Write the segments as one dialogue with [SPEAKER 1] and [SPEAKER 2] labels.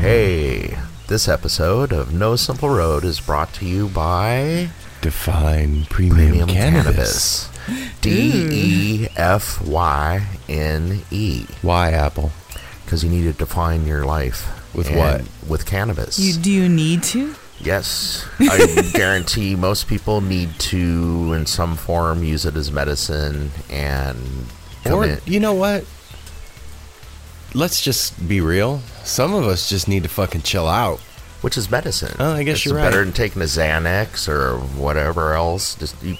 [SPEAKER 1] Hey, this episode of No Simple Road is brought to you by
[SPEAKER 2] Define premium,
[SPEAKER 1] Premium
[SPEAKER 2] cannabis.
[SPEAKER 1] Cannabis. D E F Y N E.
[SPEAKER 2] Why Apple?
[SPEAKER 1] Because you need to define your life.
[SPEAKER 2] With
[SPEAKER 1] And
[SPEAKER 2] what?
[SPEAKER 1] With cannabis.
[SPEAKER 3] You do you need to?
[SPEAKER 1] yes. I guarantee most people need to, in some form, use it as medicine and. come
[SPEAKER 2] Or
[SPEAKER 1] in-
[SPEAKER 2] you know what? Let's just be real. Some of us just need to fucking chill out.
[SPEAKER 1] which is medicine.
[SPEAKER 2] Oh, I guess
[SPEAKER 1] it's
[SPEAKER 2] you're right.
[SPEAKER 1] better than taking a Xanax or whatever else. Just you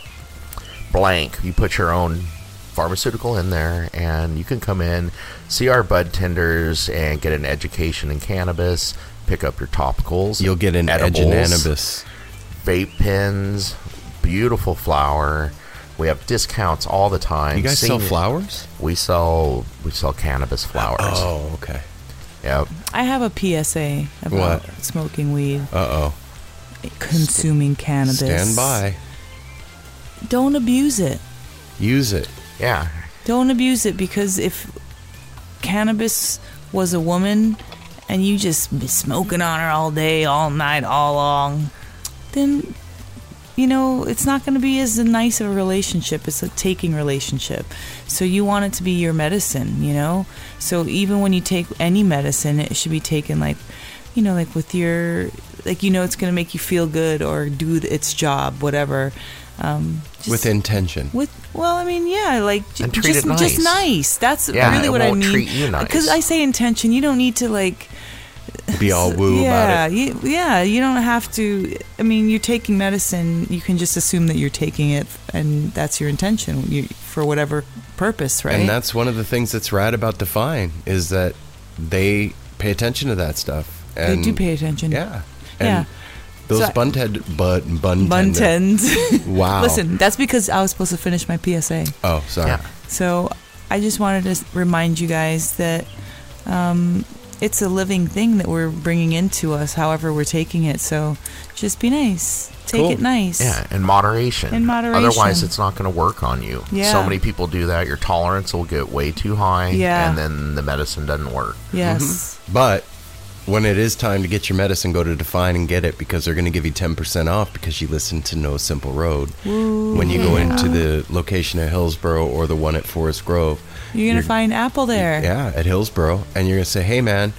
[SPEAKER 1] blank. You put your own pharmaceutical in there, and you can come in, see our bud tenders, and get an education in cannabis. Pick up your topicals.
[SPEAKER 2] You'll get an edge
[SPEAKER 1] edibles,
[SPEAKER 2] in cannabis.
[SPEAKER 1] vape pens. Beautiful flower. We have discounts all the time.
[SPEAKER 2] You guys
[SPEAKER 1] Sing-
[SPEAKER 2] sell flowers?
[SPEAKER 1] We sell we sell cannabis flowers.
[SPEAKER 2] Oh, okay.
[SPEAKER 1] Yep.
[SPEAKER 3] I have a PSA about
[SPEAKER 2] What?
[SPEAKER 3] smoking weed,
[SPEAKER 2] Uh oh.
[SPEAKER 3] consuming cannabis.
[SPEAKER 2] Stand by.
[SPEAKER 3] Don't abuse it.
[SPEAKER 2] Use it.
[SPEAKER 1] Yeah.
[SPEAKER 3] Don't abuse it because if cannabis was a woman and you just be smoking on her all day, all night, all long, then you know it's not going to be as nice of a relationship. It's a taking relationship. So you want it to be your medicine, you know. So even when you take any medicine, it should be taken like you know, like with your, like you know, it's going to make you feel good or do its job, whatever. Um, just-
[SPEAKER 4] with intention.
[SPEAKER 3] With well, I mean, yeah, like j-
[SPEAKER 1] And treat
[SPEAKER 3] just
[SPEAKER 1] it nice.
[SPEAKER 3] just nice. That's
[SPEAKER 1] Yeah,
[SPEAKER 3] really
[SPEAKER 1] it
[SPEAKER 3] what
[SPEAKER 1] won't
[SPEAKER 3] I mean.
[SPEAKER 1] treat you nice.
[SPEAKER 3] Because I say intention, you don't need to like
[SPEAKER 4] Be all woo
[SPEAKER 3] yeah,
[SPEAKER 4] about it.
[SPEAKER 3] you- yeah, you don't have to. I mean, you're taking medicine. You can just assume that you're taking it, and that's your intention you, for whatever purpose, right?
[SPEAKER 4] And that's one of the things that's rad about Define is that they pay attention to that stuff.
[SPEAKER 3] they
[SPEAKER 4] And
[SPEAKER 3] do pay attention.
[SPEAKER 4] Yeah.
[SPEAKER 3] Yeah.
[SPEAKER 4] And those
[SPEAKER 3] So I-
[SPEAKER 4] bunthead bun bun
[SPEAKER 3] Bun tends.
[SPEAKER 4] Wow.
[SPEAKER 3] Listen, that's because I was supposed to finish my PSA.
[SPEAKER 4] Oh, sorry.
[SPEAKER 1] Yeah.
[SPEAKER 3] So I just wanted to s- remind you guys that um, it's a living thing that we're bringing into us, however we're taking it. So just be nice. Take
[SPEAKER 4] Cool.
[SPEAKER 3] it nice.
[SPEAKER 1] Yeah, in moderation.
[SPEAKER 3] In moderation.
[SPEAKER 1] Otherwise, it's not going to work on you.
[SPEAKER 3] Yeah.
[SPEAKER 1] So many people do that. Your tolerance will get way too high,
[SPEAKER 3] Yeah.
[SPEAKER 1] and then the medicine doesn't work.
[SPEAKER 3] Yes.
[SPEAKER 4] Mm-hmm. But when it is time to get your medicine, go to Define and get it because they're going to give you 10% off because you listened to No Simple Road. When you go into the location at Hillsboro or the one at Forest Grove.
[SPEAKER 3] You're going to find Apple there.
[SPEAKER 4] Yeah, at Hillsboro. And you're going to say, hey, man,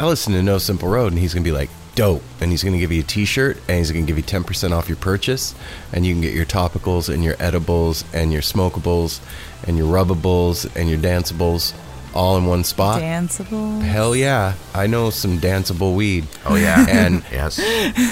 [SPEAKER 4] I listened to No Simple Road. And he's going to be like, dope. And he's going to give you a t shirt and he's going to give you 10% off your purchase. And you can get your topicals and your edibles and your smokables and your rubbables and your danceables all in one spot.
[SPEAKER 3] Danceable.
[SPEAKER 4] Hell yeah, I know some danceable weed.
[SPEAKER 1] Oh, yeah.
[SPEAKER 4] And
[SPEAKER 1] yes.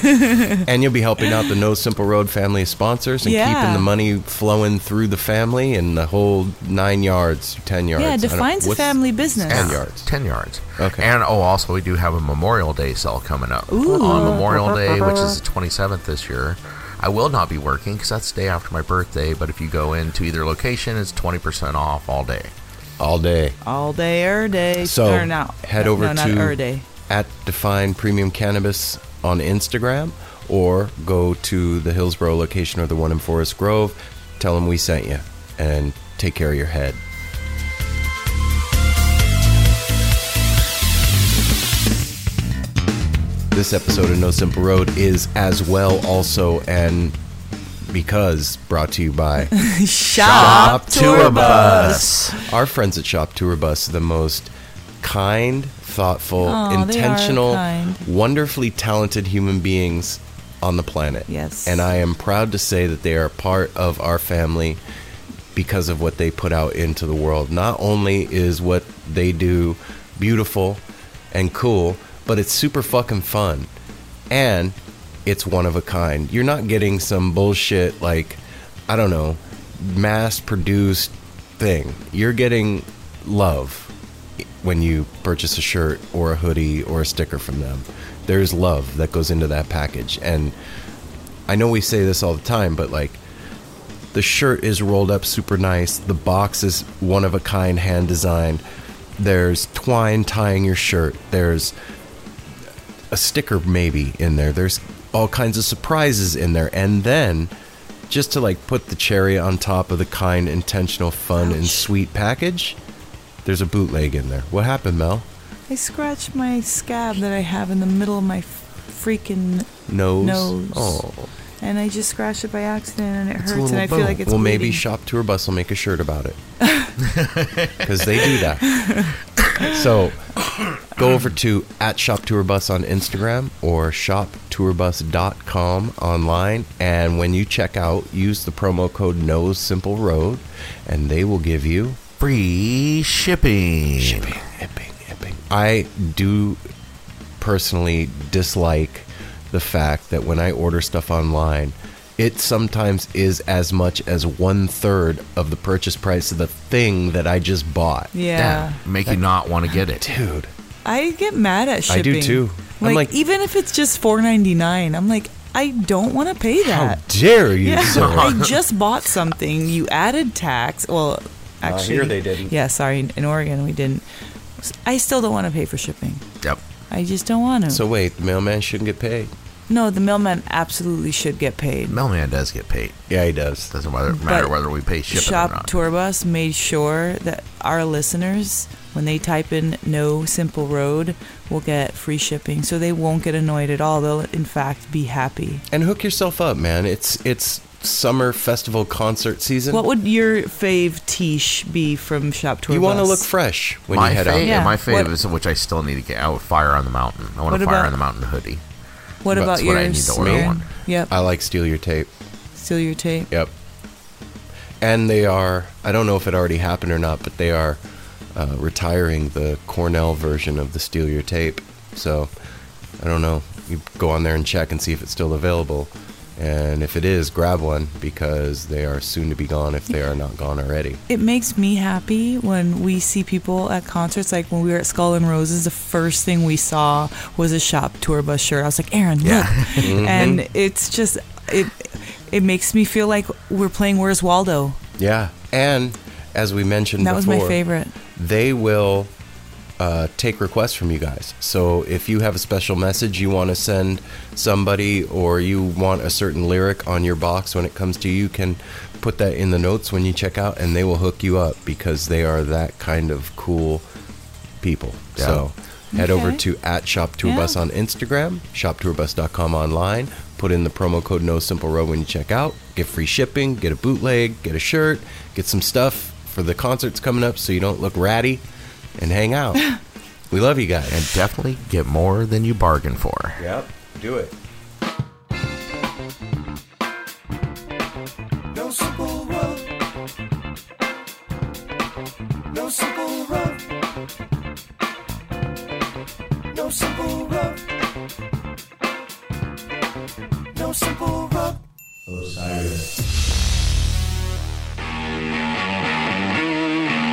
[SPEAKER 4] and you'll be helping out the No Simple Road family of sponsors and
[SPEAKER 3] Yeah.
[SPEAKER 4] keeping the money flowing through the family and the whole nine yards, ten yards.
[SPEAKER 3] Yeah,
[SPEAKER 4] I don't-
[SPEAKER 3] defines a
[SPEAKER 4] what's-
[SPEAKER 3] family business.
[SPEAKER 4] 10 yards.
[SPEAKER 1] 10 yards.
[SPEAKER 4] Okay.
[SPEAKER 1] And oh, also, we do have a Memorial Day sale coming up. On Memorial Day, which is the 27th this year, I will not be working because that's the day after my birthday. But if you go into either location, it's 20% off all day.
[SPEAKER 4] all day.
[SPEAKER 3] All day, er day.
[SPEAKER 4] So
[SPEAKER 3] or not.
[SPEAKER 4] head
[SPEAKER 3] no,
[SPEAKER 4] over
[SPEAKER 3] no, not
[SPEAKER 4] to
[SPEAKER 3] er day.
[SPEAKER 4] at Define Premium Cannabis on Instagram or go to the Hillsboro location or the one in Forest Grove. Tell them we sent you and take care of your head. This episode of No Simple Road is as well also and because brought to you by
[SPEAKER 3] Shop, tour bus.
[SPEAKER 4] Our friends at Shop Tour Bus are the most kind, thoughtful,
[SPEAKER 3] Aw, they are
[SPEAKER 4] intentional,
[SPEAKER 3] kind.
[SPEAKER 4] wonderfully talented human beings on the planet.
[SPEAKER 3] Yes.
[SPEAKER 4] And I am proud to say that they are part of our family because of what they put out into the world. Not only is what they do beautiful and cool, but it's super fucking fun. And it's one of a kind. You're not getting some bullshit like, I don't know, mass produced thing. You're getting love when you purchase a shirt or a hoodie or a sticker from them. There's love that goes into that package. And I know we say this all the time, but like the shirt is rolled up super nice. The box is one of a kind, hand designed. There's twine tying your shirt. There's a sticker maybe in there. There's all kinds of surprises in there. And then just to like put the cherry on top of the kind, intentional, fun, and sweet package, there's a bootleg in there. What happened, Mel?
[SPEAKER 3] I scratched my scab that I have in the middle of my f- freaking
[SPEAKER 4] Nose.
[SPEAKER 3] Nose.
[SPEAKER 4] Oh,
[SPEAKER 3] and I just scratched it by accident and it
[SPEAKER 4] it's a
[SPEAKER 3] hurts
[SPEAKER 4] little
[SPEAKER 3] and I feel
[SPEAKER 4] bone.
[SPEAKER 3] like it's
[SPEAKER 4] well, maybe
[SPEAKER 3] bleeding.
[SPEAKER 4] Shop Tour Bus will make a shirt about it because they do that. So go over to at Shop Tour Bus on Instagram or shoptourbus.com online, and when you check out, use the promo code Nose Simple Road, and they will give you
[SPEAKER 1] Free shipping.
[SPEAKER 4] I do personally dislike the fact that when I order stuff online, it sometimes is as much as one third of the purchase price of the thing that I just bought.
[SPEAKER 3] Yeah.
[SPEAKER 1] Yeah. Make you not want to get it.
[SPEAKER 4] Dude,
[SPEAKER 3] I get mad at
[SPEAKER 4] I do
[SPEAKER 3] shipping.
[SPEAKER 4] too. I'm
[SPEAKER 3] Like,
[SPEAKER 4] like-
[SPEAKER 3] even if it's just four ninety nine, I'm like, I don't want to pay that.
[SPEAKER 4] how dare you,
[SPEAKER 3] yeah,
[SPEAKER 4] sir?
[SPEAKER 3] I just bought something. You added tax. Well, actually,
[SPEAKER 4] Uh, here they didn't.
[SPEAKER 3] Yeah, sorry. In Oregon, we didn't. I still don't want to pay for shipping.
[SPEAKER 1] Yep.
[SPEAKER 3] I just don't want to.
[SPEAKER 4] So wait, the mailman shouldn't get paid?
[SPEAKER 3] no, the mailman absolutely should get paid.
[SPEAKER 1] Mailman does get paid.
[SPEAKER 4] Yeah, he does.
[SPEAKER 1] Doesn't matter, matter
[SPEAKER 3] But
[SPEAKER 1] whether we pay shipping or
[SPEAKER 3] Shop
[SPEAKER 1] not.
[SPEAKER 3] Tour Bus made sure that our listeners, when they type in "no simple road," will get free shipping, so they won't get annoyed at all. They'll in fact be happy.
[SPEAKER 4] And hook yourself up, man. It's it's summer festival concert season.
[SPEAKER 3] What would your fave tiche be from Shop Tour
[SPEAKER 4] you
[SPEAKER 3] want to
[SPEAKER 4] look fresh when
[SPEAKER 1] my
[SPEAKER 4] you head
[SPEAKER 1] fave,
[SPEAKER 4] out.
[SPEAKER 3] Yeah.
[SPEAKER 1] my fave
[SPEAKER 3] What-
[SPEAKER 1] is which I still need to get out. Fire on the mountain. I want
[SPEAKER 3] What
[SPEAKER 1] a fire
[SPEAKER 3] about-
[SPEAKER 1] on the mountain hoodie.
[SPEAKER 3] What
[SPEAKER 1] That's
[SPEAKER 3] about
[SPEAKER 1] what I
[SPEAKER 3] yours?
[SPEAKER 1] need to order
[SPEAKER 3] Maren?
[SPEAKER 1] one.
[SPEAKER 3] Yep.
[SPEAKER 4] I like steal your tape.
[SPEAKER 3] Steal your tape.
[SPEAKER 4] Yep. And they are, I don't know if it already happened or not, but they are uh, retiring the Cornell version of the Steal Your Tape. So I don't know. You go on there and check and see if it's still available. And if it is, grab one because they are soon to be gone if they are not gone already.
[SPEAKER 3] It makes me happy when we see people at concerts. Like when we were at Skull and Roses, the first thing we saw was a shop tour bus shirt. I was like, Aaron,
[SPEAKER 1] Yeah.
[SPEAKER 3] look.
[SPEAKER 4] Mm-hmm.
[SPEAKER 3] And it's just, it, it makes me feel like we're playing Where's Waldo.
[SPEAKER 4] Yeah. And as we mentioned
[SPEAKER 3] That was
[SPEAKER 4] before,
[SPEAKER 3] my favorite.
[SPEAKER 4] they will uh, take requests from you guys. So if you have a special message you want to send somebody or you want a certain lyric on your box when it comes to you, you can put that in the notes when you check out and they will hook you up because they are that kind of cool people.
[SPEAKER 1] Yeah.
[SPEAKER 4] So head over
[SPEAKER 3] Okay.
[SPEAKER 4] to at shop tour bus
[SPEAKER 3] Yeah.
[SPEAKER 4] on Instagram, shoptourbus.com online, put in the promo code no simple row when you check out, get free shipping, get a bootleg, get a shirt, get some stuff for the concerts coming up so you don't look ratty and hang out. we love you guys.
[SPEAKER 1] And definitely get more than you bargain for.
[SPEAKER 4] yep, do it.
[SPEAKER 5] No simple road. No simple road. No simple road. No simple road.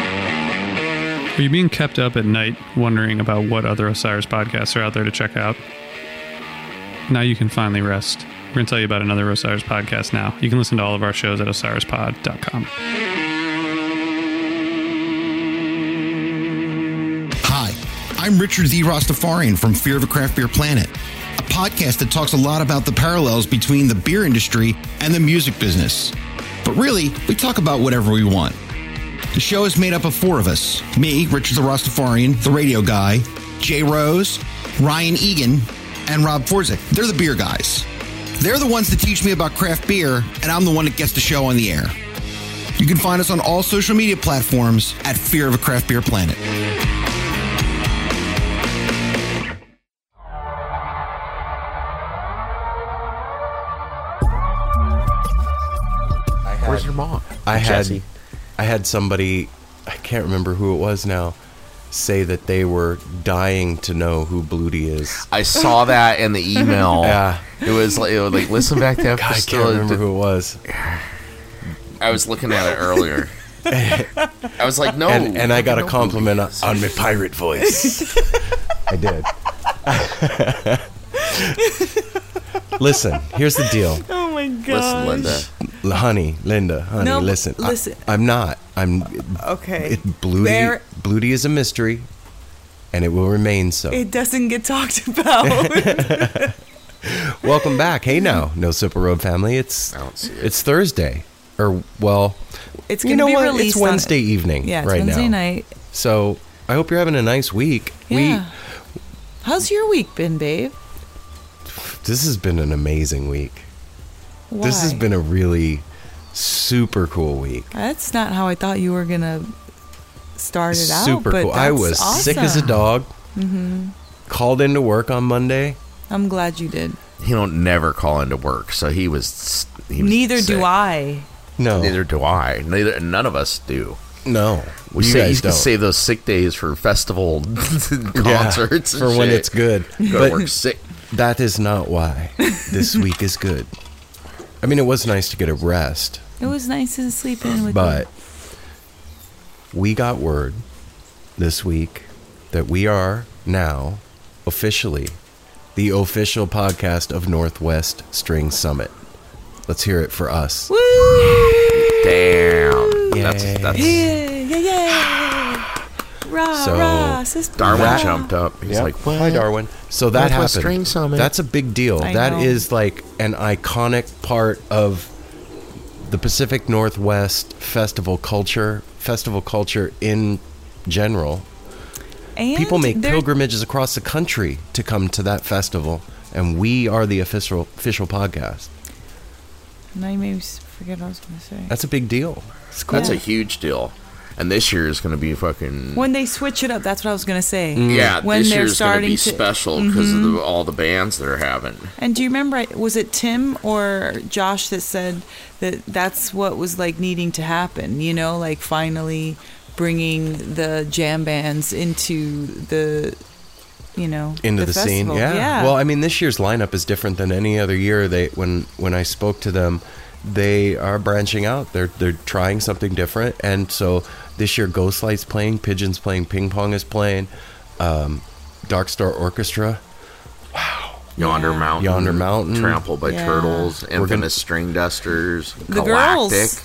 [SPEAKER 6] Are you being kept up at night wondering about what other Osiris podcasts are out there to check out? Now you can finally rest. We're going to tell you about another Osiris podcast now. You can listen to all of our shows at osirispod.com.
[SPEAKER 7] Hi, I'm Richard the Rastafarian from Fear of a Craft Beer Planet, a podcast that talks a lot about the parallels between the beer industry and the music business. But really, we talk about whatever we want. The show is made up of four of us me, Richard the Rastafarian, the radio guy, Jay Rose, Ryan Egan, and Rob Forzik. They're the beer guys. They're the ones that teach me about craft beer, and I'm the one that gets the show on the air. You can find us on all social media platforms at Fear of a Craft Beer Planet.
[SPEAKER 1] Where's your mom?
[SPEAKER 4] I had
[SPEAKER 1] Jesse.
[SPEAKER 4] I had somebody I can't remember who it was now say that they were dying to know who Blutie is.
[SPEAKER 1] I saw that in the email.
[SPEAKER 4] Yeah.
[SPEAKER 1] It was like, it was like listen back to
[SPEAKER 4] I
[SPEAKER 1] episode.
[SPEAKER 4] can't remember who it was.
[SPEAKER 1] I was looking at it earlier. I was like, no.
[SPEAKER 4] and, and I got a
[SPEAKER 1] no.
[SPEAKER 4] compliment on, on my pirate voice. I did. listen, here's the deal,
[SPEAKER 3] Oh my god.
[SPEAKER 1] Listen, Linda.
[SPEAKER 4] L- honey, Linda, honey.
[SPEAKER 3] No,
[SPEAKER 4] listen, I-
[SPEAKER 3] listen.
[SPEAKER 4] I'm not. I'm.
[SPEAKER 3] Okay.
[SPEAKER 4] It, Bluey,
[SPEAKER 3] There-
[SPEAKER 4] Bluey is a mystery, and it will remain so.
[SPEAKER 3] It doesn't get talked about.
[SPEAKER 4] Welcome back. Hey now, no simple road family. It's
[SPEAKER 1] I don't see it.
[SPEAKER 4] it's Thursday, or well,
[SPEAKER 3] It's
[SPEAKER 4] you
[SPEAKER 3] gonna
[SPEAKER 4] know
[SPEAKER 3] be
[SPEAKER 4] what?
[SPEAKER 3] released
[SPEAKER 4] It's
[SPEAKER 3] on-
[SPEAKER 4] Wednesday evening.
[SPEAKER 3] yeah, it's
[SPEAKER 4] right
[SPEAKER 3] Wednesday
[SPEAKER 4] now.
[SPEAKER 3] night.
[SPEAKER 4] So I hope you're having a nice week.
[SPEAKER 3] Yeah.
[SPEAKER 4] We
[SPEAKER 3] How's your week been, babe?
[SPEAKER 4] this has been an amazing week.
[SPEAKER 3] Why?
[SPEAKER 4] This has been a really super cool week.
[SPEAKER 3] That's not how I thought you were gonna start it out.
[SPEAKER 4] Super
[SPEAKER 3] but
[SPEAKER 4] cool. I
[SPEAKER 3] that's
[SPEAKER 4] was sick as a
[SPEAKER 3] awesome.
[SPEAKER 4] dog.
[SPEAKER 3] Mm-hmm.
[SPEAKER 4] Called into work on Monday.
[SPEAKER 3] I'm glad you did.
[SPEAKER 1] He don't never call into work, so he was. He was
[SPEAKER 3] Neither
[SPEAKER 1] sick.
[SPEAKER 3] do I.
[SPEAKER 4] No,
[SPEAKER 1] Neither do I. Neither none of us do.
[SPEAKER 4] no.
[SPEAKER 1] We
[SPEAKER 4] you
[SPEAKER 1] say
[SPEAKER 4] guys
[SPEAKER 1] you can
[SPEAKER 4] don't.
[SPEAKER 1] save those sick days for festival and
[SPEAKER 4] Yeah,
[SPEAKER 1] concerts and
[SPEAKER 4] for when
[SPEAKER 1] shit.
[SPEAKER 4] it's good.
[SPEAKER 1] Go
[SPEAKER 4] But
[SPEAKER 1] to work sick.
[SPEAKER 4] that is not why this week is good. I mean, it was nice to get a rest,
[SPEAKER 3] It was nice to sleep in with
[SPEAKER 4] but we got word this week that we are now officially the official podcast of Northwest String Summit. Let's hear it for us.
[SPEAKER 3] you. Woo!
[SPEAKER 1] Damn. That's that's
[SPEAKER 3] Yeah, yeah, yeah. Rah,
[SPEAKER 4] So,
[SPEAKER 3] rah, sister.
[SPEAKER 1] Darwin
[SPEAKER 3] rah.
[SPEAKER 1] jumped up. He's like, "What?"
[SPEAKER 4] Hi, Darwin. So that
[SPEAKER 1] Northwest
[SPEAKER 4] happened.
[SPEAKER 1] String Summit.
[SPEAKER 4] That's a big deal. That
[SPEAKER 3] I
[SPEAKER 4] is
[SPEAKER 3] know.
[SPEAKER 4] like an iconic part of the Pacific Northwest festival culture, festival culture in general.
[SPEAKER 3] And
[SPEAKER 4] People make
[SPEAKER 3] there-
[SPEAKER 4] pilgrimages across the country to come to that festival, and we are the official official podcast.
[SPEAKER 3] Now you made me s- forget what I was going to say.
[SPEAKER 4] That's a big deal.
[SPEAKER 1] That's
[SPEAKER 3] Yeah.
[SPEAKER 1] a huge deal. And this year is going to be fucking.
[SPEAKER 3] when they switch it up, that's what I was going to say.
[SPEAKER 1] yeah,
[SPEAKER 3] when
[SPEAKER 1] this
[SPEAKER 3] they're
[SPEAKER 1] year is going to
[SPEAKER 3] starting
[SPEAKER 1] be
[SPEAKER 3] to- Mm-hmm.
[SPEAKER 1] special because of the, all the bands that are having.
[SPEAKER 3] And do you remember? I- Was it Tim or Josh that said that that's what was like needing to happen? You know, like finally bringing the jam bands into the, you know,
[SPEAKER 4] into the,
[SPEAKER 3] the,
[SPEAKER 4] scene.
[SPEAKER 3] festival.
[SPEAKER 4] Yeah.
[SPEAKER 3] yeah.
[SPEAKER 4] Well, I mean, this year's lineup is different than any other year. They when when I spoke to them, they are branching out. They're they're trying something different, and so this year, Ghostlight's playing, Pigeons playing, Ping Pong is playing, um, Dark Star Orchestra.
[SPEAKER 1] Yonder Mountain.
[SPEAKER 4] Yonder Mountain.
[SPEAKER 1] Trampled by
[SPEAKER 3] Yeah.
[SPEAKER 1] Turtles.
[SPEAKER 4] gonna-
[SPEAKER 1] Infamous String Dusters.
[SPEAKER 3] The girls.
[SPEAKER 1] Galactic.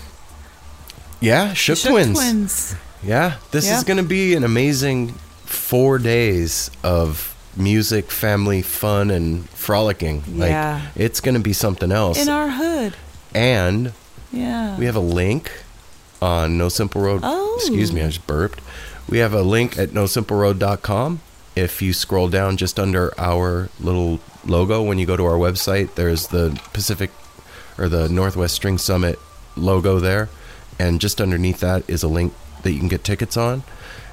[SPEAKER 4] Yeah, Shook,
[SPEAKER 3] Shook
[SPEAKER 4] Twins.
[SPEAKER 3] twins.
[SPEAKER 4] Yeah, this
[SPEAKER 3] Yeah.
[SPEAKER 4] is going to be an amazing four days of music, family, fun, and frolicking.
[SPEAKER 3] Yeah.
[SPEAKER 4] Like it's going to be something else.
[SPEAKER 3] in our hood.
[SPEAKER 4] and
[SPEAKER 3] Yeah.
[SPEAKER 4] We have a link on No Simple Road.
[SPEAKER 3] Oh.
[SPEAKER 4] Excuse me, I just burped. We have a link at nosimpleroad.com. If you scroll down just under our little logo, when you go to our website, there's the Pacific or the Northwest String Summit logo there. And just underneath that is a link that you can get tickets on.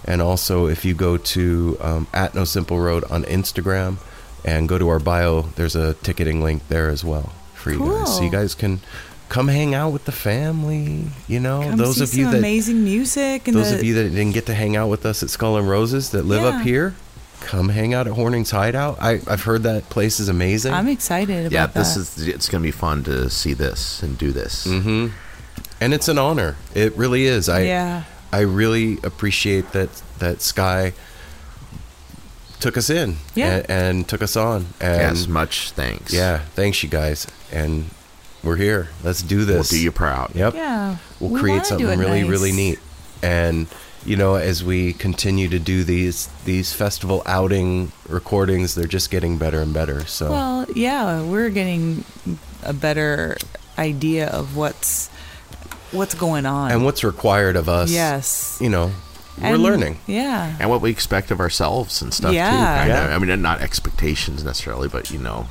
[SPEAKER 4] And also, if you go to um, at No Simple Road on Instagram and go to our bio, there's a ticketing link there as well for you guys. So you
[SPEAKER 3] Cool.
[SPEAKER 4] guys can come hang out with the family. You know,
[SPEAKER 3] Come
[SPEAKER 4] those
[SPEAKER 3] see
[SPEAKER 4] of you
[SPEAKER 3] some
[SPEAKER 4] that
[SPEAKER 3] amazing music and
[SPEAKER 4] those
[SPEAKER 3] the,
[SPEAKER 4] of you that didn't get to hang out with us at Skull and Roses that live
[SPEAKER 3] Yeah.
[SPEAKER 4] up here, come hang out at Horning's Hideout. I, I've heard that place is amazing.
[SPEAKER 3] I'm excited about
[SPEAKER 1] Yeah,
[SPEAKER 3] that.
[SPEAKER 1] this is. It's going to be fun to see this and do this.
[SPEAKER 4] hmm And it's an honor. It really is. I
[SPEAKER 3] yeah.
[SPEAKER 4] I really appreciate that that Sky took us in
[SPEAKER 3] Yeah.
[SPEAKER 4] and, and took us on. And
[SPEAKER 1] As much thanks.
[SPEAKER 4] yeah, thanks you guys. And we're here. Let's do
[SPEAKER 1] We'll
[SPEAKER 4] this.
[SPEAKER 1] do you proud.
[SPEAKER 4] Yep.
[SPEAKER 3] Yeah.
[SPEAKER 4] we'll
[SPEAKER 3] We
[SPEAKER 4] create
[SPEAKER 3] wanna do
[SPEAKER 4] something
[SPEAKER 3] it
[SPEAKER 4] really really
[SPEAKER 3] nice.
[SPEAKER 4] neat and you know as we continue to do these these festival outing recordings they're just getting better and better so
[SPEAKER 3] Well, yeah, we're getting a better idea of what's what's going on.
[SPEAKER 4] and what's required of us
[SPEAKER 3] Yes.
[SPEAKER 4] you know we're
[SPEAKER 3] And-
[SPEAKER 4] learning
[SPEAKER 3] Yeah.
[SPEAKER 1] And what we expect of ourselves and stuff too.
[SPEAKER 3] Yeah.
[SPEAKER 1] kinda.
[SPEAKER 4] Yeah.
[SPEAKER 1] I mean, not expectations necessarily, but you know.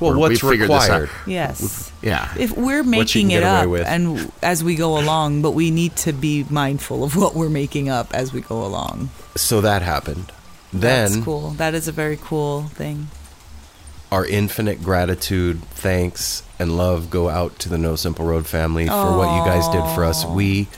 [SPEAKER 4] well
[SPEAKER 1] we're-
[SPEAKER 4] what's
[SPEAKER 1] we figured this out.
[SPEAKER 4] required
[SPEAKER 3] Yes.
[SPEAKER 1] Yeah.
[SPEAKER 3] If we're
[SPEAKER 4] What you can
[SPEAKER 3] making
[SPEAKER 4] get
[SPEAKER 3] it
[SPEAKER 4] away
[SPEAKER 3] up
[SPEAKER 4] with.
[SPEAKER 3] and as we go along, but we need to be mindful of what we're making up as we go along.
[SPEAKER 4] so that happened then
[SPEAKER 3] That's cool. That is a very cool thing.
[SPEAKER 4] our infinite gratitude, thanks, and love go out to the No Simple Road family for what you guys did for us. We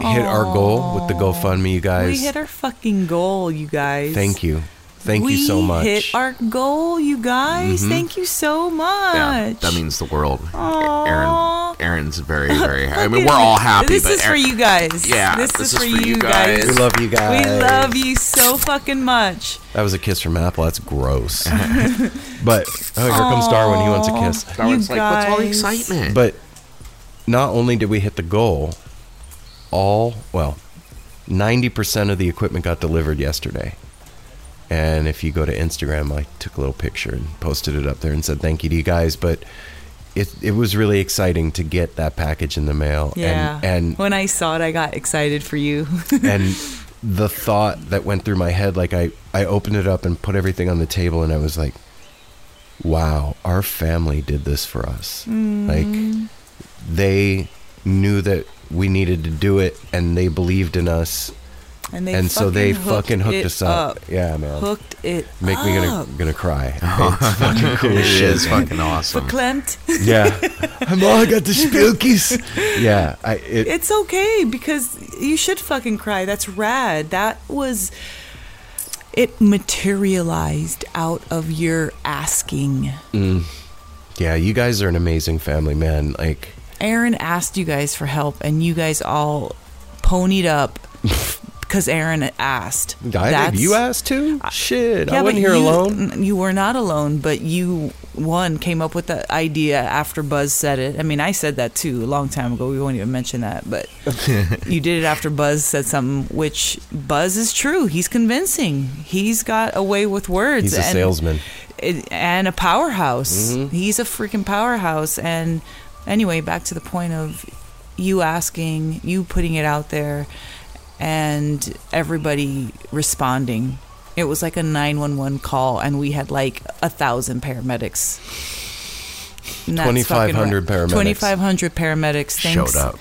[SPEAKER 4] hit our goal with the GoFundMe, you guys.
[SPEAKER 3] We hit our fucking goal, you guys.
[SPEAKER 4] Thank you. Thank you so much. Mm-hmm.
[SPEAKER 3] We hit our goal, you guys. Thank you so much.
[SPEAKER 1] Yeah, that means the world.
[SPEAKER 3] Aw.
[SPEAKER 1] Aaron, Aaron's very, very happy. I
[SPEAKER 3] Look
[SPEAKER 1] mean,
[SPEAKER 3] at
[SPEAKER 1] we're all
[SPEAKER 3] this.
[SPEAKER 1] happy.
[SPEAKER 3] This
[SPEAKER 1] but
[SPEAKER 3] is for
[SPEAKER 1] Aaron-
[SPEAKER 3] you guys.
[SPEAKER 1] Yeah,
[SPEAKER 3] this, is, for, you guys.
[SPEAKER 4] we love you guys.
[SPEAKER 3] We love you so fucking much.
[SPEAKER 4] That was a kiss from Apple. That's gross. but oh, here comes Darwin. He wants a kiss.
[SPEAKER 1] Darwin's
[SPEAKER 3] you
[SPEAKER 1] like, what's all the
[SPEAKER 3] guys.
[SPEAKER 1] excitement?
[SPEAKER 4] But not only did we hit the goal, all well, ninety percent of the equipment got delivered yesterday. And if you go to Instagram, I took a little picture and posted it up there and said thank you to you guys. But it it was really exciting to get that package in the mail.
[SPEAKER 3] Yeah.
[SPEAKER 4] And, and
[SPEAKER 3] when I saw it, I got excited for you.
[SPEAKER 4] and the thought that went through my head like I, I opened it up and put everything on the table and i was like wow our family did this for us
[SPEAKER 3] Mm,
[SPEAKER 4] like they knew that we needed to do it and they believed in us
[SPEAKER 3] and they
[SPEAKER 4] and so they
[SPEAKER 3] hooked
[SPEAKER 4] fucking hooked
[SPEAKER 3] it
[SPEAKER 4] us up. yeah man
[SPEAKER 3] Hooked it
[SPEAKER 4] make
[SPEAKER 3] up.
[SPEAKER 4] me gonna gonna cry it's fucking cool as
[SPEAKER 1] it
[SPEAKER 4] shit
[SPEAKER 1] is fucking awesome.
[SPEAKER 3] Verklempt.
[SPEAKER 4] yeah i'm all i got the spookies yeah i it,
[SPEAKER 3] It's okay because you should fucking cry. That's rad. That was. It materialized out of your asking.
[SPEAKER 4] mm, yeah you guys are an amazing family man like
[SPEAKER 3] Aaron asked you guys for help, and you guys all ponied up because Aaron asked.
[SPEAKER 4] I did. You asked too? Shit, I wasn't here
[SPEAKER 3] you,
[SPEAKER 4] alone.
[SPEAKER 3] n- You were not alone, but you one came up with the idea after Buzz said it. I mean, I said that too a long time ago. We won't even mention that, but you did it after Buzz said something, which Buzz is true. He's convincing. He's got a way with words.
[SPEAKER 4] He's a salesman.
[SPEAKER 3] it- and a powerhouse.
[SPEAKER 4] Mm-hmm.
[SPEAKER 3] He's a freaking powerhouse. And anyway, back to the point of you asking, you putting it out there, and everybody responding. It was like a 911 call, and we had like a thousand paramedics. And that's
[SPEAKER 4] 2,500
[SPEAKER 3] fucking right.
[SPEAKER 4] paramedics. Mm-hmm.
[SPEAKER 3] 2,500 paramedics. Thanks,
[SPEAKER 1] Showed up.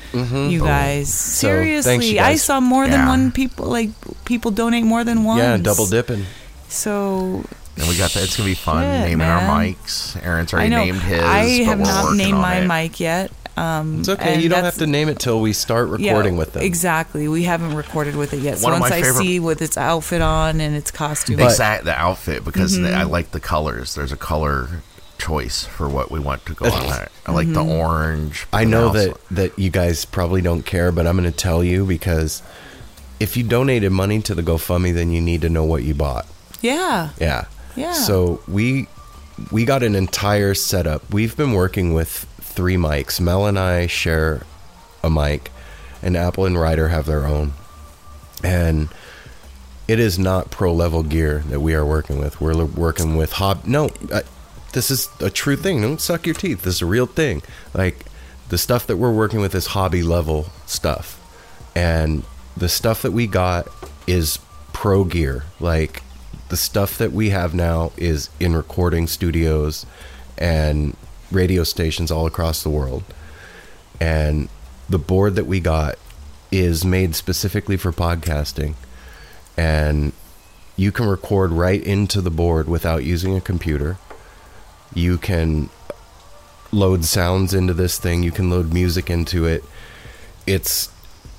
[SPEAKER 3] you guys. Seriously,
[SPEAKER 4] thanks, you
[SPEAKER 3] I
[SPEAKER 4] guys.
[SPEAKER 3] saw more than
[SPEAKER 1] Yeah.
[SPEAKER 3] one people. Like people donate more than one.
[SPEAKER 4] Yeah, double dipping.
[SPEAKER 3] So
[SPEAKER 1] And we got that. It's gonna be fun
[SPEAKER 3] Shit,
[SPEAKER 1] naming our
[SPEAKER 3] man.
[SPEAKER 1] mics. Aaron's
[SPEAKER 3] I
[SPEAKER 1] already
[SPEAKER 3] know
[SPEAKER 1] named his.
[SPEAKER 3] I
[SPEAKER 1] but
[SPEAKER 3] have
[SPEAKER 1] we're
[SPEAKER 3] not
[SPEAKER 1] working
[SPEAKER 3] named
[SPEAKER 1] on
[SPEAKER 3] my
[SPEAKER 1] it.
[SPEAKER 3] mic yet. Um,
[SPEAKER 4] It's okay.
[SPEAKER 3] and
[SPEAKER 4] You don't
[SPEAKER 3] that's-
[SPEAKER 4] have to name it till we start
[SPEAKER 3] yeah,
[SPEAKER 4] recording with them.
[SPEAKER 3] Exactly. We haven't recorded with it yet. So
[SPEAKER 1] One of
[SPEAKER 3] once
[SPEAKER 1] my
[SPEAKER 3] I
[SPEAKER 1] favorite-
[SPEAKER 3] see with its outfit on and its costume,
[SPEAKER 1] Exact the outfit because the-
[SPEAKER 3] Mm-hmm.
[SPEAKER 1] I like the colors. There's a color choice for what we want to go on. I, I like
[SPEAKER 3] Mm-hmm.
[SPEAKER 1] the orange. but
[SPEAKER 4] I
[SPEAKER 1] then
[SPEAKER 4] know
[SPEAKER 1] also-
[SPEAKER 4] that, that you guys probably don't care, but I'm going to tell you because if you donated money to the GoFundMe, then you need to know what you bought.
[SPEAKER 3] yeah,
[SPEAKER 4] Yeah.
[SPEAKER 3] Yeah.
[SPEAKER 4] So we we got an entire setup. We've been working with three mics. Mel and I share a mic, and Apple and Ryder have their own. And it is not pro level gear that we are working with. We're l- working with hob. No, uh, this is a true thing. Don't suck your teeth. This is a real thing. Like the stuff that we're working with is hobby level stuff, and the stuff that we got is pro gear. Like the stuff that we have now is in recording studios and radio stations all across the world and the board that we got is made specifically for podcasting and you can record right into the board without using a computer you can load sounds into this thing you can load music into it it's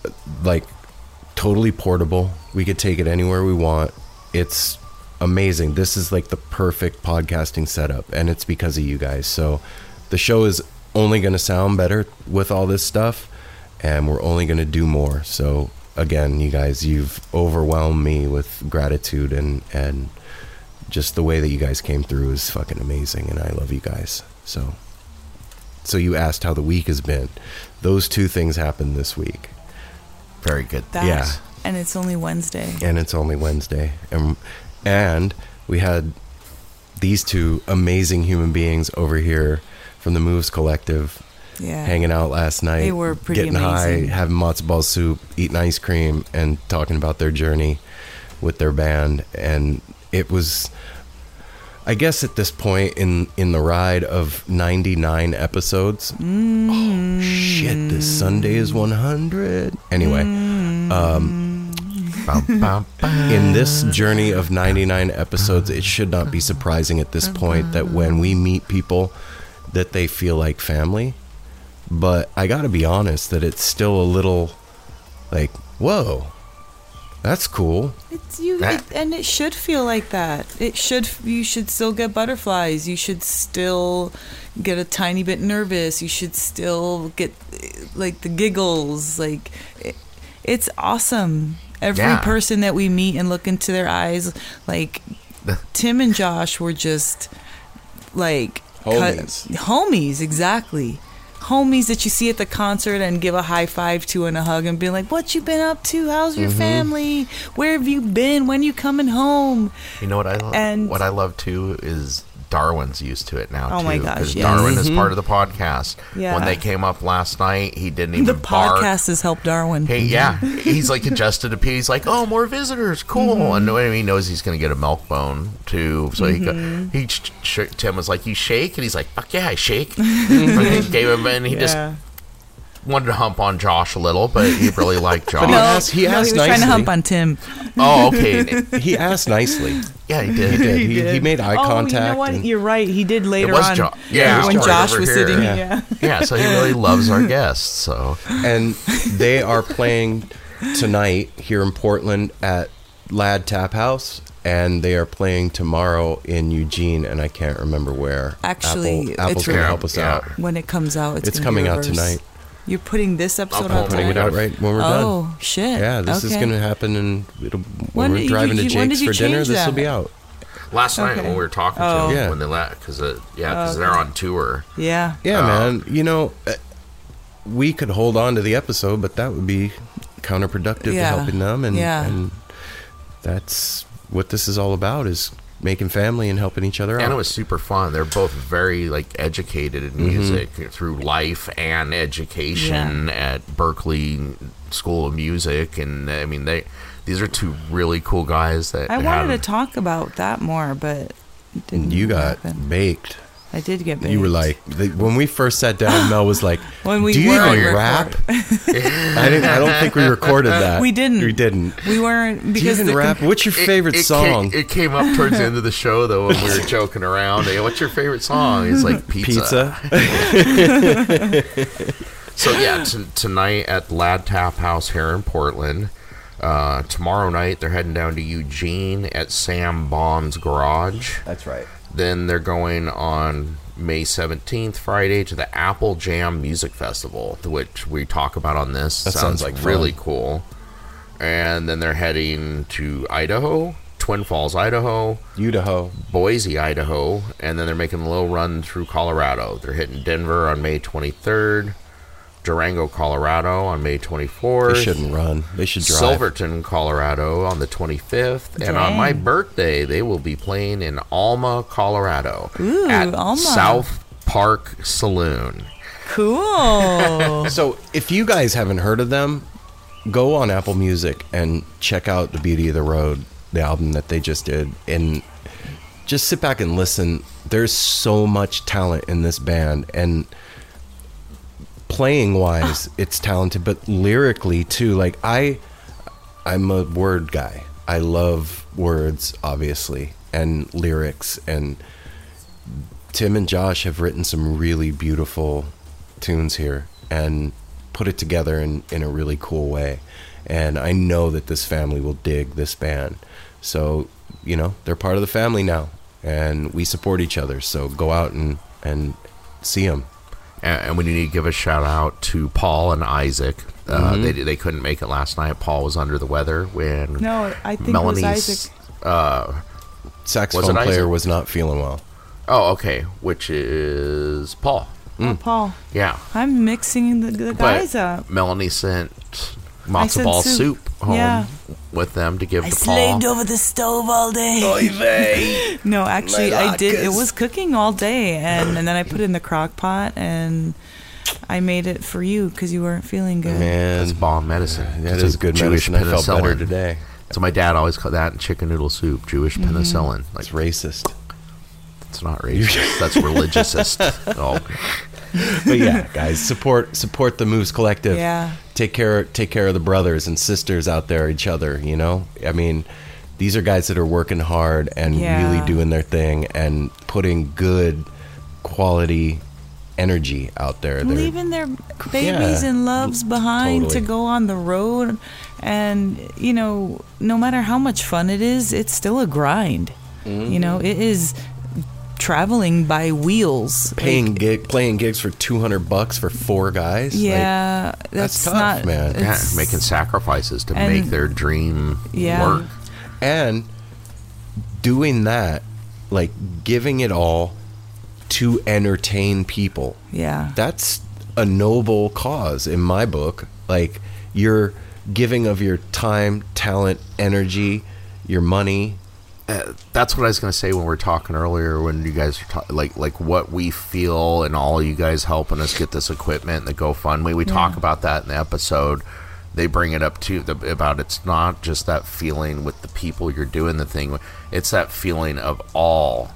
[SPEAKER 4] uh, like totally portable we could take it anywhere we want it's amazing this is like the perfect podcasting setup and it's because of you guys so the show is only going to sound better with all this stuff and we're only going to do more so again you guys you've overwhelmed me with gratitude and and just the way that you guys came through is fucking amazing and i love you guys so so you asked how the week has been those two things happened this week
[SPEAKER 1] very good.
[SPEAKER 3] that,
[SPEAKER 4] Yeah.
[SPEAKER 3] and it's only Wednesday.
[SPEAKER 4] and it's only wednesday and and we had these two amazing human beings over here from the moves collective
[SPEAKER 3] Yeah.
[SPEAKER 4] hanging out last night.
[SPEAKER 3] They were pretty
[SPEAKER 4] getting
[SPEAKER 3] amazing.
[SPEAKER 4] high, having matzo ball soup, eating ice cream, and talking about their journey with their band. And it was, I guess, at this point in in the ride of ninety nine episodes.
[SPEAKER 3] Mm-hmm.
[SPEAKER 4] Oh shit! This Sunday is one hundred. Anyway. um,
[SPEAKER 1] Bum, bum, bum.
[SPEAKER 4] In this journey of 99 episodes, it should not be surprising at this point that when we meet people that they feel like family. But I got to be honest that it's still a little like, whoa. That's cool.
[SPEAKER 3] It's you,
[SPEAKER 1] That-
[SPEAKER 3] it, and it should feel like that. It should. You should still get butterflies. You should still get a tiny bit nervous. You should still get eh, like the giggles. Like it, it's awesome. Every
[SPEAKER 1] Yeah.
[SPEAKER 3] person that we meet and look into their eyes, like Tim and Josh, were just like cut-
[SPEAKER 4] Homies.
[SPEAKER 3] homies, exactly. Homies that you see at the concert and give a high five to and a hug and be like, "What you been up to? How's your
[SPEAKER 4] Mm-hmm.
[SPEAKER 3] family? Where have you been? When you coming home?"
[SPEAKER 1] You know what I love?
[SPEAKER 3] And-
[SPEAKER 1] what I love too is Darwin's used to it now.
[SPEAKER 3] Oh
[SPEAKER 1] too,
[SPEAKER 3] my gosh,
[SPEAKER 1] 'cause
[SPEAKER 3] yes. Mm-hmm.
[SPEAKER 1] Darwin is part of the podcast.
[SPEAKER 3] Yeah.
[SPEAKER 1] When they came up last night, he didn't even
[SPEAKER 3] The
[SPEAKER 1] bark.
[SPEAKER 3] podcast has helped Darwin.
[SPEAKER 1] Hey, yeah, he's like adjusted to pee. He's like, oh, more visitors, cool.
[SPEAKER 4] Mm-hmm.
[SPEAKER 1] And when he knows he's gonna get a milk bone too, so he
[SPEAKER 4] Mm-hmm.
[SPEAKER 1] go, he sh- sh- Tim was like, you shake, and he's like, fuck yeah, I shake. and he gave him, and he
[SPEAKER 3] Yeah.
[SPEAKER 1] just wanted to hump on Josh a little, but he really liked Josh.
[SPEAKER 3] no,
[SPEAKER 4] asked- he
[SPEAKER 3] no,
[SPEAKER 4] asked
[SPEAKER 3] he was trying to
[SPEAKER 4] nicely.
[SPEAKER 3] hump on Tim.
[SPEAKER 1] Oh, okay,
[SPEAKER 4] He asked nicely.
[SPEAKER 1] yeah, he did. He
[SPEAKER 4] He, he, made eye
[SPEAKER 3] oh,
[SPEAKER 4] contact.
[SPEAKER 3] you know what?
[SPEAKER 4] and-
[SPEAKER 3] You're right. He did later
[SPEAKER 1] was
[SPEAKER 3] on.
[SPEAKER 1] Jo- yeah, it was
[SPEAKER 3] when
[SPEAKER 1] Josh
[SPEAKER 3] Josh
[SPEAKER 1] over
[SPEAKER 3] was
[SPEAKER 1] here.
[SPEAKER 3] sitting.
[SPEAKER 1] Yeah.
[SPEAKER 3] Yeah.
[SPEAKER 1] Yeah, so he really loves our guests. So
[SPEAKER 4] and they are playing tonight here in Portland at Lad Tap House, and they are playing tomorrow in Eugene, and I can't remember where.
[SPEAKER 3] Actually,
[SPEAKER 4] Apple, Apple's
[SPEAKER 3] it's
[SPEAKER 4] gonna
[SPEAKER 3] re-
[SPEAKER 4] help us
[SPEAKER 1] Yeah.
[SPEAKER 4] out.
[SPEAKER 3] When it comes out, it's,
[SPEAKER 4] It's
[SPEAKER 3] gonna be
[SPEAKER 4] coming out
[SPEAKER 3] reversed.
[SPEAKER 4] tonight.
[SPEAKER 3] You're putting this episode
[SPEAKER 1] I'll
[SPEAKER 3] out.
[SPEAKER 1] put
[SPEAKER 4] Putting
[SPEAKER 3] tonight?
[SPEAKER 4] it out right when we're
[SPEAKER 3] Oh
[SPEAKER 4] done.
[SPEAKER 3] shit!
[SPEAKER 4] Yeah, this is
[SPEAKER 3] Okay.
[SPEAKER 4] gonna happen, and it'll, when,
[SPEAKER 3] When
[SPEAKER 4] we're
[SPEAKER 3] did you-
[SPEAKER 4] driving to
[SPEAKER 3] you- when
[SPEAKER 4] Jake's
[SPEAKER 3] did you
[SPEAKER 4] for dinner,
[SPEAKER 3] change
[SPEAKER 4] this will
[SPEAKER 3] that?
[SPEAKER 4] be out.
[SPEAKER 1] last night
[SPEAKER 3] Okay.
[SPEAKER 1] when we were talking to
[SPEAKER 3] Oh.
[SPEAKER 1] him,
[SPEAKER 4] Yeah.
[SPEAKER 1] when they left, because uh, yeah, because they're on tour.
[SPEAKER 3] Yeah.
[SPEAKER 4] Yeah,
[SPEAKER 1] Uh,
[SPEAKER 4] man. You know, uh, we could hold on to the episode, but that would be counterproductive
[SPEAKER 3] Yeah.
[SPEAKER 4] to helping them. And,
[SPEAKER 3] Yeah.
[SPEAKER 4] and that's what this is all about: is making family and helping each other out.
[SPEAKER 1] And it was super fun. They're both very like educated in music through life and education at Berkeley School of Music, and I mean they. These are two really cool guys that
[SPEAKER 3] I
[SPEAKER 1] had-
[SPEAKER 3] wanted to talk about that more, but it didn't
[SPEAKER 4] you got
[SPEAKER 3] happen.
[SPEAKER 4] baked.
[SPEAKER 3] I did get banned.
[SPEAKER 4] You were like the, when we first sat down. Mel was like,
[SPEAKER 3] When we
[SPEAKER 4] "Do you
[SPEAKER 3] were
[SPEAKER 4] even
[SPEAKER 3] recording.
[SPEAKER 4] rap?" I didn't. I don't think we recorded that.
[SPEAKER 3] We didn't.
[SPEAKER 4] We didn't.
[SPEAKER 3] we weren't
[SPEAKER 4] Do you
[SPEAKER 3] because
[SPEAKER 4] even
[SPEAKER 3] the
[SPEAKER 4] rap? What's your favorite
[SPEAKER 1] it
[SPEAKER 4] song?
[SPEAKER 1] Came, it came up towards the end of the show though when we were joking around. Hey, what's your favorite song? It's like pizza.
[SPEAKER 4] Pizza.
[SPEAKER 1] So yeah, t- tonight at Lad Tap House here in Portland. Uh, tomorrow night they're heading down to Eugene at Sam Baum's garage.
[SPEAKER 4] That's right.
[SPEAKER 1] Then they're going on May 17th, Friday, to the Apple Jam Music Festival, which we talk about on this.
[SPEAKER 4] That sounds like
[SPEAKER 1] really
[SPEAKER 4] fun.
[SPEAKER 1] cool. And then they're heading to Idaho, Twin Falls, Idaho,
[SPEAKER 4] Idaho.
[SPEAKER 1] Boise, Idaho, and then they're making a little run through Colorado. They're hitting Denver on May 23rd, Durango, Colorado on May 24th.
[SPEAKER 4] They shouldn't run. They should drive.
[SPEAKER 1] Silverton, Colorado on the 25th. And on my
[SPEAKER 3] Dang.
[SPEAKER 1] birthday, they will be playing in Alma, Colorado
[SPEAKER 3] Ooh,
[SPEAKER 1] at
[SPEAKER 3] Alma.
[SPEAKER 1] South Park Saloon.
[SPEAKER 3] cool.
[SPEAKER 4] So if you guys haven't heard of them, go on Apple Music and check out The Beauty of the Road, the album that they just did, and just sit back and listen. There's so much talent in this band and playing wise it's talented, but lyrically too. Like I I'm a word guy. I love words obviously and lyrics and Tim and Josh have written some really beautiful tunes here and put it together in, in a really cool way. And I know that this family will dig this band. So, you know, they're part of the family now and we support each other. So go out and, and see them.
[SPEAKER 1] And, and we need to give a shout out to Paul and Isaac. Uh,
[SPEAKER 4] Mm-hmm.
[SPEAKER 1] they, they couldn't make it last night. Paul was under the weather when
[SPEAKER 3] No, I think it was
[SPEAKER 1] Melanie's.
[SPEAKER 3] Isaac.
[SPEAKER 1] Uh,
[SPEAKER 4] Saxophone
[SPEAKER 1] Was it
[SPEAKER 4] player
[SPEAKER 1] Isaac?
[SPEAKER 4] was not feeling well.
[SPEAKER 1] oh, okay. Which is Paul.
[SPEAKER 3] Oh,
[SPEAKER 4] Mm.
[SPEAKER 3] Paul,
[SPEAKER 1] Yeah.
[SPEAKER 3] I'm mixing the, the guys up.
[SPEAKER 1] Melanie sent
[SPEAKER 3] I
[SPEAKER 1] matzo
[SPEAKER 3] said
[SPEAKER 1] ball
[SPEAKER 3] soup.
[SPEAKER 1] soup, home
[SPEAKER 3] Yeah.
[SPEAKER 1] with them to give
[SPEAKER 3] I
[SPEAKER 1] to Paul.
[SPEAKER 3] slaved over the stove all day. no, actually, I did. It was cooking all day, and, and then I put it in the crock pot, and I made it for you because you weren't feeling good.
[SPEAKER 1] That's
[SPEAKER 4] Man,
[SPEAKER 1] bomb medicine.
[SPEAKER 4] that
[SPEAKER 1] It's
[SPEAKER 4] is
[SPEAKER 1] a
[SPEAKER 4] good
[SPEAKER 1] Jewish
[SPEAKER 4] medicine. I felt better
[SPEAKER 1] penicillin.
[SPEAKER 4] today. Mm-hmm.
[SPEAKER 1] So my dad always called that chicken noodle soup Jewish penicillin. Like
[SPEAKER 4] It's racist.
[SPEAKER 1] it's not racist. that's religiousist. Oh,
[SPEAKER 4] but yeah, guys, support support the Moves Collective.
[SPEAKER 3] Yeah.
[SPEAKER 4] Take care take care of the brothers and sisters out there, each other, you know? I mean, these are guys that are working hard and
[SPEAKER 3] Yeah.
[SPEAKER 4] really doing their thing and putting good quality energy out there. They're-
[SPEAKER 3] leaving their babies
[SPEAKER 4] Yeah.
[SPEAKER 3] and loves behind
[SPEAKER 4] Totally.
[SPEAKER 3] to go on the road and you know no matter how much fun it is it's still a grind
[SPEAKER 4] Mm-hmm.
[SPEAKER 3] you know it is traveling by wheels
[SPEAKER 4] paying gig playing gigs for 200 bucks for four guys. Like,
[SPEAKER 3] yeah that's,
[SPEAKER 4] tough,
[SPEAKER 3] not
[SPEAKER 4] man.
[SPEAKER 1] yeah,
[SPEAKER 3] it's-
[SPEAKER 1] making sacrifices to
[SPEAKER 3] and-
[SPEAKER 1] make their dream
[SPEAKER 3] Yeah.
[SPEAKER 1] work.
[SPEAKER 4] and doing that like giving it all to entertain people.
[SPEAKER 3] yeah
[SPEAKER 4] that's a noble cause in my book. Like you're giving of your time, talent, energy, your money.
[SPEAKER 1] Uh, that's what I was going to say when we were talking earlier. When you guys were ta- like like what we feel and all you guys helping us get this equipment and the GoFundMe. We talk about that in the episode. They bring it up too the, about it's not just that feeling with the people you're doing the thing. with. It's that feeling of all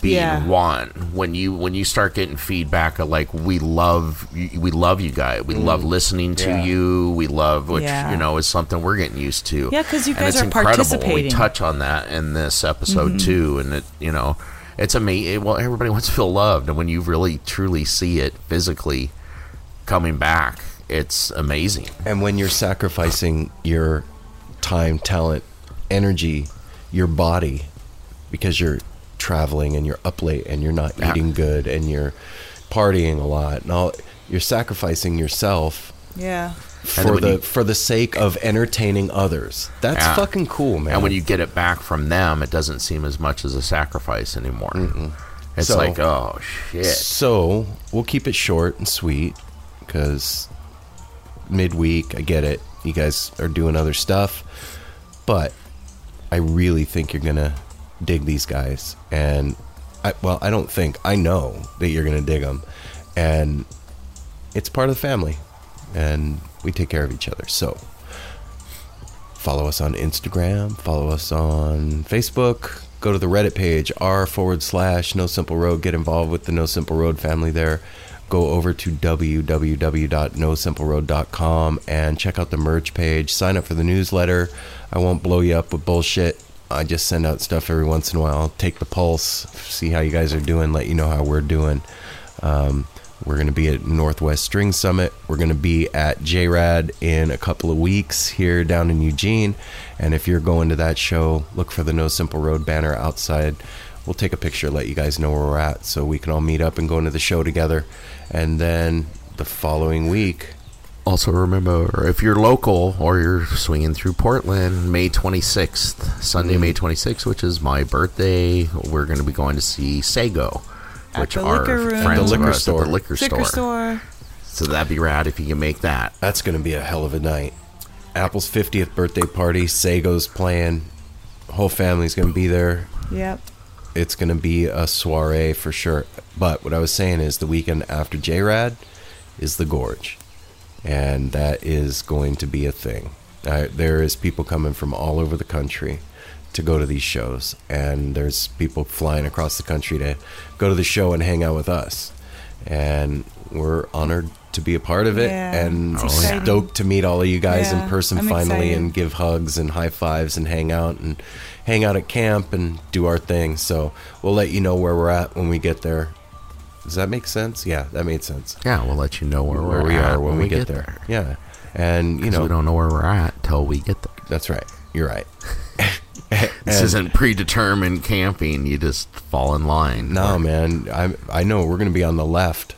[SPEAKER 1] being
[SPEAKER 3] Yeah.
[SPEAKER 1] one when you when you start getting feedback of like we love you- we love you guys we love listening to you we love which
[SPEAKER 3] Mm. Yeah.
[SPEAKER 1] you know is something we're getting used to
[SPEAKER 3] Yeah, 'cause you
[SPEAKER 1] And
[SPEAKER 3] guys
[SPEAKER 1] it's
[SPEAKER 3] are
[SPEAKER 1] incredible. We
[SPEAKER 3] participating.
[SPEAKER 1] touch on that in this episode
[SPEAKER 4] Mm-hmm.
[SPEAKER 1] too, and it you know it's amazing. Well, everybody wants to feel loved, and when you really truly see it physically coming back, it's amazing.
[SPEAKER 4] And when you're sacrificing your time, talent, energy, your body, because you're traveling and you're up late and you're not
[SPEAKER 1] Yeah.
[SPEAKER 4] eating good and you're partying a lot and all, you're sacrificing yourself
[SPEAKER 3] yeah
[SPEAKER 1] And then
[SPEAKER 4] for
[SPEAKER 1] when
[SPEAKER 4] the
[SPEAKER 1] you-
[SPEAKER 4] for the sake of entertaining others. That's
[SPEAKER 1] Yeah.
[SPEAKER 4] fucking cool, man.
[SPEAKER 1] And when you get it back from them, it doesn't seem as much as a sacrifice anymore. It's
[SPEAKER 4] So-
[SPEAKER 1] like oh shit,
[SPEAKER 4] So we'll keep it short and sweet because midweek, I get it. You guys are doing other stuff, but I really think you're gonna dig these guys. And I, well, I don't think I know that you're gonna dig them. And it's part of the family, and we take care of each other. So follow us on Instagram, follow us on Facebook, go to the Reddit page, r forward slash No Simple Road. Get involved with the No Simple Road family there. Go over to www.nosimpleroad.com and check out the merch page. Sign up for the newsletter. I won't blow you up with bullshit. I just send out stuff every once in a while. Take the pulse, see how you guys are doing, let you know how we're doing. Um, we're going to be at Northwest String Summit. We're going to be at JRAD in a couple of weeks here down in Eugene. And if you're going to that show, look for the No Simple Road banner outside. We'll take a picture, let you guys know where we're at so we can all meet up and go into the show together. And then the following week,
[SPEAKER 1] Also, remember if you're local or you're swinging through Portland, May 26th, Sunday,
[SPEAKER 3] Mm-hmm.
[SPEAKER 1] May 26th, which is my birthday, we're going to be going to see Sago,
[SPEAKER 3] At
[SPEAKER 1] which
[SPEAKER 3] the
[SPEAKER 1] are
[SPEAKER 3] liquor room.
[SPEAKER 1] friends
[SPEAKER 3] At the
[SPEAKER 1] of
[SPEAKER 4] liquor
[SPEAKER 1] ours at
[SPEAKER 4] store.
[SPEAKER 1] the liquor store.
[SPEAKER 3] Liquor store.
[SPEAKER 1] So that'd be rad if you can make that.
[SPEAKER 4] that's going to be a hell of a night. Apple's 50th birthday party, Sago's playing, whole family's going to be there.
[SPEAKER 3] Yep.
[SPEAKER 4] it's going to be a soiree for sure. But what I was saying is the weekend after JRAD is the Gorge, and that is going to be a thing. Uh, there is people coming from all over the country to go to these shows, and there's people flying across the country to go to the show and hang out with us. And we're honored to be a part of it,
[SPEAKER 3] Yeah,
[SPEAKER 4] and
[SPEAKER 3] it's exciting.
[SPEAKER 4] stoked to meet all of you guys
[SPEAKER 3] Yeah,
[SPEAKER 4] in person
[SPEAKER 3] I'm
[SPEAKER 4] finally,
[SPEAKER 3] excited.
[SPEAKER 4] and give hugs and high fives and hang out and hang out at camp and do our thing. So we'll let you know where we're at when we get there. Does that make sense? Yeah, that made sense.
[SPEAKER 1] Yeah, we'll let you know where,
[SPEAKER 4] Where
[SPEAKER 1] we're
[SPEAKER 4] we
[SPEAKER 1] at
[SPEAKER 4] are when we get there. Yeah. And you
[SPEAKER 1] You know, we
[SPEAKER 4] know,
[SPEAKER 1] don't know where we're at till we get there.
[SPEAKER 4] that's right. You're right.
[SPEAKER 1] This
[SPEAKER 4] And-
[SPEAKER 1] isn't predetermined camping. You just fall in line.
[SPEAKER 4] No, man. I I know we're gonna be on the left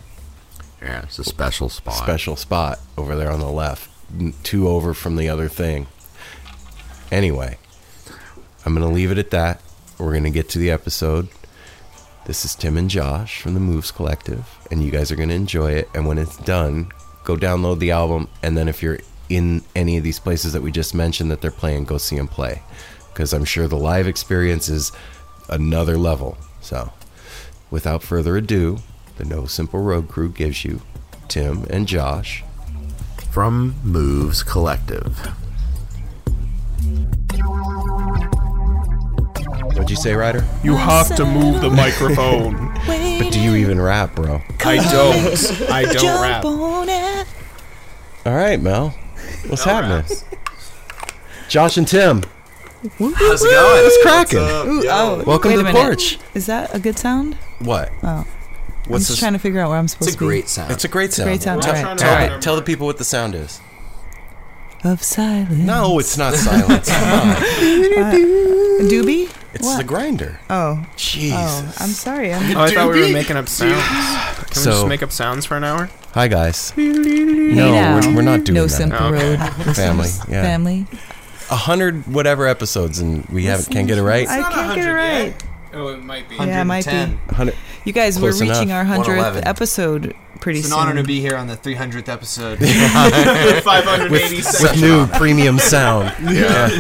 [SPEAKER 1] Yeah, it's a special spot.
[SPEAKER 4] special spot over there on the left, n- two over from the other thing. Anyway, I'm going to leave it at that. We're going to get to the episode. This is Tim and Josh from the Moves Collective, and you guys are going to enjoy it. And when it's done, go download the album. And then if you're in any of these places that we just mentioned that they're playing, go see them play. Because I'm sure the live experience is another level. So, without further ado, the No Simple Road crew gives you Tim and Josh.
[SPEAKER 1] From Moves Collective.
[SPEAKER 4] What'd you say, Ryder?
[SPEAKER 8] You have to move the microphone.
[SPEAKER 4] But do you even rap, bro?
[SPEAKER 8] I don't. I don't rap.
[SPEAKER 4] All right, Mel. What's happening? Josh and Tim.
[SPEAKER 1] How's it going?
[SPEAKER 4] It's cracking.
[SPEAKER 8] Yo.
[SPEAKER 3] Oh,
[SPEAKER 4] Welcome
[SPEAKER 3] wait
[SPEAKER 4] to
[SPEAKER 3] a
[SPEAKER 4] the
[SPEAKER 3] minute.
[SPEAKER 4] porch.
[SPEAKER 3] Is that a good sound?
[SPEAKER 4] What?
[SPEAKER 3] Oh. I'm just trying to figure out where I'm supposed to be.
[SPEAKER 1] sound.
[SPEAKER 4] It's a great sound.
[SPEAKER 3] Great sound.
[SPEAKER 8] I'm
[SPEAKER 3] All
[SPEAKER 8] trying
[SPEAKER 3] right.
[SPEAKER 8] to
[SPEAKER 4] Tell,
[SPEAKER 8] Alright.
[SPEAKER 4] the- tell the people what the sound is.
[SPEAKER 3] Of silence.
[SPEAKER 4] No, it's not silence.
[SPEAKER 3] Doobie?
[SPEAKER 4] It's
[SPEAKER 3] What?
[SPEAKER 4] the grinder.
[SPEAKER 3] Oh.
[SPEAKER 4] Jeez.
[SPEAKER 3] Oh, I'm sorry. I'm
[SPEAKER 8] Oh, I thought we were making up sounds. Can we
[SPEAKER 4] So-
[SPEAKER 8] just make up sounds for an hour?
[SPEAKER 4] Hi, guys.
[SPEAKER 3] Hey
[SPEAKER 4] No,
[SPEAKER 3] now.
[SPEAKER 4] we're, we're not doing
[SPEAKER 3] no
[SPEAKER 4] that.
[SPEAKER 3] simple
[SPEAKER 8] Okay.
[SPEAKER 3] road.
[SPEAKER 4] Family.
[SPEAKER 3] listeners,
[SPEAKER 4] Yeah.
[SPEAKER 3] Family.
[SPEAKER 4] A hundred whatever episodes, and we haven't can't get it right.
[SPEAKER 3] I can't get it right.
[SPEAKER 8] Oh, it might be.
[SPEAKER 3] Yeah, it might be.
[SPEAKER 8] 110.
[SPEAKER 4] Hundred-
[SPEAKER 3] You guys,
[SPEAKER 4] Close
[SPEAKER 3] we're reaching
[SPEAKER 4] enough.
[SPEAKER 3] our 100th
[SPEAKER 9] 111.
[SPEAKER 3] episode pretty
[SPEAKER 9] It's an
[SPEAKER 3] soon.
[SPEAKER 9] honor to be here on the 300th episode.
[SPEAKER 8] 580
[SPEAKER 4] With new premium sound.
[SPEAKER 1] Yeah.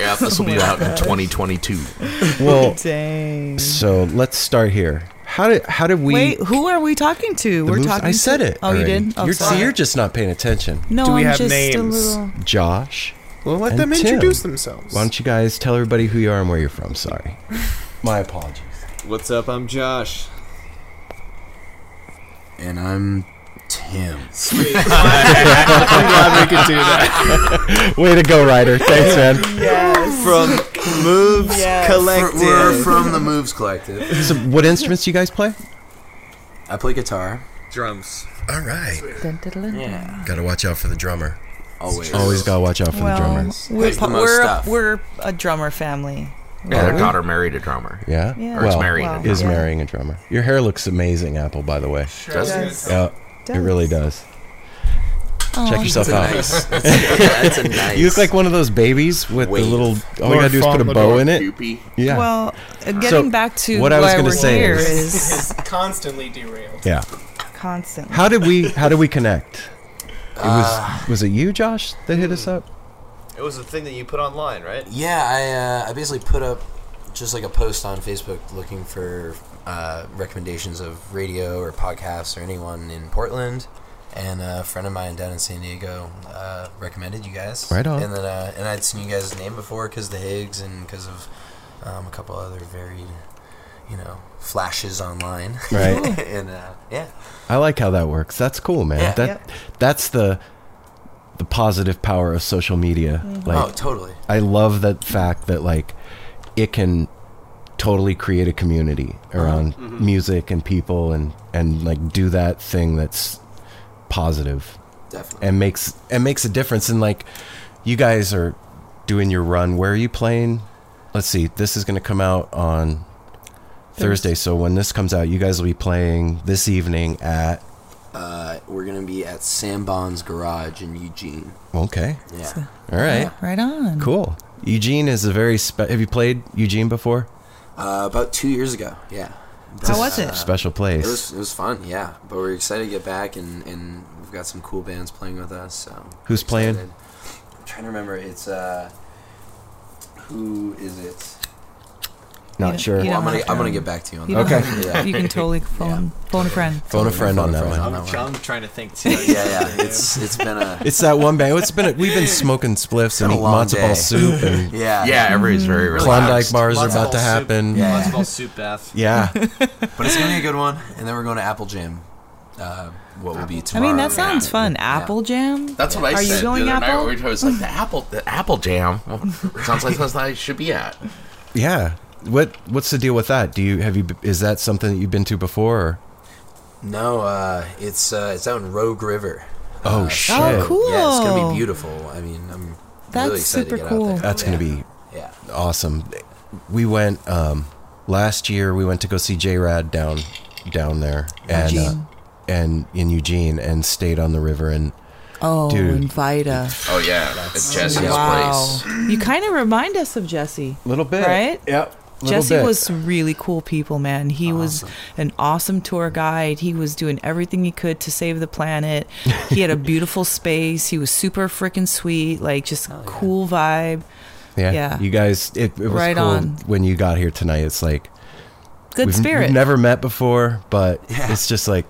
[SPEAKER 1] yeah, this will be out in 2022.
[SPEAKER 4] Well,
[SPEAKER 3] Dang.
[SPEAKER 4] so let's start here. How did how did we?
[SPEAKER 3] Wait, who are we talking to?
[SPEAKER 4] the
[SPEAKER 3] we're
[SPEAKER 4] moves-
[SPEAKER 3] talking.
[SPEAKER 4] I said
[SPEAKER 3] to-
[SPEAKER 4] it.
[SPEAKER 3] Oh, you
[SPEAKER 4] already.
[SPEAKER 3] did. Oh,
[SPEAKER 4] you're,
[SPEAKER 3] sorry.
[SPEAKER 4] see, you're just not paying attention.
[SPEAKER 3] no,
[SPEAKER 8] Do we
[SPEAKER 3] I'm
[SPEAKER 8] have
[SPEAKER 3] just a
[SPEAKER 8] names?
[SPEAKER 3] little.
[SPEAKER 4] Josh,
[SPEAKER 8] Well, let
[SPEAKER 4] And
[SPEAKER 8] them
[SPEAKER 4] Tim.
[SPEAKER 8] introduce themselves.
[SPEAKER 4] why don't you guys tell everybody who you are and where you're from? Sorry. My apologies.
[SPEAKER 9] What's up? I'm Josh.
[SPEAKER 1] And I'm Tim.
[SPEAKER 8] I'm glad we could do that.
[SPEAKER 4] Way to go, Ryder. Thanks, man.
[SPEAKER 9] From Moves Collective.
[SPEAKER 1] We're from the Moves Collective.
[SPEAKER 4] So, what instruments do you guys play?
[SPEAKER 9] I play guitar.
[SPEAKER 8] Drums.
[SPEAKER 4] All right.
[SPEAKER 3] Dun, dun, dun, dun.
[SPEAKER 9] Yeah.
[SPEAKER 4] Got to watch out for the drummer.
[SPEAKER 9] Always.
[SPEAKER 4] Always got to watch out for the drummer.
[SPEAKER 3] Well, we're,
[SPEAKER 9] Plays
[SPEAKER 3] pa-
[SPEAKER 9] the most
[SPEAKER 3] we're, a,
[SPEAKER 9] stuff.
[SPEAKER 3] we're a drummer family.
[SPEAKER 1] Yeah, their daughter married a drummer.
[SPEAKER 4] Yeah?
[SPEAKER 3] Yeah.
[SPEAKER 1] Or is
[SPEAKER 4] Well,
[SPEAKER 1] marrying a
[SPEAKER 3] Wow.
[SPEAKER 4] is
[SPEAKER 1] drummer.
[SPEAKER 4] marrying a drummer. Your hair looks amazing, Apple, by the way.
[SPEAKER 1] Does-
[SPEAKER 3] Does-
[SPEAKER 4] Yeah, it
[SPEAKER 3] does.
[SPEAKER 4] really does.
[SPEAKER 3] Aw.
[SPEAKER 4] Check yourself out.
[SPEAKER 1] That's a nice.
[SPEAKER 4] You look like one of those babies with
[SPEAKER 1] Wave.
[SPEAKER 4] the little. All you
[SPEAKER 8] Lord
[SPEAKER 4] gotta do is put a
[SPEAKER 8] Fauntleroy
[SPEAKER 4] bow in it.
[SPEAKER 1] Doopy.
[SPEAKER 4] Yeah.
[SPEAKER 3] Well, uh, getting back to
[SPEAKER 4] what I was
[SPEAKER 3] why
[SPEAKER 4] gonna
[SPEAKER 3] we're
[SPEAKER 4] say
[SPEAKER 3] here
[SPEAKER 4] is-
[SPEAKER 3] is
[SPEAKER 8] Constantly derailed.
[SPEAKER 4] yeah.
[SPEAKER 3] constant.
[SPEAKER 4] How did we? How did we connect? It was.
[SPEAKER 1] Uh,
[SPEAKER 4] was it you, Josh, that hit us up?
[SPEAKER 9] It was a thing that you put online, right?
[SPEAKER 10] Yeah, I uh, I basically put up just like a post on Facebook looking for uh, recommendations of radio or podcasts or anyone in Portland, and a friend of mine down in San Diego uh, recommended you guys.
[SPEAKER 4] Right on.
[SPEAKER 10] And then uh, and I'd seen you guys' name before because the Higgs and because of um, a couple other varied, you know, flashes online.
[SPEAKER 4] Right.
[SPEAKER 10] and uh, yeah,
[SPEAKER 4] I like how that works. That's cool, man.
[SPEAKER 10] Yeah.
[SPEAKER 4] That
[SPEAKER 10] Yep.
[SPEAKER 4] that's the the positive power of social media.
[SPEAKER 10] Mhm.
[SPEAKER 4] Like,
[SPEAKER 10] Oh, totally.
[SPEAKER 4] I love that fact that like it can totally create a community around
[SPEAKER 10] Mhm.
[SPEAKER 4] music and people and and like do that thing that's positive.
[SPEAKER 10] Definitely.
[SPEAKER 4] And makes and makes a difference. And like you guys are doing your run. Where are you playing? Let's see. This is going to come out on
[SPEAKER 10] Thursday.
[SPEAKER 4] Thursday. So when this comes out, you guys will be playing this evening at
[SPEAKER 10] uh, we're gonna be at Sam Bond's garage in Eugene.
[SPEAKER 4] Okay.
[SPEAKER 10] Yeah.
[SPEAKER 4] All right.
[SPEAKER 10] Yeah, right on.
[SPEAKER 4] Cool. Eugene is a very spe- have you played Eugene before?
[SPEAKER 10] Uh, about two years ago. Yeah. uh,
[SPEAKER 4] It's a s- special place.
[SPEAKER 10] It was, it was fun, yeah. But we're excited to get back, and, and we've got some cool bands playing with us. So
[SPEAKER 4] Who's
[SPEAKER 10] we're
[SPEAKER 4] playing?
[SPEAKER 10] excited. I'm trying to remember. It's uh, who is it?
[SPEAKER 4] Not You- sure. you
[SPEAKER 10] Well, I'm
[SPEAKER 4] don't
[SPEAKER 10] gonna
[SPEAKER 4] have to.
[SPEAKER 10] I'm gonna get back to you on
[SPEAKER 4] You
[SPEAKER 10] that.
[SPEAKER 4] don't have to.
[SPEAKER 10] Yeah.
[SPEAKER 4] You can
[SPEAKER 3] totally phone phone a friend.
[SPEAKER 4] Phone a friend on that one.
[SPEAKER 9] I'm, I'm trying to think too.
[SPEAKER 10] yeah, yeah. It's it's been a
[SPEAKER 4] It's that one band. It's been a, we've been smoking spliffs and
[SPEAKER 10] a
[SPEAKER 4] eating
[SPEAKER 10] long
[SPEAKER 4] matzo ball
[SPEAKER 10] day.
[SPEAKER 4] soup and
[SPEAKER 10] Yeah. Yeah, everybody's very relaxed.
[SPEAKER 4] Klondike bars are
[SPEAKER 10] Matzo
[SPEAKER 4] about to
[SPEAKER 10] ball soup.
[SPEAKER 4] happen.
[SPEAKER 10] Yeah. Matzo
[SPEAKER 9] ball soup bath.
[SPEAKER 4] Yeah.
[SPEAKER 10] but it's gonna be a good one. And then we're going to Apple Jam. Uh, what will be
[SPEAKER 3] I
[SPEAKER 10] tomorrow?
[SPEAKER 3] mean, that sounds fun. Apple jam.
[SPEAKER 1] That's what I
[SPEAKER 3] Are
[SPEAKER 1] said.
[SPEAKER 3] you going
[SPEAKER 1] the other
[SPEAKER 3] apple?
[SPEAKER 1] Night, I was like the apple, the apple jam. Well, sounds like something I should be at.
[SPEAKER 4] yeah. What what's the deal with that? Do you have you b- is that something that you've been to before? Or?
[SPEAKER 10] No, uh, it's uh, it's out in Rogue River.
[SPEAKER 4] Oh,
[SPEAKER 10] Uh,
[SPEAKER 4] shit. Oh,
[SPEAKER 10] so- Yeah, it's gonna
[SPEAKER 4] cool.
[SPEAKER 10] be beautiful. I mean, I'm
[SPEAKER 3] That's
[SPEAKER 10] really excited
[SPEAKER 3] super
[SPEAKER 10] to get
[SPEAKER 3] cool.
[SPEAKER 10] out there.
[SPEAKER 4] That's going to be awesome. We went um, last year. We went to go see J Rad down down there and uh,
[SPEAKER 3] Eugene.
[SPEAKER 4] and in Eugene and stayed on the river and
[SPEAKER 3] Oh,
[SPEAKER 4] dude,
[SPEAKER 3] and Vida.
[SPEAKER 1] Oh yeah, at Jesse's
[SPEAKER 3] wow.
[SPEAKER 1] place.
[SPEAKER 3] You kind of remind us of Jesse.
[SPEAKER 4] Little bit.
[SPEAKER 3] Right?
[SPEAKER 4] Yep. little
[SPEAKER 3] Jesse
[SPEAKER 4] bit.
[SPEAKER 3] was really cool people, man. He was an awesome tour guide. He was doing everything he could to save the planet. He had a beautiful space. He was super freaking sweet, like just cool vibe.
[SPEAKER 4] yeah,
[SPEAKER 3] Yeah.
[SPEAKER 4] You guys, it, it was
[SPEAKER 3] Right
[SPEAKER 4] cool
[SPEAKER 3] on.
[SPEAKER 4] when you got here tonight. It's like
[SPEAKER 3] Good
[SPEAKER 4] we've,
[SPEAKER 3] spirit.
[SPEAKER 4] We've never met before, but it's just like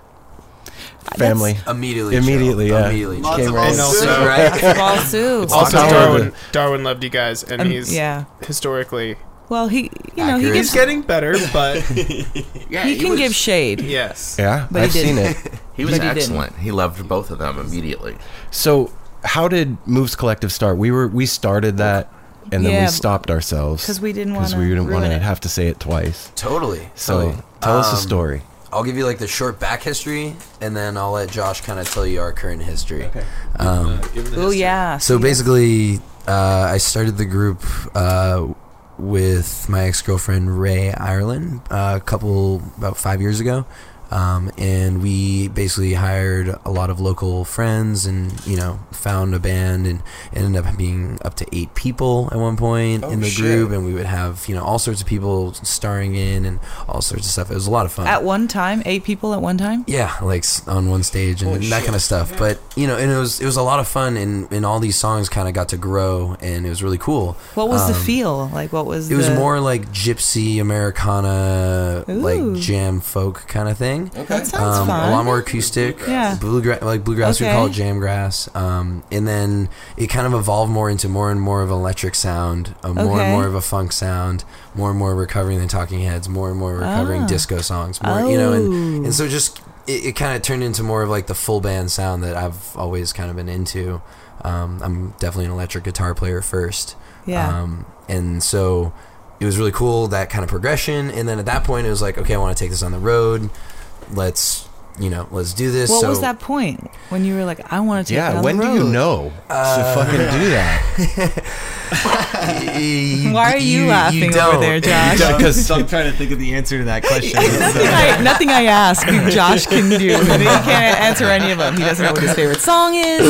[SPEAKER 4] family
[SPEAKER 10] immediately.
[SPEAKER 4] Immediately,
[SPEAKER 10] chill.
[SPEAKER 4] yeah.
[SPEAKER 10] immediately.
[SPEAKER 4] Came
[SPEAKER 10] chill.
[SPEAKER 4] right-
[SPEAKER 8] And also,
[SPEAKER 3] Right? Ball soup.
[SPEAKER 8] also
[SPEAKER 3] Ball soup.
[SPEAKER 8] Darwin, Darwin loved you guys, and
[SPEAKER 3] Um,
[SPEAKER 8] he's
[SPEAKER 3] yeah.
[SPEAKER 8] historically.
[SPEAKER 3] Well, he, you know, he
[SPEAKER 8] he's
[SPEAKER 3] gives,
[SPEAKER 8] getting better, but
[SPEAKER 3] he, can
[SPEAKER 1] was-
[SPEAKER 3] give shade.
[SPEAKER 8] Yes.
[SPEAKER 4] Yeah,
[SPEAKER 3] But he
[SPEAKER 4] I've seen
[SPEAKER 3] didn't.
[SPEAKER 4] it.
[SPEAKER 1] he was
[SPEAKER 3] But he didn't.
[SPEAKER 1] excellent. He loved both of them immediately.
[SPEAKER 4] So, how did Moves Collective start? We were we started that, and then
[SPEAKER 3] Yeah,
[SPEAKER 4] we stopped ourselves
[SPEAKER 3] 'cause we didn't
[SPEAKER 4] because
[SPEAKER 3] wanna
[SPEAKER 4] we didn't
[SPEAKER 3] ruin
[SPEAKER 4] wanna
[SPEAKER 3] it.
[SPEAKER 4] have to say it twice.
[SPEAKER 10] Totally.
[SPEAKER 4] So
[SPEAKER 10] totally.
[SPEAKER 4] tell us a
[SPEAKER 10] Um,
[SPEAKER 4] story.
[SPEAKER 10] I'll give you like the short back history, and then I'll let Josh kind of tell you our current history. Okay. Um,
[SPEAKER 3] Oh yeah.
[SPEAKER 10] So basically, uh, I started the group uh, with my ex girlfriend Ray Ireland uh, a couple about five years ago, um, and we basically hired a lot of local friends, and you know, found a band, and it ended up being up to eight people at one point
[SPEAKER 4] Oh,
[SPEAKER 10] in the
[SPEAKER 4] shit.
[SPEAKER 10] group, and we would have you know all sorts of people starring in and all sorts of stuff. It was a lot of fun.
[SPEAKER 3] At one time, eight people at one time.
[SPEAKER 10] Yeah, like s- on one stage and
[SPEAKER 3] Holy
[SPEAKER 10] that
[SPEAKER 3] shit.
[SPEAKER 10] kind of stuff. But you know, and it was it was a lot of fun, and and all these songs kind of got to grow, and it was really cool.
[SPEAKER 3] What was the
[SPEAKER 10] Um,
[SPEAKER 3] feel? Like, what was
[SPEAKER 10] It was
[SPEAKER 3] the-
[SPEAKER 10] more like gypsy Americana,
[SPEAKER 3] Ooh.
[SPEAKER 10] like jam folk kind of thing. Okay,
[SPEAKER 3] That sounds
[SPEAKER 10] Um, A lot
[SPEAKER 3] fun.
[SPEAKER 10] more acoustic.
[SPEAKER 3] Yeah.
[SPEAKER 10] bluegrass, like bluegrass. We call it
[SPEAKER 3] Okay.
[SPEAKER 10] jamgrass. Um, and then it kind of evolved more into more and more of an electric sound, uh, more
[SPEAKER 3] Okay.
[SPEAKER 10] and more of a funk sound, more and more recovering the Talking Heads, more and more recovering
[SPEAKER 3] Ah.
[SPEAKER 10] disco songs, more you know, and,
[SPEAKER 3] Oh.
[SPEAKER 10] and so just it, it kind of turned into more of like the full band sound that I've always kind of been into. Um, I'm definitely an electric guitar player first.
[SPEAKER 3] Yeah.
[SPEAKER 10] Um, and so it was really cool that kind of progression. And then at that point, it was like, okay, I want to take this on the road. Let's you know, let's do this.
[SPEAKER 3] What
[SPEAKER 10] so,
[SPEAKER 3] was that point when you were like, I want to take it on the road?
[SPEAKER 4] know
[SPEAKER 10] Uh,
[SPEAKER 4] that?
[SPEAKER 3] Why are you, laughing over there, Josh?
[SPEAKER 8] Because-
[SPEAKER 11] I'm trying to think of the answer to that question.
[SPEAKER 3] nothing, I, nothing I ask, Josh can do. He can't answer any of them. He doesn't know what his favorite song is.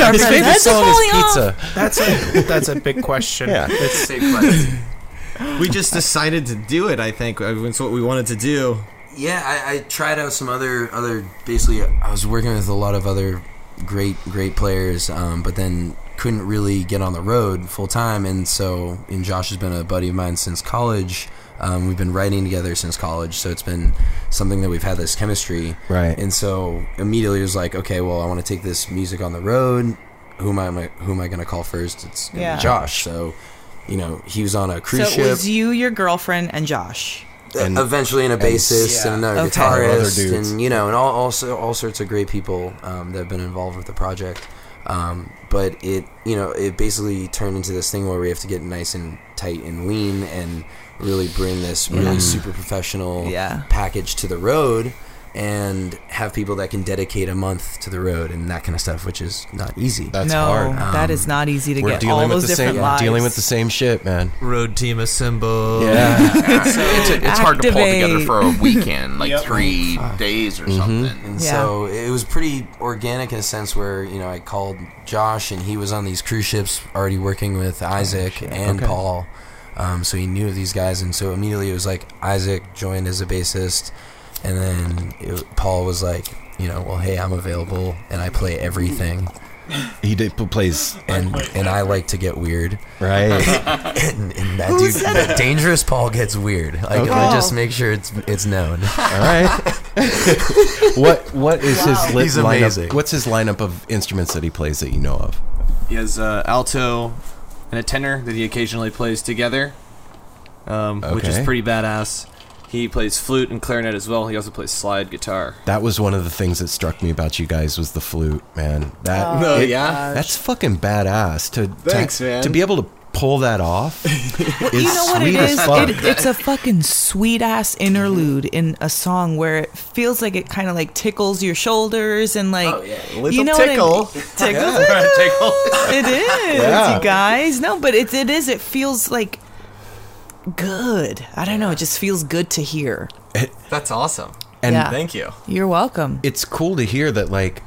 [SPEAKER 3] Our friend's heads are falling off.
[SPEAKER 8] That's a that's a big question.
[SPEAKER 11] Yeah.
[SPEAKER 8] It's-
[SPEAKER 11] we just decided to do it. I think it's what we wanted to do.
[SPEAKER 10] Yeah, I, I tried out some other other. Basically, I was working with a lot of other great great players, um, but then couldn't really get on the road full time. And so, and Josh has been a buddy of mine since college. Um, we've been writing together since college, so it's been something that we've had this chemistry.
[SPEAKER 4] Right.
[SPEAKER 10] And so immediately it was like, okay, well, I want to take this music on the road. Who am I? Who am I going to call first? It's gonna be
[SPEAKER 3] Yeah.
[SPEAKER 10] Josh. So you know, he was on a cruise
[SPEAKER 3] so
[SPEAKER 10] ship.
[SPEAKER 3] it was you, your girlfriend, and Josh.
[SPEAKER 10] and Uh, eventually and a bassist and, another
[SPEAKER 3] Okay.
[SPEAKER 10] guitarist and you know and all also all sorts of great people um, that have been involved with the project um, but it you know it basically turned into this thing where we have to get nice and tight and lean and really bring this
[SPEAKER 3] Yeah.
[SPEAKER 10] really
[SPEAKER 3] Mm.
[SPEAKER 10] super professional
[SPEAKER 3] Yeah.
[SPEAKER 10] package to the road and have people that can dedicate a month to the road and that kind of stuff which is not easy
[SPEAKER 3] no, that is not easy to
[SPEAKER 10] Um, we're
[SPEAKER 3] get.
[SPEAKER 10] dealing
[SPEAKER 3] All
[SPEAKER 10] with
[SPEAKER 3] those
[SPEAKER 10] the
[SPEAKER 3] different
[SPEAKER 10] same-
[SPEAKER 3] lives.
[SPEAKER 10] dealing with the
[SPEAKER 4] same shit, man.
[SPEAKER 11] Road team assemble.
[SPEAKER 4] Yeah.
[SPEAKER 1] it's, it's hard to pull it together for a
[SPEAKER 10] Activate.
[SPEAKER 1] weekend, like
[SPEAKER 10] Yep.
[SPEAKER 1] three days or something.
[SPEAKER 10] Uh, mm-hmm. And so it was pretty organic in a sense where, you know, I called Josh and he was on these cruise ships already working with Isaac and
[SPEAKER 1] Okay.
[SPEAKER 10] Paul. Um, so he knew of these guys. And so immediately it was like Isaac joined as a bassist. And then it, Paul was like, you know, well, hey, I'm available and I play everything.
[SPEAKER 4] He did, plays.
[SPEAKER 10] And, and I like to get weird.
[SPEAKER 4] Right.
[SPEAKER 10] and, and that
[SPEAKER 4] Who
[SPEAKER 10] dude,
[SPEAKER 4] said
[SPEAKER 10] that
[SPEAKER 4] that?
[SPEAKER 10] dangerous Paul gets weird. Like,
[SPEAKER 4] Okay.
[SPEAKER 10] I just make sure it's it's known.
[SPEAKER 4] All right. what what is his li-
[SPEAKER 10] He's
[SPEAKER 4] lineup?
[SPEAKER 10] amazing.
[SPEAKER 4] What's his lineup of instruments that he plays that you know of?
[SPEAKER 11] He has uh, alto and a tenor that he occasionally plays together, um, which is
[SPEAKER 4] Okay.
[SPEAKER 11] pretty badass. He plays flute and clarinet as well. He also plays slide guitar.
[SPEAKER 4] That was one of the things that struck me about you guys was the flute, man. That
[SPEAKER 11] Oh, yeah?
[SPEAKER 4] that's fucking badass to
[SPEAKER 11] Thanks,
[SPEAKER 4] to,
[SPEAKER 11] man.
[SPEAKER 4] to be able to pull that off. is
[SPEAKER 3] you know what
[SPEAKER 4] sweet
[SPEAKER 3] it
[SPEAKER 4] as
[SPEAKER 3] is?
[SPEAKER 4] fuck.
[SPEAKER 3] It, it's a fucking sweet ass interlude in a song where it feels like it kind of like tickles your shoulders and like
[SPEAKER 11] Little
[SPEAKER 3] you know
[SPEAKER 11] tickle.
[SPEAKER 3] What I
[SPEAKER 11] Yeah.
[SPEAKER 3] mean? Tickle, tickle. It is,
[SPEAKER 11] Yeah.
[SPEAKER 3] you guys. No, but it it is. It feels like good. I don't know. It just feels good to hear.
[SPEAKER 11] That's awesome.
[SPEAKER 4] Eh, And-
[SPEAKER 3] yeah.
[SPEAKER 4] Thank you.
[SPEAKER 3] You're welcome.
[SPEAKER 4] it's cool to hear that like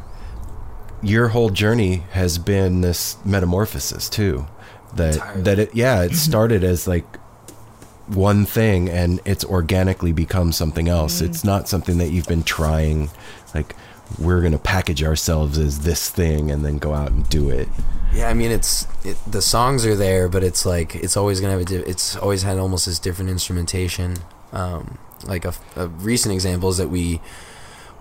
[SPEAKER 4] your whole journey has been this metamorphosis too that that it yeah it started as like one thing and it's organically become something else
[SPEAKER 3] Mm.
[SPEAKER 4] it's not something that you've been trying like we're going to package ourselves as this thing and then go out and do it
[SPEAKER 10] Yeah, I mean it's it, the songs are there, but it's like it's always gonna have a. Di- it's always had almost this different instrumentation. Um, like a, f- a recent example is that we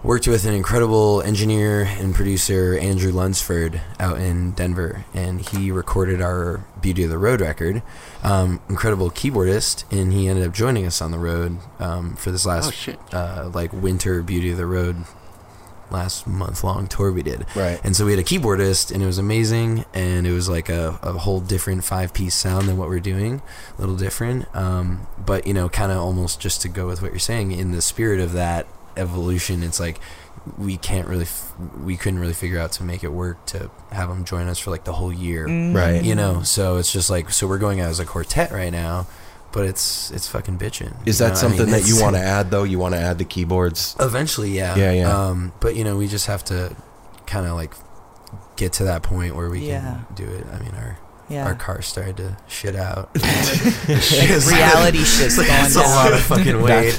[SPEAKER 10] worked with an incredible engineer and producer Andrew Lunsford out in Denver, and he recorded our Beauty of the Road record. Um, incredible keyboardist, and he ended up joining us on the road um, for this last
[SPEAKER 1] Oh, shit.
[SPEAKER 10] uh, like winter Beauty of the Road last month long tour we did.
[SPEAKER 4] Right.
[SPEAKER 10] And so we had a keyboardist, and it was amazing, and it was like a, a whole different five piece sound than what we're doing, a little different. Um, but, you know, kind of almost just to go with what you're saying, in the spirit of that evolution, it's like we can't really, f- we couldn't really figure out to make it work to have them join us for like the whole year.
[SPEAKER 4] Mm. Right.
[SPEAKER 10] You know, so it's just like, so we're going out as a quartet right now. But it's it's fucking bitching.
[SPEAKER 4] is
[SPEAKER 10] you
[SPEAKER 4] that
[SPEAKER 10] know? I
[SPEAKER 4] something
[SPEAKER 10] mean,
[SPEAKER 4] that you
[SPEAKER 10] it's-
[SPEAKER 4] want to add though you want to add the keyboards
[SPEAKER 10] Eventually, yeah.
[SPEAKER 4] yeah yeah
[SPEAKER 10] Um, but you know, we just have to kind of like get to that point where we can do it. I mean, our
[SPEAKER 3] Yeah.
[SPEAKER 10] our car started to shit out.
[SPEAKER 3] reality shit's going
[SPEAKER 10] That's a
[SPEAKER 3] down.
[SPEAKER 10] lot of fucking weight.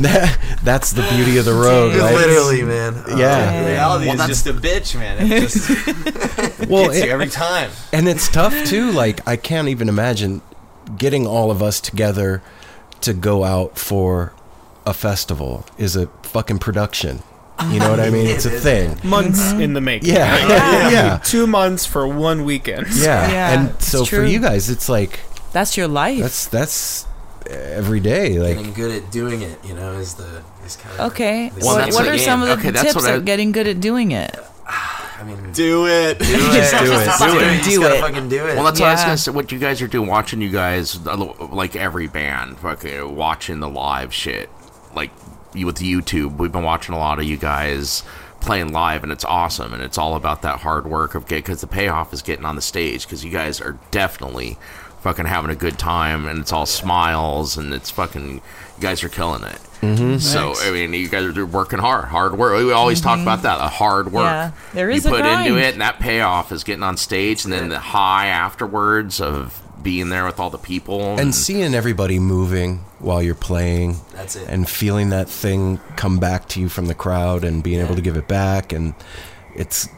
[SPEAKER 4] That- that's the beauty of the road right?
[SPEAKER 10] Literally, man. Oh,
[SPEAKER 4] yeah
[SPEAKER 11] Uh, Reality
[SPEAKER 4] Well,
[SPEAKER 11] is
[SPEAKER 4] that's-
[SPEAKER 11] just a bitch, man. It just
[SPEAKER 4] well,
[SPEAKER 11] gets
[SPEAKER 4] it-
[SPEAKER 11] you every time.
[SPEAKER 4] And it's tough too. Like I can't even imagine getting all of us together to go out for a festival is a fucking production. You know what I mean? It's a thing.
[SPEAKER 8] Months
[SPEAKER 3] Mm-hmm.
[SPEAKER 8] in the making.
[SPEAKER 4] Yeah.
[SPEAKER 8] right?
[SPEAKER 4] Yeah. Yeah.
[SPEAKER 8] Two months for one weekend.
[SPEAKER 4] Yeah. and so for you guys, it's like
[SPEAKER 3] that's your life.
[SPEAKER 4] That's that's every day. Like
[SPEAKER 10] Getting good at doing it, you know, is the is kind of
[SPEAKER 3] Okay.
[SPEAKER 10] Well,
[SPEAKER 3] what
[SPEAKER 10] that's
[SPEAKER 3] what
[SPEAKER 10] the
[SPEAKER 3] are some of
[SPEAKER 10] game.
[SPEAKER 3] the
[SPEAKER 10] Okay, that's
[SPEAKER 3] tips
[SPEAKER 10] what I-
[SPEAKER 3] of getting good at doing it?
[SPEAKER 10] I mean,
[SPEAKER 11] do it. Do
[SPEAKER 10] Just
[SPEAKER 1] Do it.
[SPEAKER 10] fucking do it. Just gotta fucking do it.
[SPEAKER 1] Well, that's what I was
[SPEAKER 10] Yeah.
[SPEAKER 1] gonna say. What you guys are doing, watching you guys, uh, like every band, fucking watching the live shit, like you with YouTube. We've been watching a lot of you guys playing live, and it's awesome. And it's all about that hard work of get because the payoff is getting on the stage because you guys are definitely fucking having a good time, and it's all smiles, and it's fucking you guys are killing it.
[SPEAKER 10] Mm-hmm.
[SPEAKER 4] Mhm.
[SPEAKER 1] So
[SPEAKER 4] Thanks.
[SPEAKER 1] I mean, you guys are working hard, hard work. We always talk
[SPEAKER 3] Mhm.
[SPEAKER 1] about that, the hard work
[SPEAKER 3] Yeah, there is
[SPEAKER 1] you
[SPEAKER 3] a
[SPEAKER 1] put
[SPEAKER 3] grind.
[SPEAKER 1] into it, and that payoff is getting on stage, and then the high afterwards of being there with all the people.
[SPEAKER 4] and seeing everybody moving while you're playing.
[SPEAKER 10] That's it.
[SPEAKER 4] And feeling that thing come back to you from the crowd and being able to give it back and it's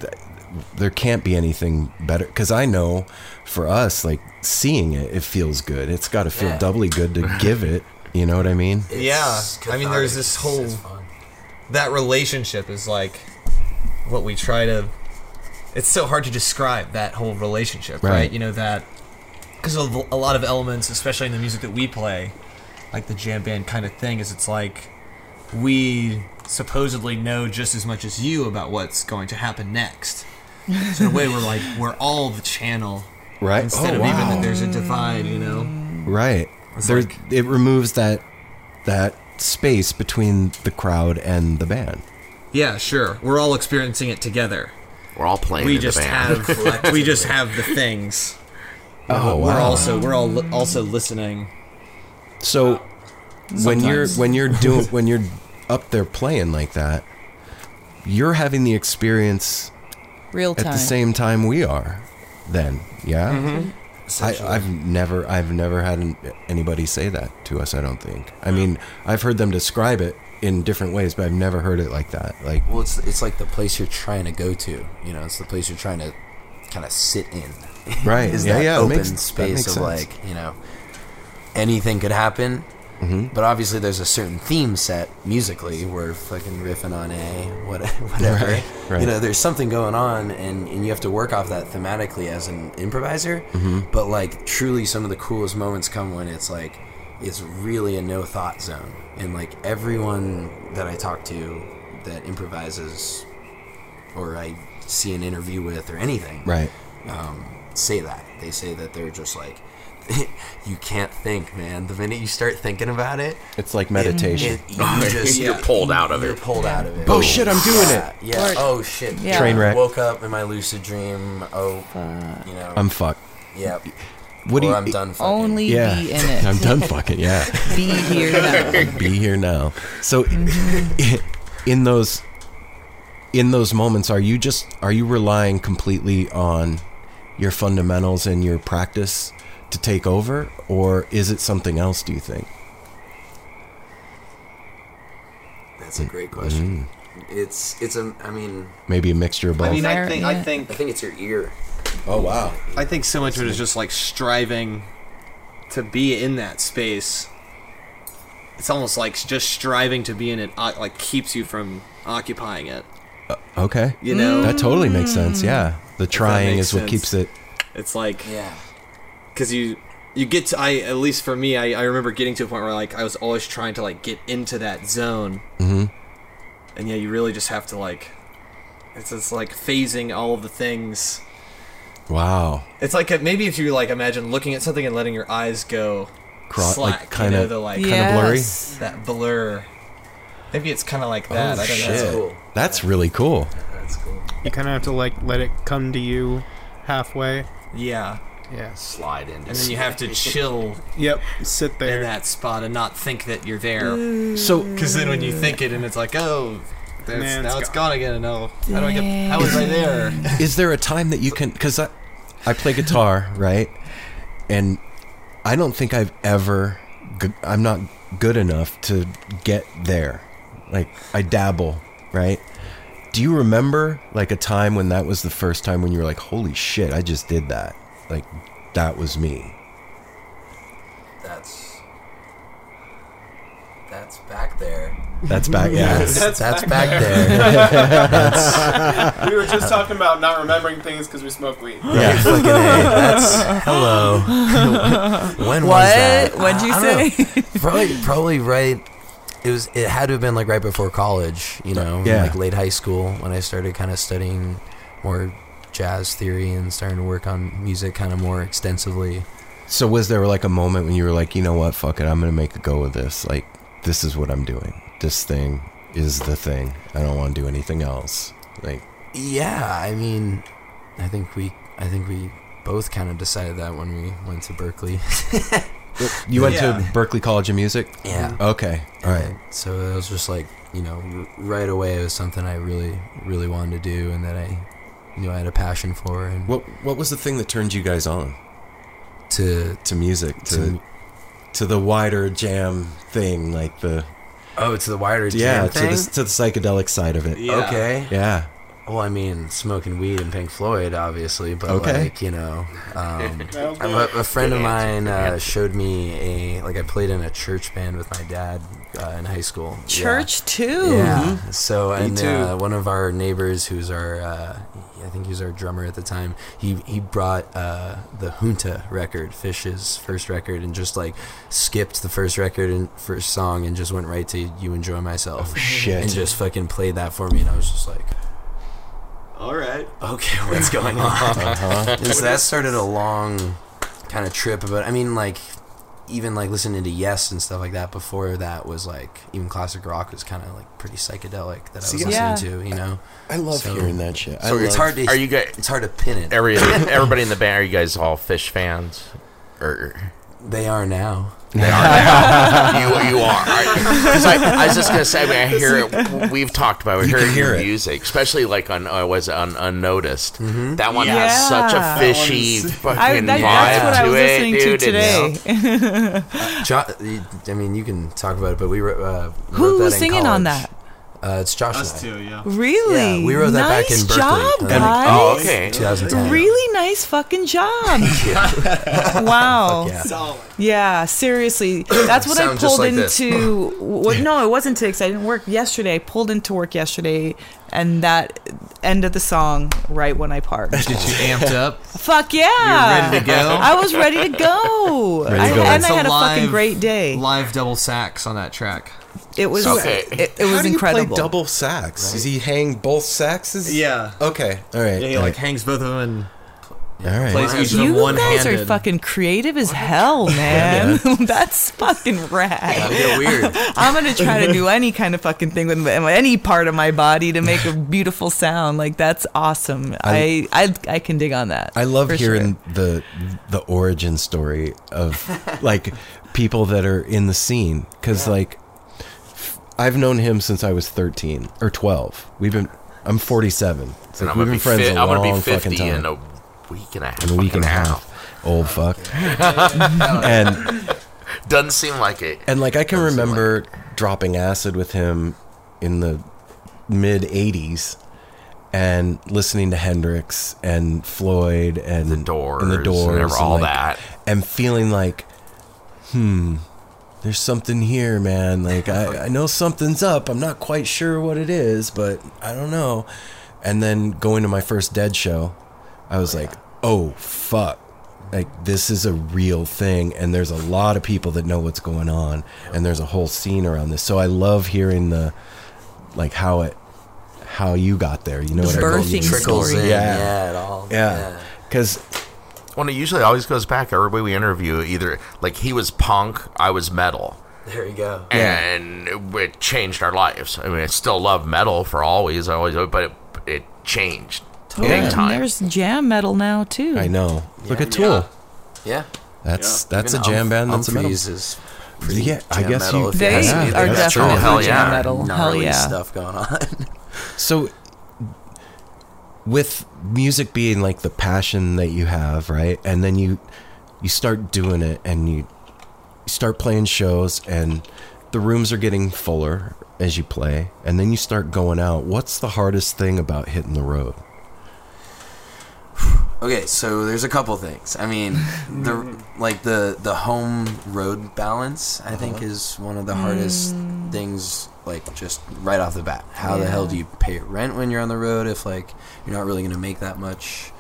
[SPEAKER 4] there can't be anything better cuz I know for us like seeing it it feels good. It's got to feel
[SPEAKER 11] Yeah.
[SPEAKER 4] doubly good to give it, you know what I mean?
[SPEAKER 11] yeah, I mean, there's this whole that relationship is like what we try to. It's so hard to describe that whole relationship, right?
[SPEAKER 4] Right.
[SPEAKER 11] You know that
[SPEAKER 12] because a, a lot of elements, especially in the music that we play, like the jam band kind of thing, is it's like we supposedly know just as much as you about what's going to happen next. So in a way, we're like we're all the channel,
[SPEAKER 4] Right.
[SPEAKER 12] Instead
[SPEAKER 4] Oh,
[SPEAKER 12] of even
[SPEAKER 4] wow.
[SPEAKER 12] that there's a divide, you know.
[SPEAKER 4] Right. There, it removes that that space between the crowd and the band.
[SPEAKER 12] Yeah, sure. We're all experiencing it together.
[SPEAKER 1] We're all playing.
[SPEAKER 12] we
[SPEAKER 1] in the
[SPEAKER 12] just
[SPEAKER 1] band.
[SPEAKER 12] have we just have the things.
[SPEAKER 4] Oh,
[SPEAKER 12] we're
[SPEAKER 4] wow.
[SPEAKER 12] also we're all li- also listening.
[SPEAKER 4] So when you're
[SPEAKER 12] Sometimes.
[SPEAKER 4] when you're doing when you're up there playing like that, you're having the experience
[SPEAKER 3] Real
[SPEAKER 4] at
[SPEAKER 3] time.
[SPEAKER 4] the same time we are. Then, yeah.
[SPEAKER 10] Mm-hmm.
[SPEAKER 3] Mhm.
[SPEAKER 4] I, I've never I've never had an, anybody say that to us. I don't think. I mean, I've heard them describe it in different ways, but I've never heard it like that. Like
[SPEAKER 10] Well, it's it's like the place you're trying to go to. You know, it's the place you're trying to kind of sit in.
[SPEAKER 4] Right,
[SPEAKER 10] Is
[SPEAKER 4] yeah,
[SPEAKER 10] that
[SPEAKER 4] yeah, it
[SPEAKER 10] open
[SPEAKER 4] makes- that
[SPEAKER 10] space
[SPEAKER 4] makes
[SPEAKER 10] of
[SPEAKER 4] sense.
[SPEAKER 10] like you know anything could happen.
[SPEAKER 4] Mm-hmm.
[SPEAKER 10] But obviously, there's a certain theme set musically. We're fucking riffing on a what, whatever.
[SPEAKER 4] Right, right.
[SPEAKER 10] You know, there's something going on, and, and you have to work off that thematically as an improviser.
[SPEAKER 4] Mhm.
[SPEAKER 10] But like, truly, some of the coolest moments come when it's like it's really a no thought zone, and like everyone that I talk to that improvises, or I see an interview with, or anything,
[SPEAKER 4] Right.
[SPEAKER 10] um, say that. They say that they're just like, you can't think, man. The minute you start thinking about it,
[SPEAKER 4] It's like meditation.
[SPEAKER 10] It, you just,
[SPEAKER 1] You're pulled out of
[SPEAKER 10] you're
[SPEAKER 1] it.
[SPEAKER 10] pulled out of it.
[SPEAKER 4] Oh, shit, I'm doing
[SPEAKER 10] Yeah,
[SPEAKER 4] it.
[SPEAKER 10] Yeah.
[SPEAKER 4] Or-
[SPEAKER 10] oh shit.
[SPEAKER 4] Yeah. Train wreck.
[SPEAKER 10] Woke up in my lucid dream. Oh, you know.
[SPEAKER 4] I'm fucked.
[SPEAKER 10] Yep.
[SPEAKER 4] What do
[SPEAKER 10] Or
[SPEAKER 4] you-
[SPEAKER 10] I'm done fucking.
[SPEAKER 3] Only be in it.
[SPEAKER 4] I'm done fucking. Yeah.
[SPEAKER 3] Be here now.
[SPEAKER 4] Be here now. So, in those, in those moments, are you just are you relying completely on your fundamentals and your practice to take over, or is it something else? Do you think?
[SPEAKER 10] That's a great question. It's it's a. I mean.
[SPEAKER 4] Maybe a Mm. mixture of both.
[SPEAKER 11] I mean, I think, I think,
[SPEAKER 10] I think it's your ear.
[SPEAKER 4] Oh, wow.
[SPEAKER 11] I think so much of it is just like striving to be in that space. It's almost like just striving to be in it, uh, like keeps you from occupying it.
[SPEAKER 4] okay.
[SPEAKER 11] You know?
[SPEAKER 4] that totally makes sense. Yeah, the
[SPEAKER 11] If that
[SPEAKER 4] trying
[SPEAKER 11] makes
[SPEAKER 4] is what
[SPEAKER 11] sense.
[SPEAKER 4] keeps it.
[SPEAKER 11] It's like
[SPEAKER 10] yeah,
[SPEAKER 11] because you you get to I at least for me I, I remember getting to a point where like I was always trying to like get into that zone,
[SPEAKER 4] Mhm.
[SPEAKER 11] and yeah, you really just have to like it's it's like phasing all of the things.
[SPEAKER 4] Wow.
[SPEAKER 11] It's like if- maybe if you like imagine looking at something and letting your eyes go
[SPEAKER 4] Cro- like,
[SPEAKER 11] slack,
[SPEAKER 4] kinda-
[SPEAKER 11] you know, the like
[SPEAKER 4] kinda blurry?
[SPEAKER 11] blurry, that blur. Maybe it's kind of like that.
[SPEAKER 4] oh
[SPEAKER 11] I don't
[SPEAKER 4] shit.
[SPEAKER 11] know.
[SPEAKER 4] That's, really cool.
[SPEAKER 8] You kind of have to like let it come to you halfway.
[SPEAKER 11] Yeah.
[SPEAKER 8] Yeah.
[SPEAKER 1] Slide into.
[SPEAKER 11] And then you have to chill.
[SPEAKER 8] Yep. Sit there
[SPEAKER 11] in that spot and not think that you're there.
[SPEAKER 4] So-
[SPEAKER 11] because then when you think it and it's like, oh, there's,
[SPEAKER 8] Man, it's
[SPEAKER 11] now it's gone. again. And oh, how do I get? How was I there?
[SPEAKER 4] is there a time that you can because I, I play guitar right and i don't think i've ever g- i'm not good enough to get there like i dabble right do you remember like a time when that was the first time when you were like holy shit i just did that like that was me
[SPEAKER 10] That's. That's back there.
[SPEAKER 4] That's back- yeah.
[SPEAKER 10] That's,
[SPEAKER 4] That's
[SPEAKER 10] that's
[SPEAKER 4] back
[SPEAKER 10] back
[SPEAKER 4] there.
[SPEAKER 10] there. That's-
[SPEAKER 8] we were just talking about not remembering things because we smoke weed.
[SPEAKER 10] Yeah, fucking A, that's hello. when
[SPEAKER 3] What?
[SPEAKER 10] was that?
[SPEAKER 3] What'd you
[SPEAKER 10] I- I don't
[SPEAKER 3] say?
[SPEAKER 10] know. probably, probably right. It was. It had to have been like right before college. You know,
[SPEAKER 4] Yeah.
[SPEAKER 10] like late high school when I started kind of studying more jazz theory and starting to work on music kind of more extensively.
[SPEAKER 4] so was there like a moment when you were like you know what fuck it i'm gonna make a go of this like this is what i'm doing this thing is the thing i don't want to do anything else like
[SPEAKER 10] Yeah, I mean, I think we, I think we both kind of decided that when we went to Berkeley.
[SPEAKER 4] You went
[SPEAKER 10] Yeah.
[SPEAKER 4] to Berkeley College of Music?
[SPEAKER 10] Yeah.
[SPEAKER 4] Okay. All right.
[SPEAKER 10] And So it was just like, you know, r- right away it was something I really, really wanted to do and that I knew I had a passion for. And
[SPEAKER 4] What What was the thing that turned you guys on
[SPEAKER 10] to
[SPEAKER 4] to music to to,
[SPEAKER 10] to-
[SPEAKER 4] the wider jam thing, like the
[SPEAKER 10] oh, to the wider
[SPEAKER 4] yeah
[SPEAKER 10] jam
[SPEAKER 4] to
[SPEAKER 10] thing?
[SPEAKER 4] the to the psychedelic side of it.
[SPEAKER 10] Yeah. Okay.
[SPEAKER 4] Yeah.
[SPEAKER 10] Well, I mean, smoking weed and Pink Floyd, obviously, but
[SPEAKER 4] Okay.
[SPEAKER 10] like you know, um,
[SPEAKER 4] That'll
[SPEAKER 10] I'm a,
[SPEAKER 4] do it.
[SPEAKER 10] a friend of
[SPEAKER 4] Good answer,
[SPEAKER 10] mine
[SPEAKER 4] good
[SPEAKER 10] uh,
[SPEAKER 4] answer.
[SPEAKER 10] showed me a like I played in a church band with my dad uh, in high school. Yeah.
[SPEAKER 3] Church too.
[SPEAKER 10] Yeah. So
[SPEAKER 3] Me
[SPEAKER 10] and
[SPEAKER 3] too.
[SPEAKER 10] Uh, one of our neighbors, who's our, uh, I think he was our drummer at the time. He he brought uh, the Junta record, Fish's first record, and just like skipped the first record and first song, and just went right to "You Enjoy Myself."
[SPEAKER 4] shit.
[SPEAKER 10] And just fucking played that for me, and I was just like.
[SPEAKER 9] All right.
[SPEAKER 10] Okay, what's going on?
[SPEAKER 9] Uh-huh.
[SPEAKER 10] And so that started a long kind of trip. But I mean, like, even like listening to Yes and stuff like that before that was like, even classic rock was kind of like pretty psychedelic that I was
[SPEAKER 4] See,
[SPEAKER 10] listening
[SPEAKER 4] yeah.
[SPEAKER 10] to, you know?
[SPEAKER 4] I love hearing that shit. I
[SPEAKER 10] so it's
[SPEAKER 4] love-
[SPEAKER 10] hard to,
[SPEAKER 1] Are you guys?
[SPEAKER 10] it's hard to pin it.
[SPEAKER 1] Every everybody in the band. Are you guys all fish fans? Or
[SPEAKER 10] they are now.
[SPEAKER 1] They are now. you you are. Because I, I, was just gonna say. I mean, I hear it. We've talked about. We
[SPEAKER 4] You
[SPEAKER 1] heard
[SPEAKER 4] can hear
[SPEAKER 1] your
[SPEAKER 4] it.
[SPEAKER 1] music, especially like on uh, was on unnoticed. That one
[SPEAKER 3] Yeah.
[SPEAKER 1] has such
[SPEAKER 3] That
[SPEAKER 1] a fishy
[SPEAKER 3] one's-
[SPEAKER 1] fucking
[SPEAKER 3] I- that- that's
[SPEAKER 1] vibe
[SPEAKER 3] what I was
[SPEAKER 1] to it,
[SPEAKER 3] listening to
[SPEAKER 1] dude. It's-
[SPEAKER 3] today.
[SPEAKER 10] Jo- you- I mean, you can talk about it, but we wrote, uh, wrote
[SPEAKER 3] Who
[SPEAKER 10] that
[SPEAKER 3] was
[SPEAKER 10] in
[SPEAKER 3] singing
[SPEAKER 10] college.
[SPEAKER 3] on that?
[SPEAKER 10] Uh, it's Josh.
[SPEAKER 9] Us
[SPEAKER 10] and I.
[SPEAKER 9] two, yeah.
[SPEAKER 3] Really?
[SPEAKER 10] Yeah, we wrote that back
[SPEAKER 3] nice
[SPEAKER 10] in Berkeley.
[SPEAKER 3] Job,
[SPEAKER 10] uh,
[SPEAKER 3] guys.
[SPEAKER 10] oh, okay. 2010.
[SPEAKER 3] Really nice fucking job. wow.
[SPEAKER 10] Fuck yeah. Solid.
[SPEAKER 3] Yeah, seriously. That's what I
[SPEAKER 10] Sound just
[SPEAKER 3] pulled
[SPEAKER 10] like this.
[SPEAKER 3] into. what, no, it wasn't today 'cause I didn't work yesterday. I pulled into work yesterday, and that end of the song right when I parked.
[SPEAKER 12] Did you amped up?
[SPEAKER 3] Fuck yeah!
[SPEAKER 12] You were ready to go?
[SPEAKER 3] I was ready to go.
[SPEAKER 12] Ready to
[SPEAKER 3] I,
[SPEAKER 12] go.
[SPEAKER 3] And
[SPEAKER 12] It's
[SPEAKER 3] I
[SPEAKER 12] a
[SPEAKER 3] had a fucking
[SPEAKER 12] live-
[SPEAKER 3] great day.
[SPEAKER 12] Live double sax on that track.
[SPEAKER 3] It was
[SPEAKER 12] Okay.
[SPEAKER 3] it, it was
[SPEAKER 4] How do you
[SPEAKER 3] incredible.
[SPEAKER 4] play double sax? Does he hang both saxes?
[SPEAKER 12] Yeah.
[SPEAKER 4] Okay. All right.
[SPEAKER 12] Yeah, he
[SPEAKER 4] all
[SPEAKER 12] like
[SPEAKER 4] right.
[SPEAKER 12] hangs both of them
[SPEAKER 4] all right.
[SPEAKER 12] and plays each of them
[SPEAKER 3] You
[SPEAKER 12] one
[SPEAKER 3] guys
[SPEAKER 12] handed.
[SPEAKER 3] are fucking creative as hell, man. That's fucking rad.
[SPEAKER 12] Yeah, we get weird.
[SPEAKER 3] I'm gonna try to do any kind of fucking thing with any part of my body to make a beautiful sound. Like that's awesome. I I, I, can dig on that.
[SPEAKER 4] I love
[SPEAKER 3] for
[SPEAKER 4] hearing the the origin story of like people that are in the scene because like I've known him since I was thirteen or twelve. We've been I'm 47. It's
[SPEAKER 1] And I'm
[SPEAKER 4] like we've
[SPEAKER 1] gonna
[SPEAKER 4] been
[SPEAKER 1] be
[SPEAKER 4] friends
[SPEAKER 1] fi-
[SPEAKER 4] a
[SPEAKER 1] I'm
[SPEAKER 4] long
[SPEAKER 1] gonna be
[SPEAKER 4] fucking
[SPEAKER 1] 50
[SPEAKER 4] time.
[SPEAKER 1] in a week and a half.
[SPEAKER 4] in a week and a half. Old fuck. and
[SPEAKER 1] Doesn't seem like it.
[SPEAKER 4] and like I can remember dropping acid with him in the mid '80s, and listening to Hendrix and Floyd and the Doors and the
[SPEAKER 1] and
[SPEAKER 4] Doors and
[SPEAKER 1] all
[SPEAKER 4] like-
[SPEAKER 1] that.
[SPEAKER 4] and feeling like, hmm, there's something here, man. Like I, I know something's up. I'm not quite sure what it is, but I don't know. And then going to my first Dead show, I was like, oh fuck. Like this is a real thing, and there's a lot of people that know what's going on, and there's a whole scene around this. So I love hearing the, like how it, how you got there. You know
[SPEAKER 1] The
[SPEAKER 4] what I mean?
[SPEAKER 1] birthing Trickles story. in, yeah, it all- yeah.
[SPEAKER 4] yeah. Because
[SPEAKER 1] Well, it usually always goes back. Everybody we interview, either like he was punk, I was metal,
[SPEAKER 10] There you go.
[SPEAKER 1] and it, it changed our lives. I mean, I still love metal for always, I always, but it, it changed
[SPEAKER 3] Totally.
[SPEAKER 1] big
[SPEAKER 3] And
[SPEAKER 1] time.
[SPEAKER 3] there's jam metal now too.
[SPEAKER 4] I know. Look at Tool.
[SPEAKER 10] Yeah.
[SPEAKER 4] That's
[SPEAKER 10] Yeah.
[SPEAKER 4] that's
[SPEAKER 10] Even
[SPEAKER 4] a jam
[SPEAKER 10] Umph-
[SPEAKER 4] band. That's a metal.
[SPEAKER 10] Umphreys is pretty
[SPEAKER 4] yeah, I
[SPEAKER 10] jam
[SPEAKER 4] guess
[SPEAKER 10] metal
[SPEAKER 4] you.
[SPEAKER 10] if you They ask me. are
[SPEAKER 4] that's
[SPEAKER 10] definitely
[SPEAKER 4] true.
[SPEAKER 10] Hell jam yeah. metal. Hell Gnarly yeah. stuff going on.
[SPEAKER 4] so, with music being like the passion that you have, right, and then you you start doing it, and you start playing shows, and the rooms are getting fuller as you play, and then you start going out. What's the hardest thing about hitting the road?
[SPEAKER 10] Okay, so there's a couple things. I mean, the like the the home road balance, I think, is one of the hardest things. Like just right off the bat, how the hell
[SPEAKER 1] Yeah.
[SPEAKER 10] do you pay rent when you're on the road if like you're not really gonna make that much?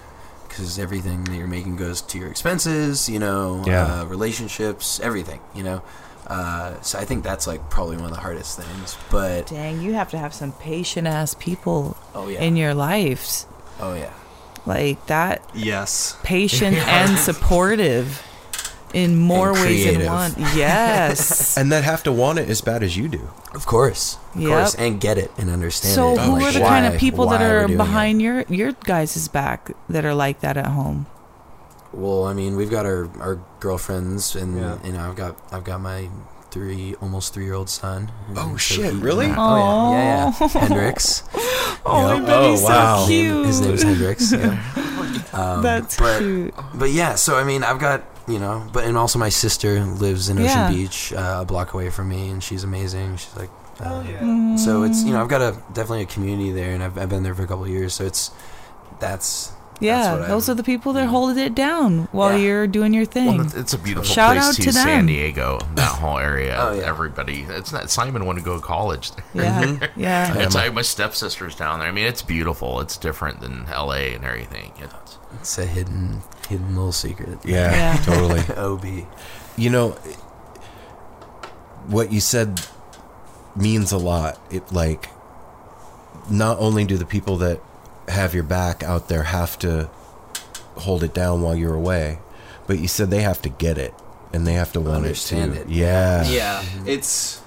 [SPEAKER 10] Because everything that you're making goes to your expenses, you know,
[SPEAKER 4] Yeah.
[SPEAKER 10] uh, relationships, everything, you know. Uh, so I think that's like probably one of the hardest things. But
[SPEAKER 3] Dang, you have to have some patient ass people
[SPEAKER 10] Oh, yeah.
[SPEAKER 3] in your lives.
[SPEAKER 10] Oh yeah.
[SPEAKER 3] Like that
[SPEAKER 12] Yes.
[SPEAKER 3] patient and supportive in more ways than one. Yes.
[SPEAKER 4] and that have to want it as bad as you do.
[SPEAKER 10] Of course. Of
[SPEAKER 3] Yep.
[SPEAKER 10] course, and get it and understand
[SPEAKER 3] so
[SPEAKER 10] it.
[SPEAKER 3] who
[SPEAKER 10] like,
[SPEAKER 3] are the
[SPEAKER 10] why-
[SPEAKER 3] kind of people that
[SPEAKER 10] why we're
[SPEAKER 3] are
[SPEAKER 10] doing it.
[SPEAKER 3] behind your your guys' back that are like that at home?
[SPEAKER 10] Well, I mean, we've got our, our girlfriends, and you know, I've got I've got my three almost three year old son. and
[SPEAKER 4] Oh,
[SPEAKER 10] so
[SPEAKER 4] shit,
[SPEAKER 10] he-
[SPEAKER 4] really?
[SPEAKER 10] Oh yeah, yeah,
[SPEAKER 4] Aw.
[SPEAKER 10] yeah. Hendrix.
[SPEAKER 4] Oh,
[SPEAKER 10] Yep.
[SPEAKER 4] but he's Oh, so wow.
[SPEAKER 10] His name- His name's
[SPEAKER 4] cute.
[SPEAKER 10] Hendrix. Yeah. Um,
[SPEAKER 3] That's
[SPEAKER 10] but,
[SPEAKER 3] cute.
[SPEAKER 10] But yeah, so I mean, I've got you know, but and also my sister lives in Ocean
[SPEAKER 3] Yeah.
[SPEAKER 10] Beach, uh, a block away from me, and she's amazing. She's like.
[SPEAKER 4] Oh,
[SPEAKER 10] Uh,
[SPEAKER 3] yeah.
[SPEAKER 10] So it's you know I've got a definitely a community there and I've, I've been there for a couple of years so it's that's
[SPEAKER 3] Yeah,
[SPEAKER 1] what I-
[SPEAKER 3] those are the people that hold it down while you're doing your thing.
[SPEAKER 1] Well, it's a beautiful
[SPEAKER 3] Shout
[SPEAKER 1] place
[SPEAKER 3] out
[SPEAKER 1] too,
[SPEAKER 3] to them.
[SPEAKER 1] San Diego, that whole area. Everybody, it's not. Simon wanted to go to college. There.
[SPEAKER 3] Yeah, Mhm. yeah.
[SPEAKER 1] It's like my stepsister's down there. I mean, it's beautiful. It's different than L.A. and everything. It's,
[SPEAKER 10] It's a hidden, hidden little secret.
[SPEAKER 4] Yeah, totally.
[SPEAKER 10] Ob.
[SPEAKER 4] You know, what you said means a lot. It like not only do the people that have your back out there have to hold it down while you're away, but you said they have to get it and they have to want
[SPEAKER 11] Understand
[SPEAKER 4] it
[SPEAKER 11] it.
[SPEAKER 4] too. Yeah.
[SPEAKER 11] Yeah. It's,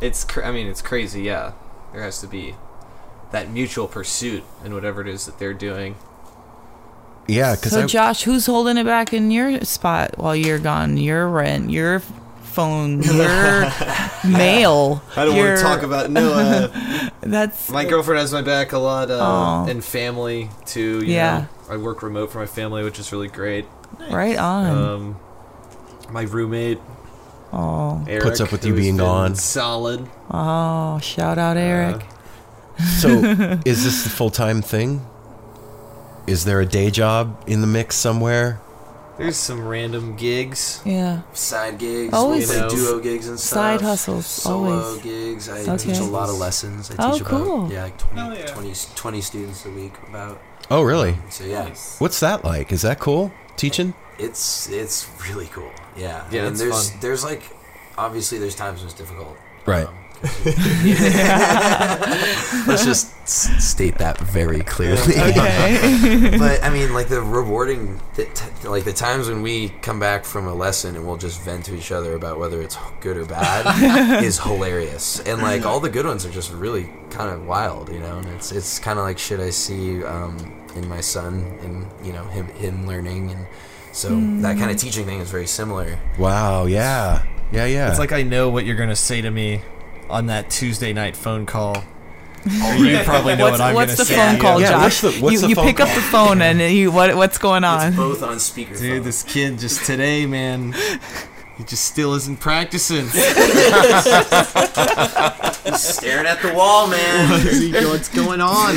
[SPEAKER 11] it's. Cr- I mean, it's crazy. Yeah. There has to be that mutual pursuit in whatever it is that they're doing.
[SPEAKER 4] Yeah, because
[SPEAKER 3] So Josh, who's holding it back in your spot while you're gone? Your rent, your phone, your mail.
[SPEAKER 11] I don't
[SPEAKER 3] your...
[SPEAKER 11] want to talk about no. Uh,
[SPEAKER 3] That's
[SPEAKER 11] my girlfriend has my back a lot, uh,
[SPEAKER 3] Aw.
[SPEAKER 11] and family too. You
[SPEAKER 3] Yeah.
[SPEAKER 11] know. I work remote for my family, which is really great.
[SPEAKER 3] Right on.
[SPEAKER 11] Um, my roommate.
[SPEAKER 3] Oh,
[SPEAKER 11] Eric,
[SPEAKER 4] Puts up with you
[SPEAKER 11] who's
[SPEAKER 4] being
[SPEAKER 11] been
[SPEAKER 4] gone.
[SPEAKER 11] Solid.
[SPEAKER 3] Oh, shout out Eric.
[SPEAKER 4] so is this the full time thing? Is there a day job in the mix somewhere?
[SPEAKER 11] There's some random gigs.
[SPEAKER 3] Yeah.
[SPEAKER 10] Side gigs.
[SPEAKER 3] Always
[SPEAKER 10] we play
[SPEAKER 3] s-
[SPEAKER 10] duo gigs and stuff.
[SPEAKER 3] side hustles,
[SPEAKER 10] Solo
[SPEAKER 3] always.
[SPEAKER 10] gigs. I
[SPEAKER 3] Okay.
[SPEAKER 10] teach a lot of lessons. I
[SPEAKER 3] Oh,
[SPEAKER 10] teach
[SPEAKER 3] cool.
[SPEAKER 10] about yeah, like 20, 20, 20 students a week about.
[SPEAKER 4] Oh, really?
[SPEAKER 10] So yeah,
[SPEAKER 4] What's that like? Is that cool? Teaching?
[SPEAKER 10] it's it's really cool. Yeah.
[SPEAKER 4] Yeah,
[SPEAKER 10] I mean,
[SPEAKER 4] it's
[SPEAKER 10] there's
[SPEAKER 4] fun.
[SPEAKER 10] there's like obviously there's times when it's difficult.
[SPEAKER 4] Right.
[SPEAKER 10] 'cause you- Let's just s- state that very clearly.
[SPEAKER 3] Okay.
[SPEAKER 10] but I mean, like the rewarding, the t- like the times when we come back from a lesson and we'll just vent to each other about whether it's good or bad is hilarious. And like all the good ones are just really kind of wild, you know. And it's it's kind of like shit I see um, in my son and you know him him learning and so that kind of teaching thing is very similar.
[SPEAKER 4] Wow. Yeah. Yeah. Yeah.
[SPEAKER 12] It's like I know what you're gonna say to me on that Tuesday night phone call.
[SPEAKER 3] Already.
[SPEAKER 12] you probably know
[SPEAKER 3] what's,
[SPEAKER 12] what I'm
[SPEAKER 3] what's
[SPEAKER 12] gonna
[SPEAKER 3] the
[SPEAKER 12] say.
[SPEAKER 3] phone call,
[SPEAKER 12] Oh, Yeah,
[SPEAKER 3] Josh?
[SPEAKER 12] what's the- what's
[SPEAKER 3] you
[SPEAKER 12] the
[SPEAKER 3] you
[SPEAKER 12] phone
[SPEAKER 3] pick up
[SPEAKER 12] call?
[SPEAKER 3] the phone and you what what's going on?
[SPEAKER 10] both on speaker.
[SPEAKER 12] Dude, this kid just today, man. He just still isn't practicing.
[SPEAKER 11] He's
[SPEAKER 10] staring at the wall, man.
[SPEAKER 11] What's going on?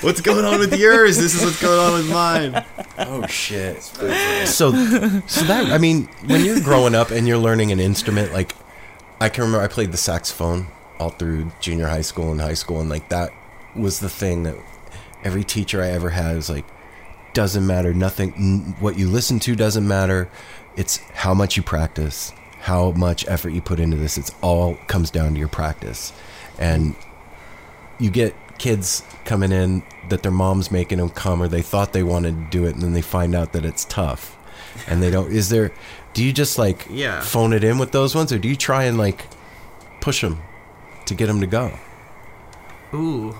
[SPEAKER 11] What's going on with yours? This is what's going on with mine.
[SPEAKER 4] Oh shit. so so that I mean, when you're growing up and you're learning an instrument, like I can remember I played the saxophone all through junior high school and high school, and like that was the thing that every teacher I ever had was like, doesn't matter, nothing, n- what you listen to doesn't matter. It's how much you practice, how much effort you put into this. It's all comes down to your practice, and you get kids coming in that their mom's making them come or they thought they wanted to do it and then they find out that it's tough and they don't is there do you just like
[SPEAKER 11] Yeah.
[SPEAKER 4] phone it in with those ones or do you try and like push them to get them to go
[SPEAKER 11] Ooh.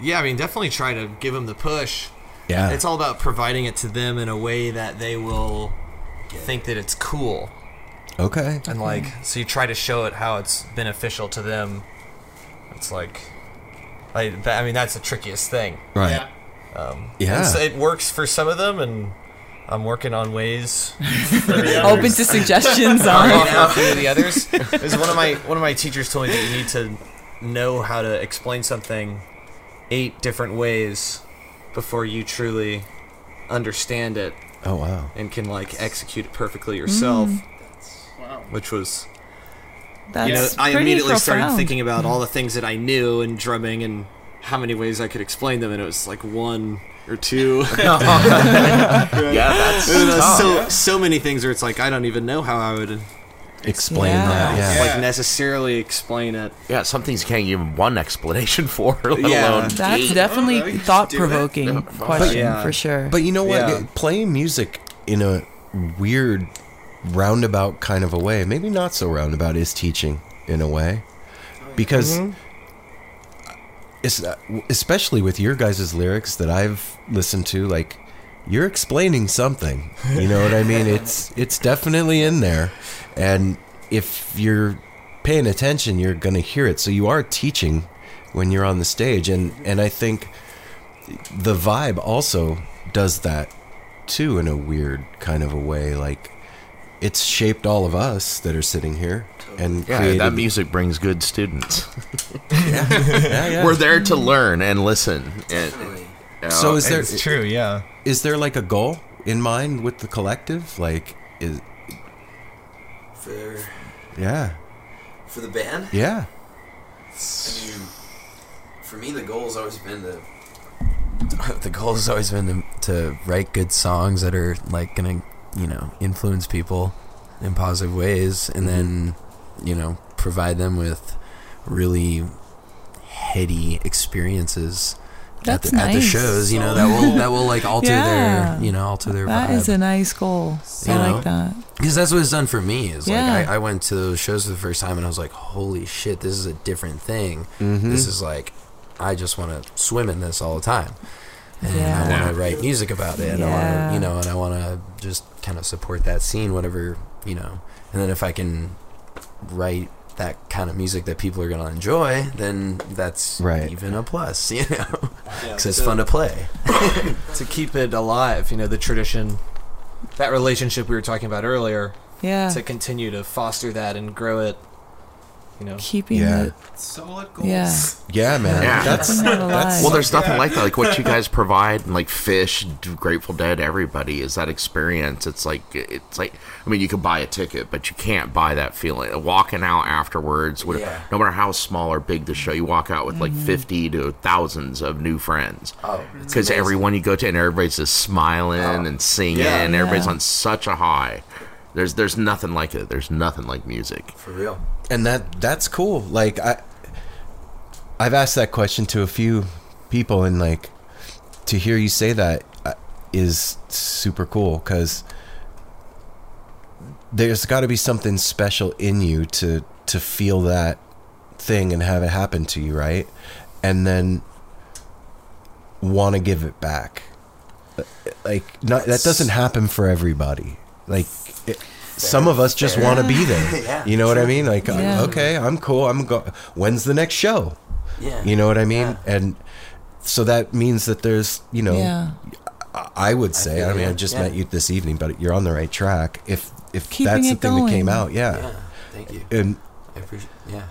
[SPEAKER 11] Yeah, I mean, definitely try to give them the push.
[SPEAKER 4] Yeah.
[SPEAKER 11] It's all about providing it to them in a way that they will think that it's cool.
[SPEAKER 4] okay
[SPEAKER 11] And, like, so you try to show it how it's beneficial to them. It's like, I, that- I mean, that's the trickiest thing.
[SPEAKER 4] Right.
[SPEAKER 11] Um,
[SPEAKER 4] Yeah.
[SPEAKER 11] it's- it works for some of them, and I'm working on ways. for the
[SPEAKER 3] Open
[SPEAKER 11] others.
[SPEAKER 3] to suggestions on-
[SPEAKER 11] Right now, for the others. Is one of my one of my teachers told me that you need to know how to explain something eight different ways before you truly understand it.
[SPEAKER 4] Oh, wow.
[SPEAKER 11] And can like execute it perfectly yourself.
[SPEAKER 3] Mm.
[SPEAKER 11] Which was you know,
[SPEAKER 3] That's
[SPEAKER 11] I
[SPEAKER 3] pretty
[SPEAKER 11] immediately started
[SPEAKER 3] profound.
[SPEAKER 11] thinking about all the things that I knew in drumming and how many ways I could explain them, and it was like one or two.
[SPEAKER 1] Yeah, that's
[SPEAKER 11] And there's
[SPEAKER 1] tough.
[SPEAKER 11] so so many things where it's like I don't even know how I would
[SPEAKER 4] Explain
[SPEAKER 1] Yeah. that, yeah.
[SPEAKER 11] like necessarily explain it.
[SPEAKER 1] Yeah, some things you can't give them one explanation for, let
[SPEAKER 11] Yeah.
[SPEAKER 1] alone
[SPEAKER 3] That's
[SPEAKER 1] eight.
[SPEAKER 3] definitely thought provoking
[SPEAKER 1] Yeah.
[SPEAKER 3] question for sure.
[SPEAKER 4] But you know what?
[SPEAKER 3] Yeah.
[SPEAKER 4] Playing music in a weird roundabout kind of a way, maybe not so roundabout, is teaching in a way. Because
[SPEAKER 7] Mhm.
[SPEAKER 4] it's, uh, especially with your guys' lyrics that I've listened to, like you're explaining something. You know what I mean? It's it's definitely in there. And if you're paying attention, you're gonna hear it. So you are teaching when you're on the stage and, and I think the vibe also does that too in a weird kind of a way like it's shaped all of us that are sitting here and
[SPEAKER 1] Yeah,
[SPEAKER 4] created
[SPEAKER 1] that music brings good students.
[SPEAKER 4] Yeah, yeah.
[SPEAKER 1] We're there to learn and listen. And
[SPEAKER 4] so is there?
[SPEAKER 12] Mm. It's true, yeah.
[SPEAKER 4] Is there like a goal in mind with the collective? Like is
[SPEAKER 10] For
[SPEAKER 4] yeah
[SPEAKER 10] for the band?
[SPEAKER 4] yeah.
[SPEAKER 10] I mean, for me, the goal has always been to. The goal has always been to, to write good songs that are like gonna, you know, influence people in positive ways, and then, you know, provide them with really heady experiences
[SPEAKER 3] That's
[SPEAKER 10] at, the, at the
[SPEAKER 3] nice.
[SPEAKER 10] shows. You know that will that will like alter
[SPEAKER 3] Yeah.
[SPEAKER 10] their, you know, alter their
[SPEAKER 3] That
[SPEAKER 10] vibe.
[SPEAKER 3] is a nice goal. I like that.
[SPEAKER 10] Because that's what it's done for me. Is like
[SPEAKER 3] Yeah.
[SPEAKER 10] I, I went to those shows for the first time and I was like, holy shit, this is a different thing.
[SPEAKER 4] Mhm.
[SPEAKER 10] This is like, I just want to swim in this all the time. And I
[SPEAKER 4] Yeah.
[SPEAKER 10] want to write music about it. And I want
[SPEAKER 4] Yeah.
[SPEAKER 10] to, you know, and I want to just kind of support that scene, whatever, you know. And then if I can write that kind of music that people are going to enjoy, then that's
[SPEAKER 4] Right.
[SPEAKER 10] even a plus, you know,
[SPEAKER 11] Yeah,
[SPEAKER 10] because it's
[SPEAKER 11] so-
[SPEAKER 10] fun to play.
[SPEAKER 11] to keep it alive, you know, the tradition, that relationship we were talking about earlier.
[SPEAKER 3] Yeah.
[SPEAKER 11] To continue to foster that and grow it, you know.
[SPEAKER 3] Keeping
[SPEAKER 4] Yeah.
[SPEAKER 3] it.
[SPEAKER 11] Solid
[SPEAKER 3] Yeah.
[SPEAKER 4] Yeah, man.
[SPEAKER 1] Yeah.
[SPEAKER 4] That's, that's
[SPEAKER 1] well, there's nothing like that. Like what you
[SPEAKER 11] Uh,
[SPEAKER 1] guys provide, and like Fish, Grateful Dead, everybody is that experience. It's like it's like I mean, you can buy a ticket, but you can't buy that feeling. Walking out afterwards, with,
[SPEAKER 10] Yeah.
[SPEAKER 1] no matter how small or big the show, you walk out with like
[SPEAKER 10] Mhm.
[SPEAKER 1] fifty to thousands of new friends.
[SPEAKER 10] Oh, it's
[SPEAKER 1] because
[SPEAKER 10] amazing. Oh.
[SPEAKER 1] everyone you go to and everybody's just smiling and singing,
[SPEAKER 10] Yeah.
[SPEAKER 1] and everybody's
[SPEAKER 10] Yeah.
[SPEAKER 1] on such a high. There's there's nothing like it. There's nothing like music.
[SPEAKER 10] For real.
[SPEAKER 4] and that that's cool. Like I, I've asked that question to a few people, and like to hear you say that uh, is super cool because there's got to be something special in you to to feel that thing and have it happen to you, right? And then want to give it back. Uh, Like not that doesn't happen for everybody. Like it, some of us just
[SPEAKER 10] Fair.
[SPEAKER 4] want to be there.
[SPEAKER 10] Yeah.
[SPEAKER 4] You know what I mean? Like uh,
[SPEAKER 10] Yeah.
[SPEAKER 4] okay, I'm cool. I'm go- when's the next show?
[SPEAKER 10] Yeah.
[SPEAKER 4] You know what I mean? And so that means that there's, you know,
[SPEAKER 3] Yeah.
[SPEAKER 4] I- I would say, I,
[SPEAKER 10] feel
[SPEAKER 4] mean,
[SPEAKER 10] you.
[SPEAKER 4] I just
[SPEAKER 10] Yeah.
[SPEAKER 4] met you this evening, but you're on the right track. If if
[SPEAKER 3] Keeping
[SPEAKER 4] that's the
[SPEAKER 3] it
[SPEAKER 4] thing that came
[SPEAKER 3] going.
[SPEAKER 4] out, yeah.
[SPEAKER 10] Yeah, thank you.
[SPEAKER 4] And
[SPEAKER 10] I appreciate, yeah.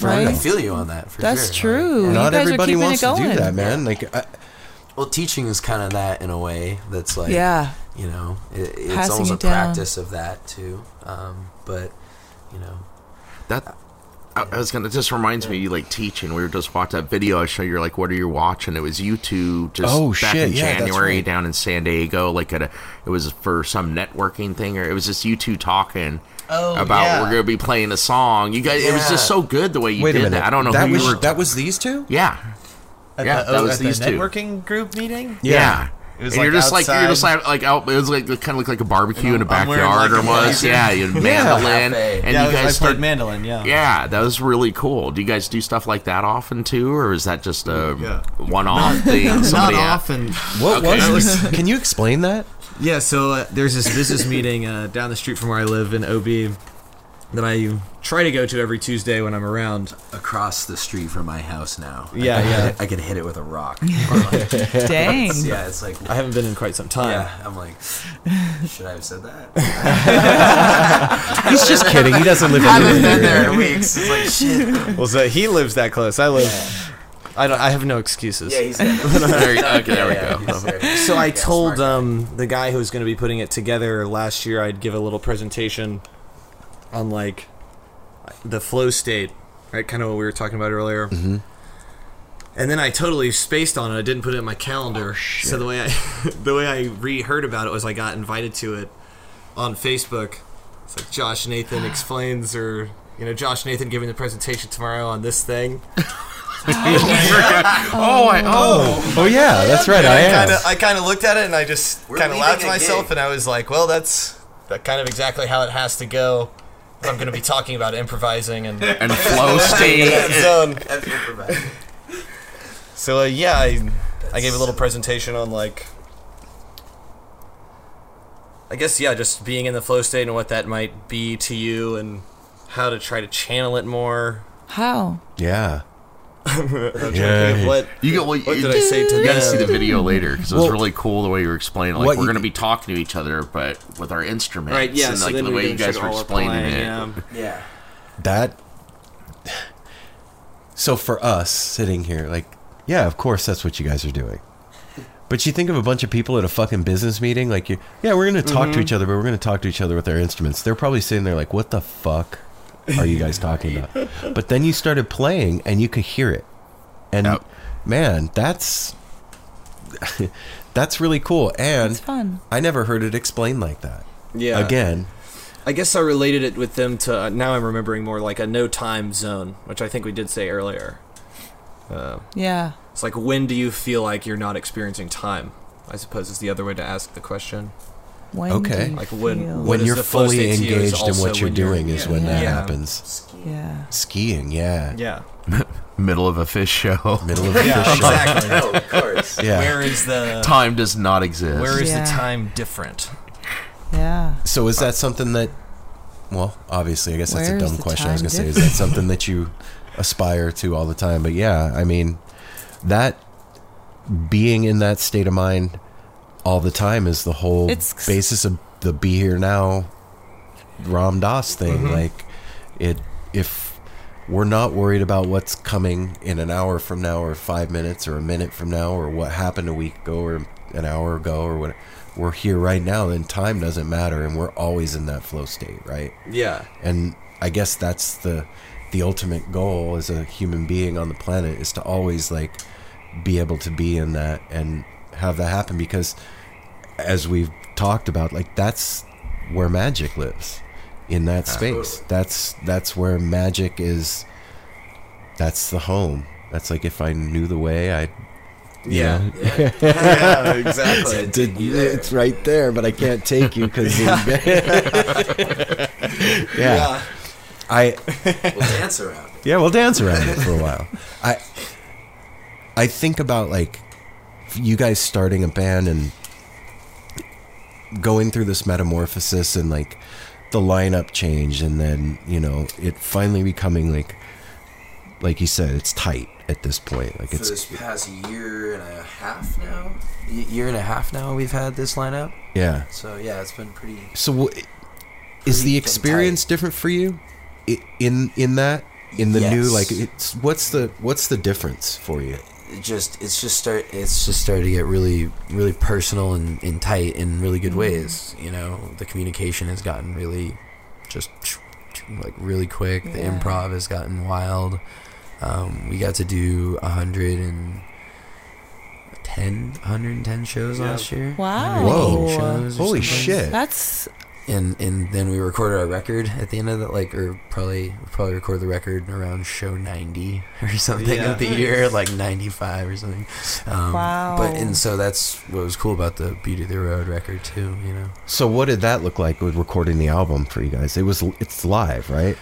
[SPEAKER 4] Right?
[SPEAKER 10] I feel you on that. For
[SPEAKER 3] That's
[SPEAKER 10] sure. Like,
[SPEAKER 3] true.
[SPEAKER 4] not
[SPEAKER 3] you guys
[SPEAKER 4] everybody
[SPEAKER 3] are keeping
[SPEAKER 4] wants
[SPEAKER 3] it
[SPEAKER 4] to
[SPEAKER 3] going.
[SPEAKER 4] do that, man. Like, I,
[SPEAKER 10] Well, teaching is kind of that in a way. That's like,
[SPEAKER 3] Yeah.
[SPEAKER 10] you know, it, it's
[SPEAKER 3] Passing
[SPEAKER 10] almost
[SPEAKER 3] it
[SPEAKER 10] a
[SPEAKER 3] down.
[SPEAKER 10] practice of that too. Um, but you know,
[SPEAKER 1] That I, I was gonna. It just reminds me, you like teaching. We were just watching that video. I show you like, what are you watching? It was you two just
[SPEAKER 4] Oh,
[SPEAKER 1] back
[SPEAKER 4] shit,
[SPEAKER 1] in
[SPEAKER 4] yeah, that's
[SPEAKER 1] January
[SPEAKER 4] right.
[SPEAKER 1] down in San Diego. Like at a, it was for some networking thing, or it was just you two talking.
[SPEAKER 4] Oh,
[SPEAKER 1] about
[SPEAKER 4] yeah.
[SPEAKER 1] we're gonna be playing a song. You guys, it was just
[SPEAKER 4] Yeah.
[SPEAKER 1] so good the way you
[SPEAKER 4] wait a
[SPEAKER 1] did
[SPEAKER 4] minute.
[SPEAKER 1] that. I don't know
[SPEAKER 4] That
[SPEAKER 1] who
[SPEAKER 4] was
[SPEAKER 1] you were.
[SPEAKER 4] that was these two.
[SPEAKER 1] yeah,
[SPEAKER 11] At
[SPEAKER 1] yeah,
[SPEAKER 11] the,
[SPEAKER 1] that
[SPEAKER 11] oh,
[SPEAKER 1] was
[SPEAKER 11] at
[SPEAKER 1] these
[SPEAKER 11] the
[SPEAKER 1] two.
[SPEAKER 11] networking group meeting?
[SPEAKER 1] Yeah.
[SPEAKER 11] It was
[SPEAKER 1] and
[SPEAKER 11] like
[SPEAKER 1] you're just like you're just
[SPEAKER 11] outside.
[SPEAKER 1] like like out. It was like it kind of looked like a barbecue in a
[SPEAKER 11] I'm wearing,
[SPEAKER 1] backyard
[SPEAKER 11] like,
[SPEAKER 1] or
[SPEAKER 11] a
[SPEAKER 1] was
[SPEAKER 11] blazer.
[SPEAKER 1] yeah, you had mandolin
[SPEAKER 11] Cafe.
[SPEAKER 1] and
[SPEAKER 11] Yeah, I
[SPEAKER 1] you
[SPEAKER 11] was- I
[SPEAKER 1] guys
[SPEAKER 11] played
[SPEAKER 1] start-
[SPEAKER 11] mandolin, yeah.
[SPEAKER 1] yeah, that was really cool. Do you guys do stuff like that often too, or is that just a one-off thing?
[SPEAKER 11] not
[SPEAKER 1] Somebody
[SPEAKER 11] often.
[SPEAKER 1] What Okay. was-
[SPEAKER 4] Can you explain that?
[SPEAKER 11] Yeah, so uh, there's this business meeting uh, down the street from where I live in OB that I try to go to every Tuesday when I'm around.
[SPEAKER 10] across the street from my house now. I
[SPEAKER 11] Yeah,
[SPEAKER 10] could
[SPEAKER 11] yeah.
[SPEAKER 10] hit- I could hit it with a rock.
[SPEAKER 11] Dang.
[SPEAKER 10] yeah, it's like
[SPEAKER 11] I haven't been in quite some time.
[SPEAKER 10] Yeah, I'm like, should I have said that?
[SPEAKER 11] He's
[SPEAKER 4] just kidding. He doesn't live in
[SPEAKER 10] I haven't
[SPEAKER 4] the
[SPEAKER 10] been there
[SPEAKER 4] area.
[SPEAKER 10] in weeks. It's like shit.
[SPEAKER 11] Well, so he lives that close. I live. I don't. I have no excuses.
[SPEAKER 10] Yeah, he's got no- There you- okay, there we
[SPEAKER 11] Yeah,
[SPEAKER 10] go.
[SPEAKER 11] he's
[SPEAKER 10] Okay.
[SPEAKER 11] So I
[SPEAKER 10] Yeah,
[SPEAKER 11] told um, the guy who was going to be putting it together last year, I'd give a little presentation on like the flow state, right? Kind of what we were talking about earlier.
[SPEAKER 10] Mm-hmm.
[SPEAKER 4] Mhm.
[SPEAKER 11] And then I totally spaced on it. I didn't put it in my calendar. so the way I, the way I reheard about it was I got invited to it on Facebook. It's like Josh Nathan explains, or you know, Josh Nathan giving the presentation tomorrow on this thing.
[SPEAKER 1] oh, I,
[SPEAKER 4] oh, oh yeah, that's right. I am.
[SPEAKER 11] Kinda, I kind of looked at it and I just kind of laughed to myself, and I was like, "Well, that's that kind of exactly how it has to go." I'm going to be talking about improvising and
[SPEAKER 1] And flow state.
[SPEAKER 11] That zone.
[SPEAKER 10] That's improvising.
[SPEAKER 11] So uh, yeah, I, I gave a little presentation on like, I guess yeah, just being in the flow state and what that might be to you, and how to try to channel it more.
[SPEAKER 3] How?
[SPEAKER 4] Yeah.
[SPEAKER 11] I'm trying to
[SPEAKER 4] Yeah.
[SPEAKER 11] think of what
[SPEAKER 1] You got well,
[SPEAKER 11] what
[SPEAKER 1] you-
[SPEAKER 11] did I say to
[SPEAKER 1] You gotta
[SPEAKER 11] them?
[SPEAKER 1] see the video later because it
[SPEAKER 4] Well,
[SPEAKER 1] was really cool the way you were explaining. Like
[SPEAKER 4] what
[SPEAKER 1] we're
[SPEAKER 4] you-
[SPEAKER 1] gonna be talking to each other, but with our instruments.
[SPEAKER 11] Right, yeah,
[SPEAKER 1] And
[SPEAKER 11] so
[SPEAKER 1] like
[SPEAKER 11] then
[SPEAKER 1] the
[SPEAKER 11] we
[SPEAKER 1] way you
[SPEAKER 11] didn't
[SPEAKER 1] guys
[SPEAKER 11] should
[SPEAKER 1] were
[SPEAKER 11] all were
[SPEAKER 1] explaining
[SPEAKER 11] playing,
[SPEAKER 1] it.
[SPEAKER 11] yeah.
[SPEAKER 10] Yeah.
[SPEAKER 4] That. So for us sitting here, like, yeah, of course, that's what you guys are doing. But you think of a bunch of people at a fucking business meeting, like you, yeah, we're going to talk to
[SPEAKER 11] Mhm.
[SPEAKER 4] each other, but we're going to talk to each other with our instruments. They're probably sitting there like, what the fuck are you guys talking about? But then you started playing and you could hear it. And man, that's that's really cool. And
[SPEAKER 3] It's fun.
[SPEAKER 4] I never heard it explained like that.
[SPEAKER 11] Yeah.
[SPEAKER 4] Again,
[SPEAKER 11] I guess I related it with them to uh, now I'm remembering more like a no time zone, which I think we did say earlier. Uh,
[SPEAKER 3] Yeah.
[SPEAKER 11] It's like when do you feel like you're not experiencing time? I suppose is the other way to ask the question.
[SPEAKER 3] When
[SPEAKER 4] okay.
[SPEAKER 11] Like when
[SPEAKER 4] when you're fully engaged in what you're doing is when that
[SPEAKER 11] Yeah.
[SPEAKER 4] happens.
[SPEAKER 3] Yeah.
[SPEAKER 4] Skiing, yeah.
[SPEAKER 11] Yeah.
[SPEAKER 1] Middle of a fish show.
[SPEAKER 4] Middle of
[SPEAKER 11] Yeah, exactly. No, Oh, of course.
[SPEAKER 1] Yeah.
[SPEAKER 11] Where is the
[SPEAKER 1] time does not exist?
[SPEAKER 11] Where is
[SPEAKER 3] Yeah.
[SPEAKER 11] the time different?
[SPEAKER 3] Yeah.
[SPEAKER 4] So is that something that? Well, obviously, I guess that's
[SPEAKER 3] Uh, Where
[SPEAKER 4] a
[SPEAKER 3] is
[SPEAKER 4] dumb
[SPEAKER 3] the
[SPEAKER 4] question. I was
[SPEAKER 3] time
[SPEAKER 4] gonna say, is that something that you aspire to all the time? But yeah, I mean, that being in that state of mind all the time is the whole
[SPEAKER 3] It's-
[SPEAKER 4] basis of the be here now Ram Dass thing.
[SPEAKER 3] Mhm.
[SPEAKER 4] Like, it if we're not worried about what's coming in an hour from now, or five minutes, or a minute from now, or what happened a week ago, or an hour ago, or what we're here right now, then time doesn't matter, and we're always in that flow state, right?
[SPEAKER 11] Yeah.
[SPEAKER 4] And I guess that's the the ultimate goal as a human being on the planet is to always like be able to be in that and have that happen because as we've talked about like that's where magic lives in that space that's that's where magic is that's the home that's like if i knew the way i you
[SPEAKER 11] Yeah.
[SPEAKER 4] know.
[SPEAKER 11] Yeah. Yeah, exactly.
[SPEAKER 4] It's- it's right there but i can't take you because yeah.
[SPEAKER 10] Yeah.
[SPEAKER 4] i
[SPEAKER 10] We'll dance around
[SPEAKER 4] yeah, we'll dance around it for a while. I I think about like you guys starting a band and going through this metamorphosis and like the lineup change and then, you know, it finally becoming like like you said, it's tight at this point. Like
[SPEAKER 10] for
[SPEAKER 4] it's
[SPEAKER 10] this past year and a half now. Y- year and a half now we've had this lineup.
[SPEAKER 4] Yeah.
[SPEAKER 10] So yeah, it's been pretty.
[SPEAKER 4] So, w- is the experience different for you I- in in that in the new
[SPEAKER 10] Yes.
[SPEAKER 4] like it's what's the what's the difference for you?
[SPEAKER 10] It just it's just start it's just started to get really really personal and, and tight in really
[SPEAKER 3] Mm-hmm.
[SPEAKER 10] good ways. You know, the communication has gotten really just like really quick. The
[SPEAKER 11] Yeah.
[SPEAKER 10] improv has gotten wild. Um, we got to do a hundred and ten, hundred and ten shows
[SPEAKER 3] Yeah.
[SPEAKER 10] last year.
[SPEAKER 3] Wow.
[SPEAKER 10] 118
[SPEAKER 3] Whoa.
[SPEAKER 10] shows or
[SPEAKER 3] Holy
[SPEAKER 10] something.
[SPEAKER 3] shit. That's-
[SPEAKER 10] and and then we recorded our record at the end of the like or probably probably record the record around show 90 or something
[SPEAKER 11] Yeah.
[SPEAKER 10] of the year like 95 or something um,
[SPEAKER 11] Wow.
[SPEAKER 10] but and so that's what was cool about the beauty of the road record too you know
[SPEAKER 4] So what did that look like with recording the album for you guys? It was it's live, right?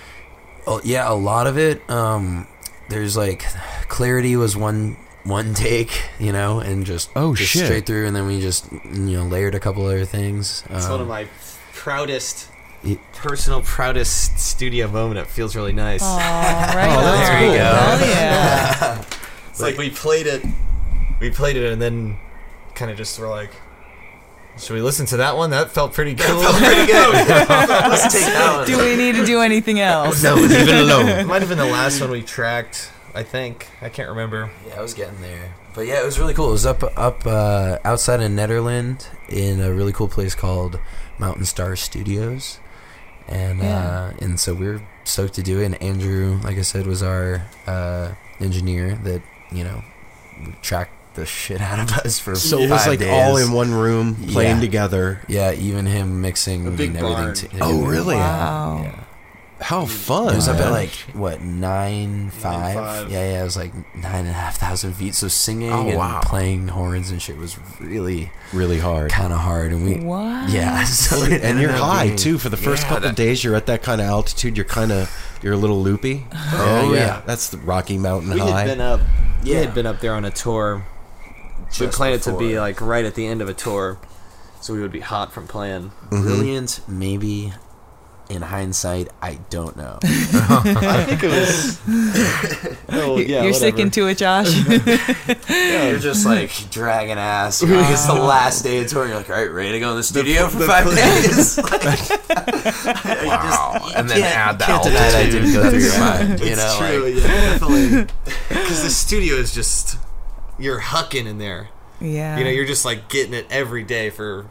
[SPEAKER 10] Oh, yeah, a lot of it. Um, there's like clarity was one one take, you know, and just
[SPEAKER 4] oh
[SPEAKER 10] just
[SPEAKER 11] shit.
[SPEAKER 10] straight through, and then we just you know layered a couple other things.
[SPEAKER 11] It's one of
[SPEAKER 10] Um,
[SPEAKER 11] my proudest,
[SPEAKER 10] It-
[SPEAKER 11] personal proudest studio moment. It feels really nice.
[SPEAKER 3] Aw, right Oh, that's
[SPEAKER 11] there
[SPEAKER 3] cool.
[SPEAKER 11] you go.
[SPEAKER 3] Hell yeah.
[SPEAKER 11] it's like we played it, we played it, and then kind of just were like, "Should we listen to that one? That felt pretty good. felt pretty good. Let's take that one."
[SPEAKER 3] Do we need to do anything else?
[SPEAKER 11] It might have been the last one we tracked. I think I can't remember.
[SPEAKER 10] Yeah, I was getting there. But yeah, it was really cool. It was up up uh, outside of Netherland in a really cool place called Mountain Star Studios, and
[SPEAKER 11] Yeah.
[SPEAKER 10] uh, and so we were stoked to do it. And Andrew, like I said, was our uh, engineer that you know tracked the shit out of us for
[SPEAKER 4] So
[SPEAKER 10] five
[SPEAKER 4] it was, like,
[SPEAKER 10] days.
[SPEAKER 4] all in one room, playing
[SPEAKER 10] Yeah.
[SPEAKER 4] together.
[SPEAKER 10] Yeah, even him mixing
[SPEAKER 4] A big
[SPEAKER 10] and everything.
[SPEAKER 4] barn.
[SPEAKER 10] to-
[SPEAKER 4] Oh, really?
[SPEAKER 10] Yeah.
[SPEAKER 4] How fun!
[SPEAKER 10] It was up at
[SPEAKER 4] man.
[SPEAKER 10] like what nine five?
[SPEAKER 4] five.
[SPEAKER 10] Yeah, yeah. It was like nine and a half thousand feet. So singing
[SPEAKER 4] Oh,
[SPEAKER 10] and
[SPEAKER 4] wow.
[SPEAKER 10] playing horns and shit was really,
[SPEAKER 4] really hard.
[SPEAKER 10] Kind of hard, and we
[SPEAKER 3] What?
[SPEAKER 10] Yeah, so it
[SPEAKER 4] and
[SPEAKER 10] ended
[SPEAKER 4] you're
[SPEAKER 10] up
[SPEAKER 4] high
[SPEAKER 10] being-
[SPEAKER 4] too. For the first
[SPEAKER 10] Yeah,
[SPEAKER 4] couple
[SPEAKER 10] that-
[SPEAKER 4] days, you're at that kind of altitude. You're kind of you're a little loopy.
[SPEAKER 11] Oh, yeah.
[SPEAKER 4] that's the Rocky Mountain
[SPEAKER 11] We
[SPEAKER 4] High.
[SPEAKER 11] had been up. We
[SPEAKER 10] Yeah.
[SPEAKER 11] had been up there on a tour. we
[SPEAKER 10] Just
[SPEAKER 11] planned it to be
[SPEAKER 10] before.
[SPEAKER 11] like right at the end of a tour, so we would be hot from playing.
[SPEAKER 4] Mm-hmm.
[SPEAKER 10] brilliant. Maybe in hindsight, I don't know.
[SPEAKER 11] I think it was. Oh, yeah,
[SPEAKER 3] You're
[SPEAKER 11] whatever.
[SPEAKER 3] sticking to it, Josh.
[SPEAKER 10] Yeah, you're just like dragging ass. You're like, it's the last day of tour. and You're like, all right, ready to go in the studio for
[SPEAKER 11] the
[SPEAKER 10] five
[SPEAKER 11] pl-
[SPEAKER 10] days. Like, wow.
[SPEAKER 1] and then add the
[SPEAKER 10] deny that
[SPEAKER 1] altitude.
[SPEAKER 10] didn't go through your
[SPEAKER 1] That's-
[SPEAKER 10] mind. You know,
[SPEAKER 11] It's true,
[SPEAKER 10] like-
[SPEAKER 11] yeah, definitely. Because the studio is just you're hucking in there.
[SPEAKER 13] Yeah.
[SPEAKER 11] You know, you're just like getting it every day for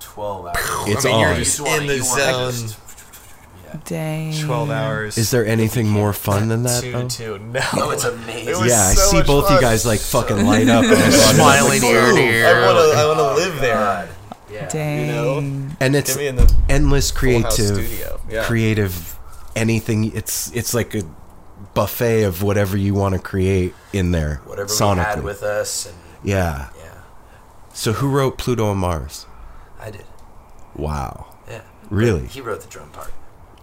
[SPEAKER 10] 12 hours.
[SPEAKER 11] It's
[SPEAKER 4] It's
[SPEAKER 11] I mean,
[SPEAKER 4] on.
[SPEAKER 11] you're just
[SPEAKER 4] You
[SPEAKER 10] wanna-
[SPEAKER 11] in the
[SPEAKER 10] you wanna
[SPEAKER 11] zone.
[SPEAKER 10] just-
[SPEAKER 13] Dang.
[SPEAKER 11] 12 hours.
[SPEAKER 4] Is there anything more fun than that?
[SPEAKER 11] Two,
[SPEAKER 4] though?
[SPEAKER 11] two. No.
[SPEAKER 10] Oh, it's amazing.
[SPEAKER 11] It was
[SPEAKER 4] yeah, I
[SPEAKER 11] so
[SPEAKER 4] see
[SPEAKER 11] much
[SPEAKER 4] both you
[SPEAKER 11] fun.
[SPEAKER 4] guys like fucking light up, and
[SPEAKER 11] Smiling ear to ear. I wanna- I wanna
[SPEAKER 10] Oh,
[SPEAKER 4] to
[SPEAKER 11] live there.
[SPEAKER 10] Yeah.
[SPEAKER 13] Dang.
[SPEAKER 4] and it's
[SPEAKER 11] Get me in the
[SPEAKER 4] endless
[SPEAKER 11] Full House
[SPEAKER 4] creative,
[SPEAKER 11] studio. Yeah.
[SPEAKER 4] creative, anything. It's it's like a buffet of whatever you want to create in there.
[SPEAKER 10] Whatever
[SPEAKER 4] sonically.
[SPEAKER 10] we had with us, and
[SPEAKER 4] Yeah. Yeah. So who wrote Pluto and Mars?
[SPEAKER 10] I did.
[SPEAKER 4] Wow.
[SPEAKER 10] Yeah.
[SPEAKER 4] Really?
[SPEAKER 10] He wrote the drum part.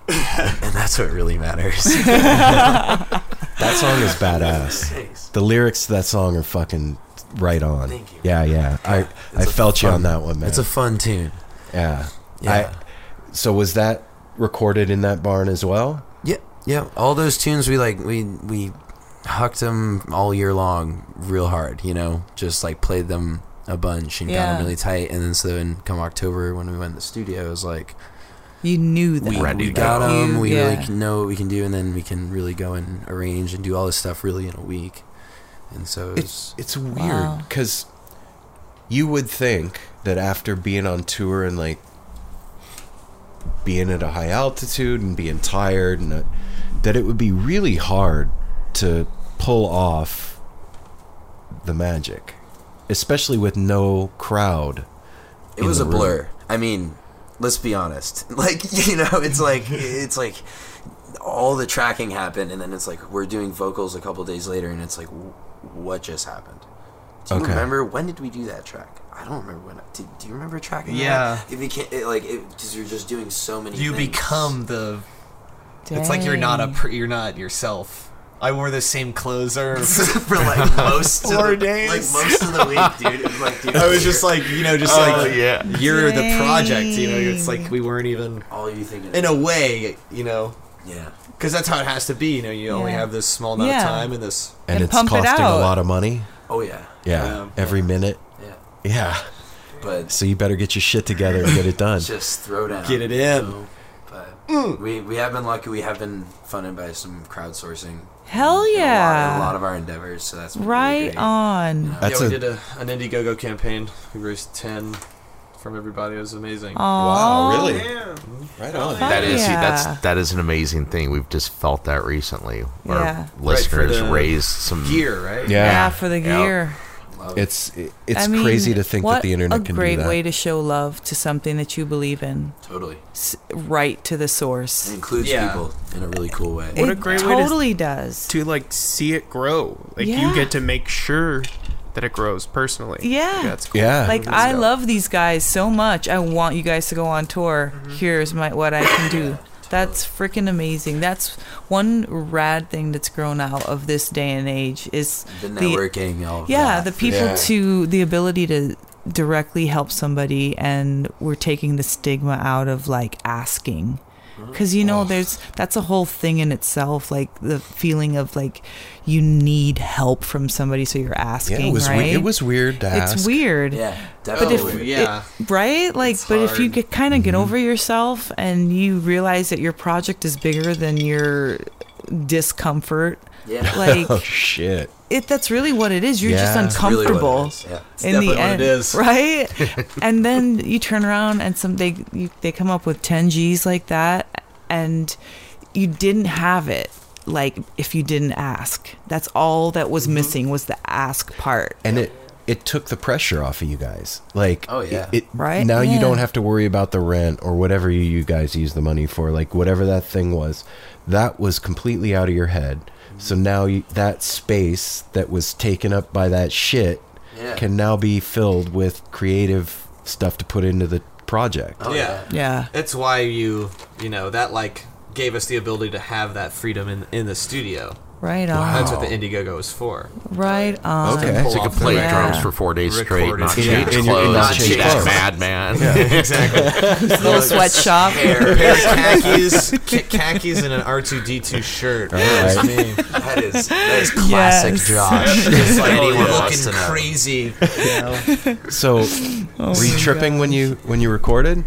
[SPEAKER 1] and that's what really matters.
[SPEAKER 4] that song is badass.
[SPEAKER 10] Thanks.
[SPEAKER 4] The lyrics to that song are fucking right on.
[SPEAKER 10] Thank you.
[SPEAKER 4] Yeah, yeah. I I
[SPEAKER 10] It's a
[SPEAKER 4] felt you on
[SPEAKER 10] fun-
[SPEAKER 4] that one, man.
[SPEAKER 10] it's a fun tune.
[SPEAKER 4] Yeah.
[SPEAKER 10] Yeah.
[SPEAKER 4] I, so was that recorded in that barn as well?
[SPEAKER 10] Yeah, yeah. All those tunes we like, we we hucked them all year long, real hard. You know, just like played them a bunch and got
[SPEAKER 3] Yeah.
[SPEAKER 10] them really tight. And then so then come October when we went to the studio, it was like
[SPEAKER 3] You knew that.
[SPEAKER 10] we, we got them.
[SPEAKER 3] You-
[SPEAKER 10] We
[SPEAKER 3] yeah.
[SPEAKER 10] really know what we can do, and then we can really go and arrange and do all this stuff really in a week. And so it was,
[SPEAKER 4] it's weird because you would think that after being on tour and like being at a high altitude and being tired and uh, that it would be really hard to pull off the magic especially with no crowd
[SPEAKER 10] it
[SPEAKER 4] in
[SPEAKER 10] was
[SPEAKER 4] the
[SPEAKER 10] a
[SPEAKER 4] room.
[SPEAKER 10] blur. I mean, let's be honest. Like you know, it's like it's like all the tracking happened, and then it's like we're doing vocals a couple days later, and it's like, wh- what just happened? Do you
[SPEAKER 4] Okay.
[SPEAKER 10] remember when did we do that track? I don't remember when. Do, do you remember tracking?
[SPEAKER 11] Yeah.
[SPEAKER 10] that? it became it, like because you're just doing so many.
[SPEAKER 11] You
[SPEAKER 10] things.
[SPEAKER 11] become the. It's like you're not a.
[SPEAKER 10] Dang.
[SPEAKER 11] per- You're not yourself. I wore the same clothes or-
[SPEAKER 10] for like most of
[SPEAKER 11] four
[SPEAKER 10] the,
[SPEAKER 11] days.
[SPEAKER 10] like most of the week, dude. It was like, dude,
[SPEAKER 11] I was just like, you know, just like
[SPEAKER 1] yeah.
[SPEAKER 11] you're the project. You know, it's like we weren't even
[SPEAKER 10] all you thinking
[SPEAKER 11] in a way. You know,
[SPEAKER 10] yeah,
[SPEAKER 11] because that's how it has to be. You know, you only
[SPEAKER 10] Yeah.
[SPEAKER 11] have this small amount
[SPEAKER 10] Yeah.
[SPEAKER 11] of time and this,
[SPEAKER 4] and, it's costing a lot of money
[SPEAKER 10] Oh, yeah.
[SPEAKER 4] yeah,
[SPEAKER 10] Yeah.
[SPEAKER 4] every minute
[SPEAKER 10] Yeah.
[SPEAKER 4] yeah
[SPEAKER 10] But-
[SPEAKER 4] so you better get your shit together and get it done
[SPEAKER 10] Just throw down.
[SPEAKER 4] Get it in.
[SPEAKER 10] you know? But we, we have been lucky. We have been funded by some crowdsourcing.
[SPEAKER 3] Hell
[SPEAKER 10] in a lot-
[SPEAKER 3] yeah.
[SPEAKER 10] in a lot of our endeavors, so that's been really
[SPEAKER 3] Right
[SPEAKER 10] great.
[SPEAKER 3] on.
[SPEAKER 4] That's
[SPEAKER 11] yeah, we
[SPEAKER 4] a-
[SPEAKER 11] did a, an Indiegogo campaign. We raised ten from everybody. It was amazing.
[SPEAKER 3] Wow, Aw. really?
[SPEAKER 4] Right
[SPEAKER 11] on.
[SPEAKER 1] That is see,
[SPEAKER 3] yeah.
[SPEAKER 1] that's that is an amazing thing. We've just felt that recently.
[SPEAKER 3] Yeah.
[SPEAKER 1] Our
[SPEAKER 3] Right,
[SPEAKER 11] for
[SPEAKER 1] listeners
[SPEAKER 11] the
[SPEAKER 1] raised some
[SPEAKER 11] gear, right?
[SPEAKER 4] Yeah.
[SPEAKER 3] Yeah, for the
[SPEAKER 4] Yeah.
[SPEAKER 3] gear.
[SPEAKER 4] It's it's
[SPEAKER 3] I mean,
[SPEAKER 4] crazy to think
[SPEAKER 3] what
[SPEAKER 4] that the internet
[SPEAKER 3] a
[SPEAKER 4] can
[SPEAKER 3] great
[SPEAKER 4] do that.
[SPEAKER 3] way to show love to something that you believe in.
[SPEAKER 10] Totally.
[SPEAKER 3] S- right to the source.
[SPEAKER 10] It includes
[SPEAKER 8] Yeah.
[SPEAKER 10] people in a really cool way.
[SPEAKER 8] What a
[SPEAKER 3] It
[SPEAKER 8] great way to-
[SPEAKER 3] totally does.
[SPEAKER 8] to like see it grow. Like
[SPEAKER 3] Yeah.
[SPEAKER 8] you get to make sure that it grows personally.
[SPEAKER 3] Yeah.
[SPEAKER 8] Like, that's cool.
[SPEAKER 3] Like I love these guys so much. I want you guys to go on tour.
[SPEAKER 10] Mm-hmm.
[SPEAKER 3] Here's my what I can do. That's freaking amazing. That's one rad thing that's grown out of this day and age is
[SPEAKER 10] The networking, all of
[SPEAKER 3] yeah,
[SPEAKER 10] that,
[SPEAKER 3] the
[SPEAKER 10] for
[SPEAKER 3] people
[SPEAKER 10] sure.
[SPEAKER 3] to the ability to directly help somebody, and we're taking the stigma out of like asking. Because you know, there's that's a whole thing in itself, like the feeling of like you need help from somebody, so you're asking.
[SPEAKER 4] it was we-
[SPEAKER 3] right?
[SPEAKER 4] it was weird to
[SPEAKER 3] it's
[SPEAKER 4] ask.
[SPEAKER 3] weird.
[SPEAKER 4] Yeah,
[SPEAKER 11] Oh,
[SPEAKER 3] But if,
[SPEAKER 4] definitely.
[SPEAKER 3] it- right? Like, but if you
[SPEAKER 4] hard.
[SPEAKER 3] get kind of get
[SPEAKER 4] Mm-hmm.
[SPEAKER 3] over yourself and you realize that your project is bigger than your discomfort,
[SPEAKER 4] Yeah.
[SPEAKER 3] like
[SPEAKER 4] oh shit.
[SPEAKER 3] it that's really what it is. You're just
[SPEAKER 4] Yeah. It's really what it
[SPEAKER 3] uncomfortable
[SPEAKER 4] is, yeah. It's
[SPEAKER 3] in the
[SPEAKER 4] definitely what it
[SPEAKER 3] end,
[SPEAKER 4] is.
[SPEAKER 3] right? and then you turn around and some they you, they come up with ten G's like that, and you didn't have it. Like if you didn't ask, that's all that was missing was the ask part.
[SPEAKER 4] Mm-hmm. And it it took the pressure off of you guys. Like
[SPEAKER 3] Oh, yeah.
[SPEAKER 4] it, it-
[SPEAKER 3] Right?
[SPEAKER 4] now
[SPEAKER 3] Yeah.
[SPEAKER 4] you don't have to worry about the rent or whatever you, you guys use the money for. Like whatever that thing was, that was completely out of your head. So now you, that space that was taken up by that shit
[SPEAKER 10] Yeah.
[SPEAKER 4] can now be filled with creative stuff to put into the project.
[SPEAKER 10] Oh,
[SPEAKER 11] Oh, yeah.
[SPEAKER 3] Yeah.
[SPEAKER 11] That's why you, you know, that like gave us the ability to have that freedom in in the studio.
[SPEAKER 3] Right on.
[SPEAKER 11] That's what the Indiegogo is for.
[SPEAKER 3] Right on.
[SPEAKER 1] So you can play drums for four days straight,
[SPEAKER 11] Record
[SPEAKER 1] not
[SPEAKER 11] it.
[SPEAKER 1] change
[SPEAKER 11] Yeah.
[SPEAKER 1] clothes,
[SPEAKER 11] And you're- and not
[SPEAKER 1] not
[SPEAKER 11] change
[SPEAKER 1] change that
[SPEAKER 11] clothes.
[SPEAKER 1] madman.
[SPEAKER 11] Yeah, exactly.
[SPEAKER 3] Little sweatshop.
[SPEAKER 11] Pair, pair of khakis, ca- khakis, and an R two D two shirt.
[SPEAKER 1] All
[SPEAKER 11] That's
[SPEAKER 1] right.
[SPEAKER 11] me.
[SPEAKER 10] That is- that is classic Yes. Josh.
[SPEAKER 11] Just like
[SPEAKER 10] Anyone wants
[SPEAKER 11] Oh,
[SPEAKER 10] to
[SPEAKER 11] looking
[SPEAKER 10] know.
[SPEAKER 11] crazy. You know?
[SPEAKER 4] So,
[SPEAKER 11] Oh
[SPEAKER 4] were you
[SPEAKER 11] my
[SPEAKER 4] tripping when you when you recorded?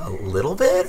[SPEAKER 10] a little bit.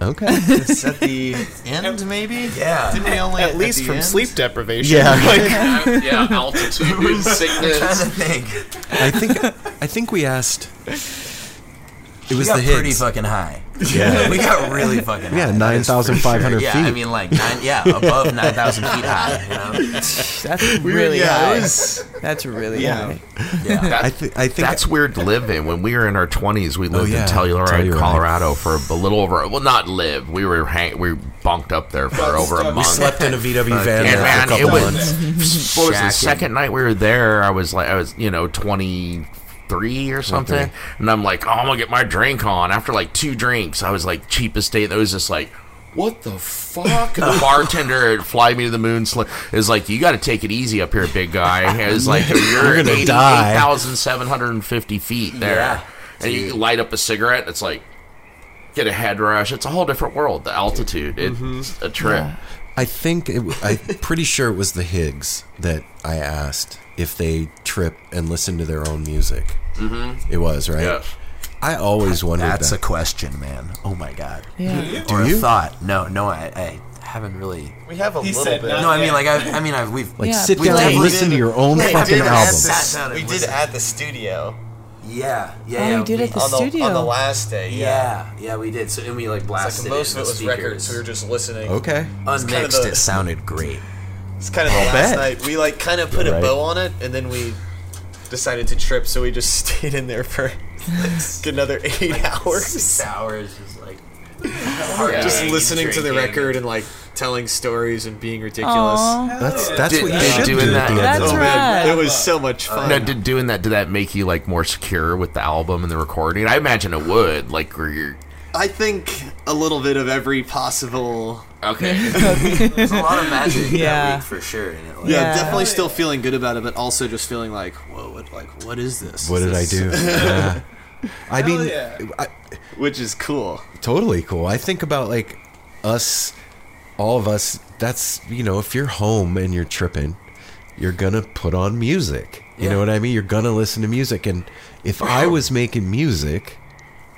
[SPEAKER 4] Okay.
[SPEAKER 11] It's at the end, maybe. Yeah. Didn't we only
[SPEAKER 8] At
[SPEAKER 11] the
[SPEAKER 8] least from
[SPEAKER 11] end?
[SPEAKER 8] sleep deprivation.
[SPEAKER 11] Like-
[SPEAKER 8] Yeah.
[SPEAKER 14] yeah, altitude, sickness.
[SPEAKER 4] I think I think we asked. It
[SPEAKER 10] We
[SPEAKER 4] was
[SPEAKER 10] got
[SPEAKER 4] the Higgs.
[SPEAKER 10] pretty fucking high. We got really fucking high,
[SPEAKER 4] Yeah,
[SPEAKER 10] that's for
[SPEAKER 4] nine thousand five hundred
[SPEAKER 10] sure.
[SPEAKER 4] feet.
[SPEAKER 10] Yeah, I mean, like, nine, yeah, above 9,000 feet high, you know?
[SPEAKER 15] That's
[SPEAKER 10] We were-
[SPEAKER 15] really
[SPEAKER 10] yeah,
[SPEAKER 15] high.
[SPEAKER 10] it was-
[SPEAKER 15] That's really
[SPEAKER 10] Yeah.
[SPEAKER 15] high.
[SPEAKER 1] That-
[SPEAKER 4] I, th- I think
[SPEAKER 1] that's weird to live in. When we were in our twenties, we lived
[SPEAKER 4] yeah,
[SPEAKER 1] in Oh, Telluride,
[SPEAKER 4] Telluride.
[SPEAKER 1] Colorado, for a little over. Well, not live. We were hang- we bunked up there for over a
[SPEAKER 4] We
[SPEAKER 1] month.
[SPEAKER 4] slept in a VW
[SPEAKER 1] and
[SPEAKER 4] van there for a
[SPEAKER 1] man,
[SPEAKER 4] couple
[SPEAKER 1] it was,
[SPEAKER 4] months.
[SPEAKER 1] What was the
[SPEAKER 4] Shacking.
[SPEAKER 1] second night we were there? I was like, I was you know twenty three or something,
[SPEAKER 4] Okay.
[SPEAKER 1] and I'm like, oh, I'm gonna get my drink on. After like two drinks, I was like cheapest date. That was just like. What
[SPEAKER 10] Oh,
[SPEAKER 1] the fuck? The bartender at Fly Me to the Moon sli- is like, you got to take it easy up here, big guy. It's like you're,
[SPEAKER 4] You're gonna
[SPEAKER 1] eighty-
[SPEAKER 4] die.
[SPEAKER 1] 8,750 feet there.
[SPEAKER 4] Yeah,
[SPEAKER 1] and you light up a cigarette, it's like, get a head rush. It's a whole different world, the altitude. It's a trip.
[SPEAKER 4] Yeah. I think it, w- I'm pretty sure it was the Higgs that I asked if they trip and listen to their own music.
[SPEAKER 10] Mhm.
[SPEAKER 4] It was right.
[SPEAKER 10] Yeah.
[SPEAKER 4] I always wondered.
[SPEAKER 10] That's
[SPEAKER 4] that.
[SPEAKER 10] a question, man. Oh my god.
[SPEAKER 4] Yeah.
[SPEAKER 10] Or
[SPEAKER 4] Do
[SPEAKER 10] a
[SPEAKER 4] you?
[SPEAKER 10] thought? No, no, I, I haven't really.
[SPEAKER 11] We have a
[SPEAKER 10] He
[SPEAKER 11] little
[SPEAKER 10] said
[SPEAKER 11] bit.
[SPEAKER 10] not No, I mean, yet. like, I- I mean, I've- we've-
[SPEAKER 16] Like, Yeah, sit down and
[SPEAKER 11] definitely
[SPEAKER 16] listen
[SPEAKER 11] did-
[SPEAKER 16] to your own
[SPEAKER 11] we
[SPEAKER 16] fucking
[SPEAKER 11] did at
[SPEAKER 16] album.
[SPEAKER 11] the-
[SPEAKER 16] Sat down and
[SPEAKER 11] we did
[SPEAKER 10] listened.
[SPEAKER 11] at the studio.
[SPEAKER 10] Yeah, yeah,
[SPEAKER 11] Oh,
[SPEAKER 10] yeah.
[SPEAKER 11] you did
[SPEAKER 10] we-
[SPEAKER 11] at the On the- studio. on the last day, yeah.
[SPEAKER 10] yeah, yeah, we did. So and we like
[SPEAKER 11] It's
[SPEAKER 10] blasted.
[SPEAKER 11] like most of it
[SPEAKER 10] in the
[SPEAKER 11] was records.
[SPEAKER 10] speakers.
[SPEAKER 11] We were just listening.
[SPEAKER 4] Okay.
[SPEAKER 11] It's kind of
[SPEAKER 10] Unmixed,
[SPEAKER 11] the-
[SPEAKER 10] Mm-hmm. it sounded great.
[SPEAKER 11] It's kind of the
[SPEAKER 10] I'll
[SPEAKER 11] last
[SPEAKER 10] bet.
[SPEAKER 11] night. We like kind of put
[SPEAKER 10] Right.
[SPEAKER 11] a bow on it, and then we decided to trip, so we just stayed in there for like another eight hours.
[SPEAKER 10] Six hours is like.
[SPEAKER 11] Just
[SPEAKER 10] partying,
[SPEAKER 11] listening to the
[SPEAKER 10] drinking.
[SPEAKER 11] record and like telling stories and being ridiculous. Oh,
[SPEAKER 10] Aw. That's-
[SPEAKER 1] that's what you should do at the end of That's the-
[SPEAKER 11] man,
[SPEAKER 1] right.
[SPEAKER 11] It was so much fun.
[SPEAKER 1] Now, did doing that, did that make you like more secure with the album and the recording? I imagine it would. Like, where you're.
[SPEAKER 11] I think a little bit of every possible.
[SPEAKER 1] Okay.
[SPEAKER 11] There's
[SPEAKER 10] a lot of magic that
[SPEAKER 11] yeah.
[SPEAKER 10] week for sure in it,
[SPEAKER 11] Yeah,
[SPEAKER 10] like- Yeah.
[SPEAKER 11] definitely still feeling good about it, but also just feeling like, whoa, what, like, what is this?
[SPEAKER 4] What
[SPEAKER 11] Is
[SPEAKER 4] did I
[SPEAKER 11] this-
[SPEAKER 4] do? Yeah. I mean,
[SPEAKER 11] which is cool.
[SPEAKER 4] Totally cool. I think about like us, all of us. That's you know, if you're home and you're tripping, you're gonna put on music. You know what I mean? You're gonna listen to music. And if I was making music,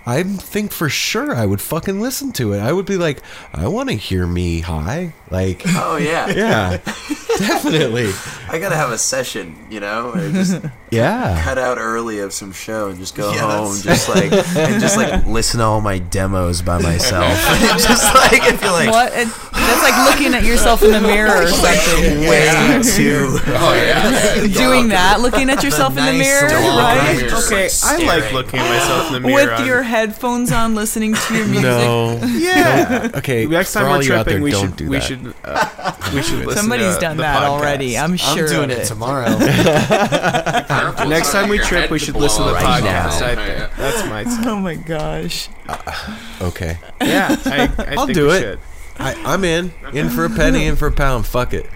[SPEAKER 4] I think for sure I would fucking listen to it. I would be like, I want to hear me high. Like,
[SPEAKER 10] Oh, yeah.
[SPEAKER 4] yeah, definitely.
[SPEAKER 10] I gotta have a session, you know, or just
[SPEAKER 4] Yeah.
[SPEAKER 10] cut out early of some show and just go
[SPEAKER 11] Yeah,
[SPEAKER 10] home,
[SPEAKER 11] that's-
[SPEAKER 10] just like and just like listen to all my demos by myself. just like I feel like
[SPEAKER 13] what? It- that's like looking at yourself in the mirror or something.
[SPEAKER 10] way too.
[SPEAKER 13] Oh, yeah. Doing that, looking at yourself in the mirror, right? Okay,
[SPEAKER 8] I like looking at myself in the mirror.
[SPEAKER 13] with
[SPEAKER 8] on-
[SPEAKER 13] your headphones on, listening to your music.
[SPEAKER 4] No.
[SPEAKER 13] Yeah.
[SPEAKER 4] Don't- Okay.
[SPEAKER 8] Next time
[SPEAKER 4] for
[SPEAKER 8] we're
[SPEAKER 4] all you out
[SPEAKER 8] tripping,
[SPEAKER 4] there,
[SPEAKER 8] we
[SPEAKER 4] don't
[SPEAKER 8] should-
[SPEAKER 4] do
[SPEAKER 8] we
[SPEAKER 4] that.
[SPEAKER 8] should, uh, we should listen
[SPEAKER 13] Somebody's
[SPEAKER 8] to
[SPEAKER 13] done
[SPEAKER 8] the
[SPEAKER 13] that
[SPEAKER 8] podcast.
[SPEAKER 13] already. I'm sure of
[SPEAKER 8] doing it
[SPEAKER 13] it.
[SPEAKER 8] tomorrow. Next time we trip, we should
[SPEAKER 10] blow
[SPEAKER 8] listen to the
[SPEAKER 10] right
[SPEAKER 8] podcast.
[SPEAKER 10] now.
[SPEAKER 8] I think. That's my.
[SPEAKER 13] Oh my gosh.
[SPEAKER 4] Okay.
[SPEAKER 8] Yeah, I- I
[SPEAKER 4] will
[SPEAKER 8] think
[SPEAKER 4] do
[SPEAKER 8] we
[SPEAKER 4] it.
[SPEAKER 8] should.
[SPEAKER 4] I, I'm in. In for a penny, in for a pound. Fuck it.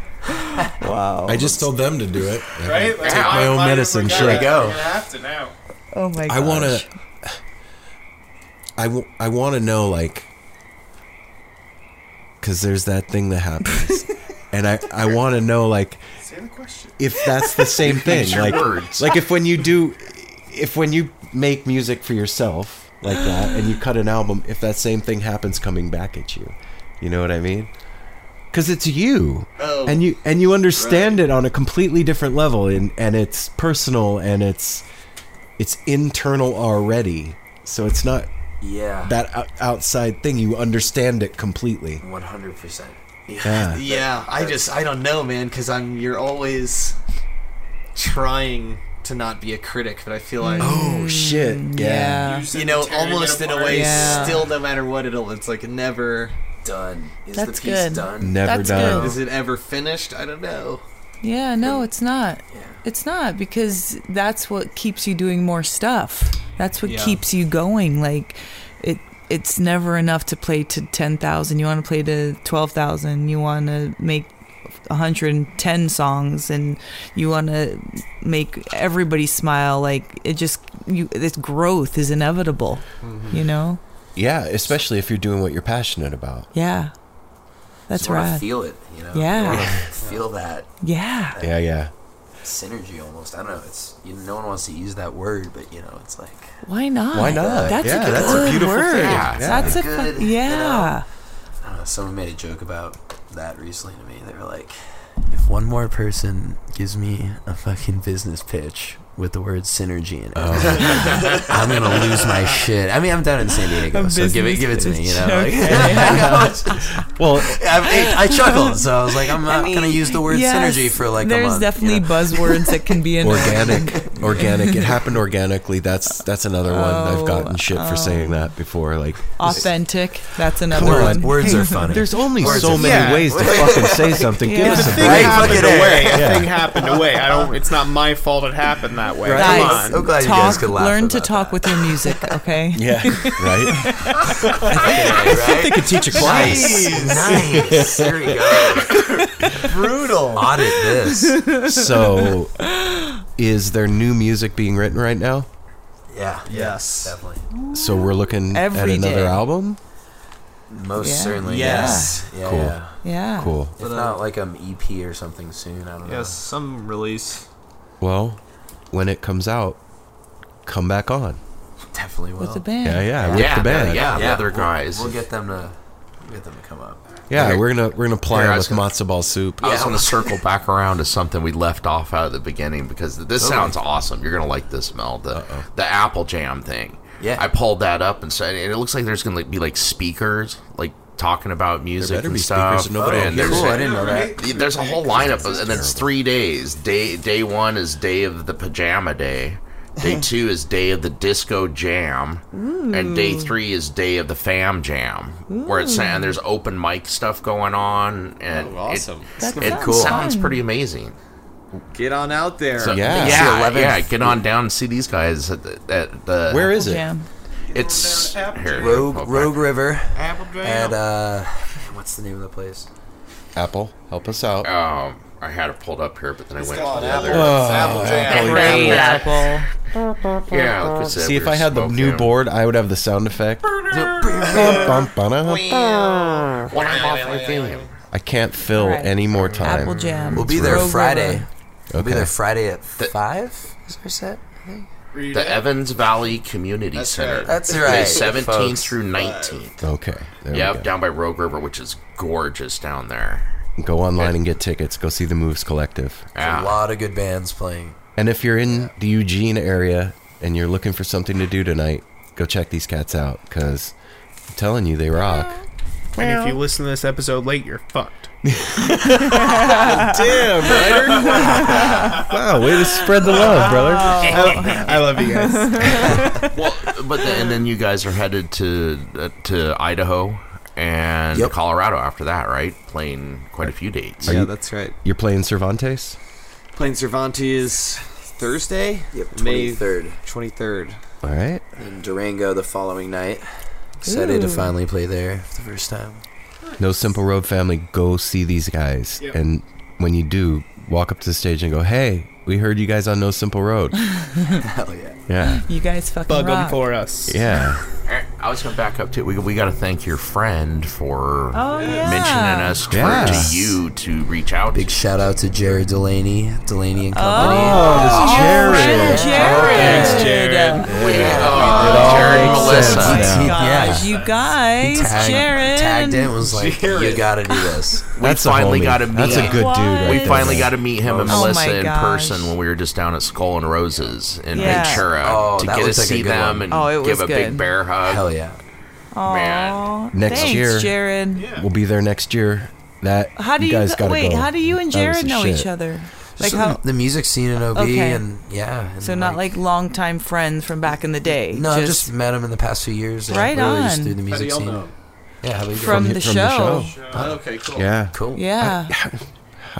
[SPEAKER 13] Wow.
[SPEAKER 4] I just told them to do it. I
[SPEAKER 8] Right?
[SPEAKER 4] Take my own medicine. Shit.
[SPEAKER 8] have to now.
[SPEAKER 13] Oh my gosh.
[SPEAKER 4] I want to. I, w- I want to know like, because there's that thing that happens, and I I want to know like, if that's the same thing,
[SPEAKER 1] Use your
[SPEAKER 4] like
[SPEAKER 1] words.
[SPEAKER 4] like if when you do, if when you make music for yourself like that and you cut an album, if that same thing happens coming back at you, you know what I mean? Because it's you,
[SPEAKER 11] Oh,
[SPEAKER 4] and you and you understand it on a completely different level, and and it's personal and it's it's internal already, so it's not
[SPEAKER 10] Yeah.
[SPEAKER 4] that out- outside thing. You understand it completely.
[SPEAKER 10] One hundred percent.
[SPEAKER 4] Yeah.
[SPEAKER 11] Yeah, I just I don't know, man, because I'm you're always trying to not be a critic, but I feel like
[SPEAKER 4] Oh shit!
[SPEAKER 13] Mm,
[SPEAKER 4] Yeah.
[SPEAKER 11] you know, almost in a way,
[SPEAKER 4] Yeah.
[SPEAKER 11] still no matter what it'll, it's like never
[SPEAKER 10] done. Is
[SPEAKER 13] the That's piece good. done? Never That's done. good.
[SPEAKER 11] Is it ever finished? I don't know.
[SPEAKER 13] Yeah, no, it's not. It's not because that's what keeps you doing more stuff. That's what
[SPEAKER 11] Yeah.
[SPEAKER 13] keeps you going. Like it it's never enough to play to 10,000. You want to play to 12,000. You want to make 110 songs and you want to make everybody smile like it just you this growth is inevitable.
[SPEAKER 4] Mm-hmm.
[SPEAKER 10] Mm-hmm.
[SPEAKER 13] You know?
[SPEAKER 4] Yeah, especially if you're doing what you're passionate about.
[SPEAKER 13] Yeah. That's
[SPEAKER 10] Just wanna
[SPEAKER 13] right.
[SPEAKER 10] Feel it, you know. You
[SPEAKER 13] Yeah.
[SPEAKER 10] wanna Feel that.
[SPEAKER 13] Yeah.
[SPEAKER 4] Yeah, yeah.
[SPEAKER 10] synergy almost. I don't know. It's you know, no one wants to use that word, but you know, it's like
[SPEAKER 3] Why not? That's a good word. That's a fu-
[SPEAKER 10] you know?
[SPEAKER 3] yeah.
[SPEAKER 10] I don't know, someone made a joke about that recently to me. They were like, if one more person gives me a fucking business pitch with the word synergy in it,
[SPEAKER 3] Oh.
[SPEAKER 10] I'm gonna lose my shit. I mean, I'm down in San Diego,
[SPEAKER 1] A
[SPEAKER 10] so give it,
[SPEAKER 1] business
[SPEAKER 10] give it to me. You know, like,
[SPEAKER 1] pitch,
[SPEAKER 10] well, I, I chuckled, so I was like, I'm not gonna use the word
[SPEAKER 3] Yes,
[SPEAKER 10] synergy for like
[SPEAKER 3] There's
[SPEAKER 10] a month.
[SPEAKER 3] definitely buzzwords that can be in
[SPEAKER 4] organic, organic. It happened organically. That's that's another one I've gotten shit for
[SPEAKER 3] Oh,
[SPEAKER 4] saying that before. Like
[SPEAKER 3] Authentic. That's another
[SPEAKER 4] Come
[SPEAKER 3] one.
[SPEAKER 4] on. Hey, There's only so many
[SPEAKER 8] Yeah.
[SPEAKER 4] ways to fucking say something. Give
[SPEAKER 8] If
[SPEAKER 4] us
[SPEAKER 8] the
[SPEAKER 4] a
[SPEAKER 8] thing
[SPEAKER 4] break.
[SPEAKER 8] happened away. The thing happened away. I don't. It's not my fault it happened that way.
[SPEAKER 3] Guys,
[SPEAKER 8] Come on.
[SPEAKER 3] talk- Learn to talk with your music, okay?
[SPEAKER 4] Yeah, right.
[SPEAKER 3] I
[SPEAKER 4] They could teach a class.
[SPEAKER 10] nice. There we go.
[SPEAKER 11] Brutal.
[SPEAKER 10] Audit this.
[SPEAKER 4] So, is there new music being written right now?
[SPEAKER 10] Yeah. Yes. Definitely.
[SPEAKER 4] So we're looking
[SPEAKER 10] Every
[SPEAKER 4] at another
[SPEAKER 10] day.
[SPEAKER 4] album.
[SPEAKER 10] Most
[SPEAKER 4] Yeah.
[SPEAKER 10] certainly.
[SPEAKER 4] Yes.
[SPEAKER 10] Yeah. Yeah.
[SPEAKER 4] Cool.
[SPEAKER 10] yeah.
[SPEAKER 4] Yeah. Cool.
[SPEAKER 10] If not like an EP or something soon. I don't know.
[SPEAKER 11] Yes, some release.
[SPEAKER 4] Well, when it comes out, come back on.
[SPEAKER 10] Definitely will.
[SPEAKER 4] With the band. Yeah, yeah, with the band.
[SPEAKER 10] Yeah,
[SPEAKER 4] Yeah,
[SPEAKER 10] Ah, yeah.
[SPEAKER 4] the other
[SPEAKER 10] we'll,
[SPEAKER 4] guys.
[SPEAKER 10] We'll get them to we'll get them to come up.
[SPEAKER 4] Yeah,
[SPEAKER 1] Okay.
[SPEAKER 4] we're gonna we're gonna ply
[SPEAKER 1] Here, I
[SPEAKER 4] them
[SPEAKER 1] was
[SPEAKER 4] with matzo ball soup.
[SPEAKER 1] I was going to circle back around to something we left off out at the beginning because this
[SPEAKER 4] Okay.
[SPEAKER 1] sounds awesome. You're going to like this, Mel. The the apple jam thing.
[SPEAKER 10] Yeah.
[SPEAKER 1] I pulled that up and said, and it looks like there's going to be like speakers, like talking about music
[SPEAKER 4] better
[SPEAKER 1] and
[SPEAKER 4] be
[SPEAKER 1] stuff.
[SPEAKER 4] speakers and nobody
[SPEAKER 1] and
[SPEAKER 4] will hear
[SPEAKER 1] there's,
[SPEAKER 4] it. Cool, I didn't know that.
[SPEAKER 1] Yeah, There's a whole lineup, of, and it's three days. Day day one is day of the pajama day. Day two is day of the disco jam. And day
[SPEAKER 10] Hmm.
[SPEAKER 15] Ooh.
[SPEAKER 1] three is day of the fam jam, where it's
[SPEAKER 15] Ooh.
[SPEAKER 1] and there's open mic stuff going on, and
[SPEAKER 11] Oh, awesome.
[SPEAKER 1] It,
[SPEAKER 11] That
[SPEAKER 1] it
[SPEAKER 11] sounds Cool.
[SPEAKER 1] sounds
[SPEAKER 11] fun.
[SPEAKER 1] pretty amazing.
[SPEAKER 11] Get on out there.
[SPEAKER 1] So, yeah, yeah, Get on down and see these guys at the. At the
[SPEAKER 10] Where is it? Jam.
[SPEAKER 1] It's here.
[SPEAKER 10] Rogue
[SPEAKER 1] I'll-
[SPEAKER 10] Rogue River.
[SPEAKER 11] Apple Jam.
[SPEAKER 10] At uh, what's the name of the place?
[SPEAKER 4] Apple, help us out.
[SPEAKER 1] Um, I had it pulled up here, but then I went to the other.
[SPEAKER 4] Oh, Apple Jam. Apple Jam.
[SPEAKER 1] Yeah, like I said,
[SPEAKER 4] See,
[SPEAKER 1] we
[SPEAKER 4] if
[SPEAKER 1] were
[SPEAKER 4] I had the new
[SPEAKER 1] smoking.
[SPEAKER 4] board, I would have the sound effect. Bum, bum, bum, bum.
[SPEAKER 1] When I'm off my game.
[SPEAKER 4] I can't fill
[SPEAKER 10] All right.
[SPEAKER 4] any more time.
[SPEAKER 10] Apple Jam. We'll be there Rogue Friday. River. We'll be
[SPEAKER 4] Okay.
[SPEAKER 10] there Friday at five. Is our set? I think.
[SPEAKER 1] The Evans Valley Community Center.
[SPEAKER 10] right. That's
[SPEAKER 1] May
[SPEAKER 10] right,
[SPEAKER 1] 17th
[SPEAKER 10] folks.
[SPEAKER 1] through 19th.
[SPEAKER 4] Okay. There we
[SPEAKER 1] Yep,
[SPEAKER 4] go.
[SPEAKER 1] down by Rogue River, which is gorgeous down there.
[SPEAKER 4] Go online and get tickets. Go see the Moves Collective.
[SPEAKER 10] There's A lot of good bands playing.
[SPEAKER 4] And if you're in the Eugene area and you're looking for something to do tonight, go check these cats out because I'm telling you, they rock.
[SPEAKER 8] And if you listen to this episode late, you're fucked.
[SPEAKER 4] Damn, Wow, Ah, way to spread the love, brother.
[SPEAKER 8] I, I love you guys.
[SPEAKER 1] well, but then, and then you guys are headed to uh, to Idaho and Colorado after that, right? Playing quite a few dates.
[SPEAKER 4] Are you-
[SPEAKER 11] right.
[SPEAKER 4] You're playing Cervantes?
[SPEAKER 11] Playing Cervantes Thursday? Yep, May
[SPEAKER 10] 23rd.
[SPEAKER 11] 23rd.
[SPEAKER 4] All right.
[SPEAKER 10] In Durango the following night. Excited to
[SPEAKER 11] Ooh.
[SPEAKER 10] finally play there for the first time.
[SPEAKER 4] No Simple Road family, go see these guys.
[SPEAKER 10] Yep.
[SPEAKER 4] And when you do, walk up to the stage and go, hey, we heard you guys on No Simple Road.
[SPEAKER 10] Hell yeah.
[SPEAKER 4] Yeah.
[SPEAKER 3] You guys fucking
[SPEAKER 8] Bug 'em
[SPEAKER 3] rock.
[SPEAKER 8] for us.
[SPEAKER 4] Yeah.
[SPEAKER 1] Eh, I was going to back up too. We, we got to thank your friend for
[SPEAKER 3] Oh, yeah.
[SPEAKER 1] mentioning us for,
[SPEAKER 10] Yes.
[SPEAKER 1] to you to reach out.
[SPEAKER 10] Big shout out to Jared Delaney, Delaney and Company.
[SPEAKER 1] Oh,
[SPEAKER 10] Jared.
[SPEAKER 3] Oh, Thanks, Jared.
[SPEAKER 10] Jared
[SPEAKER 3] makes
[SPEAKER 10] Melissa.
[SPEAKER 3] sense now.
[SPEAKER 10] Yeah.
[SPEAKER 3] Gosh, you guys,
[SPEAKER 10] He tagged,
[SPEAKER 3] Jared.
[SPEAKER 10] Tagged in was like, you gotta do this.
[SPEAKER 1] We finally got to meet.
[SPEAKER 4] That's a good dude right
[SPEAKER 1] we
[SPEAKER 4] there.
[SPEAKER 1] finally got to meet him and
[SPEAKER 10] Oh my
[SPEAKER 1] Melissa in
[SPEAKER 10] gosh.
[SPEAKER 1] person when we were just down at Skull and Roses in
[SPEAKER 10] Yeah.
[SPEAKER 1] Ventura
[SPEAKER 10] Oh,
[SPEAKER 1] to
[SPEAKER 10] that
[SPEAKER 1] get to
[SPEAKER 10] looked like a
[SPEAKER 1] see
[SPEAKER 10] good
[SPEAKER 1] them
[SPEAKER 10] one.
[SPEAKER 1] and
[SPEAKER 10] Oh, it
[SPEAKER 1] give
[SPEAKER 10] was
[SPEAKER 1] a big
[SPEAKER 10] good.
[SPEAKER 1] bear hug.
[SPEAKER 10] Hell yeah!
[SPEAKER 3] Aw,
[SPEAKER 4] Next
[SPEAKER 3] thanks,
[SPEAKER 4] year.
[SPEAKER 3] Jared.
[SPEAKER 4] We'll be there next year. That
[SPEAKER 3] How do you,
[SPEAKER 4] guys
[SPEAKER 3] go-
[SPEAKER 4] gotta
[SPEAKER 3] wait?
[SPEAKER 4] go.
[SPEAKER 3] How do you and
[SPEAKER 4] That was
[SPEAKER 3] Jared
[SPEAKER 4] the
[SPEAKER 3] know
[SPEAKER 4] shit.
[SPEAKER 3] each other?
[SPEAKER 10] Just
[SPEAKER 3] Like
[SPEAKER 10] the-
[SPEAKER 3] how?
[SPEAKER 10] the music scene in OB
[SPEAKER 3] Okay.
[SPEAKER 10] and yeah. And
[SPEAKER 3] so not like longtime friends from back in the day.
[SPEAKER 10] no, I just met him in the past few years. and
[SPEAKER 3] Right
[SPEAKER 10] really Just
[SPEAKER 3] on.
[SPEAKER 10] through the
[SPEAKER 3] How do
[SPEAKER 10] music
[SPEAKER 3] y'all
[SPEAKER 10] scene.
[SPEAKER 3] know?
[SPEAKER 10] Yeah, how about you
[SPEAKER 3] From From the from the show. show.
[SPEAKER 1] Oh, okay, cool.
[SPEAKER 4] Yeah.
[SPEAKER 10] Cool.
[SPEAKER 3] Yeah.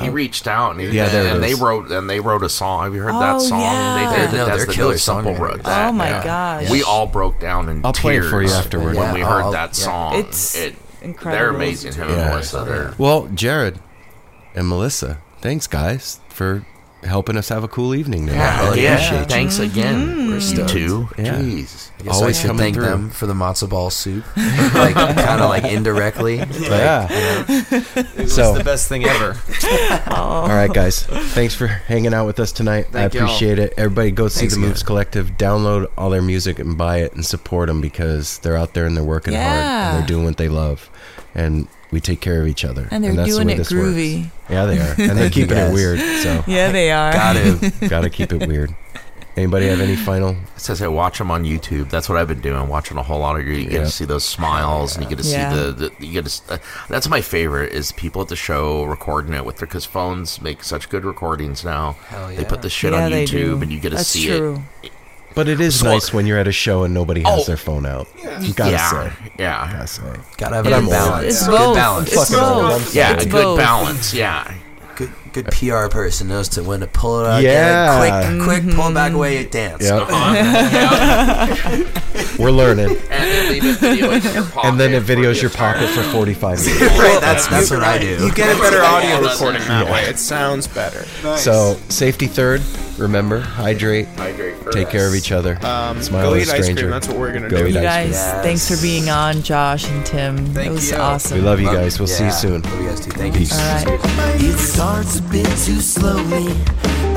[SPEAKER 1] He reached out and, he,
[SPEAKER 4] Yeah, there it
[SPEAKER 1] and they
[SPEAKER 4] is.
[SPEAKER 1] wrote and they wrote a song. Have you heard
[SPEAKER 3] Oh,
[SPEAKER 1] that song?
[SPEAKER 3] yeah.
[SPEAKER 1] They did
[SPEAKER 10] No,
[SPEAKER 1] no,
[SPEAKER 10] they're
[SPEAKER 1] that's the
[SPEAKER 10] killer
[SPEAKER 1] killer simple
[SPEAKER 10] songwriters.
[SPEAKER 1] wrote that.
[SPEAKER 3] Oh my gosh.
[SPEAKER 1] We all broke down in
[SPEAKER 4] I'll play it
[SPEAKER 1] tears
[SPEAKER 4] for you afterward.
[SPEAKER 1] when
[SPEAKER 4] Yeah,
[SPEAKER 1] we
[SPEAKER 4] I'll-
[SPEAKER 1] heard
[SPEAKER 4] I'll-
[SPEAKER 1] that
[SPEAKER 4] yeah.
[SPEAKER 1] song.
[SPEAKER 4] It's
[SPEAKER 1] it, They're
[SPEAKER 3] incredible.
[SPEAKER 1] amazing. Him
[SPEAKER 4] Yeah.
[SPEAKER 1] and Melissa. They're
[SPEAKER 4] Well, Jared and Melissa, thanks guys for helping us have a cool evening. Now.
[SPEAKER 1] Yeah,
[SPEAKER 4] I
[SPEAKER 1] yeah.
[SPEAKER 4] appreciate you.
[SPEAKER 1] Thanks again.
[SPEAKER 10] Mm-hmm.
[SPEAKER 1] We're
[SPEAKER 4] you
[SPEAKER 1] stoked.
[SPEAKER 4] too. Yeah.
[SPEAKER 1] Jeez. I guess I
[SPEAKER 4] Always
[SPEAKER 1] should
[SPEAKER 4] coming
[SPEAKER 1] thank
[SPEAKER 4] through.
[SPEAKER 1] them for the matzo ball soup, like kind of like indirectly. Like,
[SPEAKER 4] Yeah.
[SPEAKER 1] you know.
[SPEAKER 11] It was
[SPEAKER 4] So-
[SPEAKER 11] the best thing ever.
[SPEAKER 4] All right, guys. Thanks for hanging out with us tonight.
[SPEAKER 11] Thank
[SPEAKER 4] I
[SPEAKER 11] y'all.
[SPEAKER 4] appreciate it. Everybody, go see
[SPEAKER 11] Thanks
[SPEAKER 4] the
[SPEAKER 11] again.
[SPEAKER 4] Moves Collective. Download all their music and buy it and support them because they're out there and they're working hard
[SPEAKER 3] Yeah.
[SPEAKER 4] and they're doing what they love. And we take care of each other.
[SPEAKER 3] And they're
[SPEAKER 4] that's
[SPEAKER 3] doing
[SPEAKER 4] the way
[SPEAKER 3] it
[SPEAKER 4] this works.
[SPEAKER 3] groovy.
[SPEAKER 4] Yeah, they are. And they're
[SPEAKER 3] Thank you,
[SPEAKER 4] keeping it
[SPEAKER 3] guys.
[SPEAKER 4] weird. So
[SPEAKER 3] Yeah, they are. Gotta.
[SPEAKER 4] Gotta keep it weird. Anybody have any final?
[SPEAKER 1] It says, "Hey, watch them on YouTube." That's what I've been doing, watching a whole lot of you. You get to see those smiles, and you get to
[SPEAKER 11] Yeah.
[SPEAKER 1] see the, the you get to. s- Uh, that's my favorite is people at the show recording it with their because phones make such good recordings now.
[SPEAKER 10] Hell
[SPEAKER 1] They put
[SPEAKER 10] yeah.
[SPEAKER 1] the shit
[SPEAKER 10] Yeah,
[SPEAKER 1] on
[SPEAKER 10] they
[SPEAKER 1] YouTube,
[SPEAKER 10] do.
[SPEAKER 1] and you get to
[SPEAKER 10] That's
[SPEAKER 1] see
[SPEAKER 10] true.
[SPEAKER 1] it.
[SPEAKER 4] But it is
[SPEAKER 1] So-
[SPEAKER 4] nice when you're at a show and nobody has
[SPEAKER 1] Oh.
[SPEAKER 4] their phone out. You gotta
[SPEAKER 1] yeah,
[SPEAKER 4] say.
[SPEAKER 1] yeah,
[SPEAKER 4] gotta say,
[SPEAKER 10] Gotta have a good balance.
[SPEAKER 4] It's
[SPEAKER 10] good
[SPEAKER 4] both.
[SPEAKER 10] balance.
[SPEAKER 4] It's Fucking both. balance.
[SPEAKER 10] Yeah,
[SPEAKER 4] It's
[SPEAKER 10] good
[SPEAKER 4] both.
[SPEAKER 10] balance. Yeah. Good, good PR person knows to when to pull
[SPEAKER 11] uh,
[SPEAKER 10] it out.
[SPEAKER 4] Yeah.
[SPEAKER 10] Get it, quick, quick, pull back away, dance.
[SPEAKER 4] Yep.
[SPEAKER 10] Uh-huh. Yeah.
[SPEAKER 4] We're learning.
[SPEAKER 1] And leave it video in your pocket.
[SPEAKER 4] And then it videos your pocket for 45 minutes.
[SPEAKER 1] Right, that's- that's what I do.
[SPEAKER 8] You get a better audio
[SPEAKER 1] Yeah.
[SPEAKER 8] recording that way. It sounds better.
[SPEAKER 4] So safety third. Remember, hydrate.
[SPEAKER 1] Hydrate.
[SPEAKER 4] Take care of each other.
[SPEAKER 8] Um,
[SPEAKER 4] Smile
[SPEAKER 8] go
[SPEAKER 4] at a
[SPEAKER 8] eat ice cream,
[SPEAKER 4] stranger.
[SPEAKER 8] that's what we're gonna
[SPEAKER 4] Go
[SPEAKER 8] do.
[SPEAKER 4] eat
[SPEAKER 3] You
[SPEAKER 4] ice cream.
[SPEAKER 3] guys, thanks for being on, Josh and Tim. it was awesome.
[SPEAKER 4] We love you guys. We'll see you soon.
[SPEAKER 10] Love you guys too.
[SPEAKER 4] Thank you.
[SPEAKER 5] It starts a bit too slowly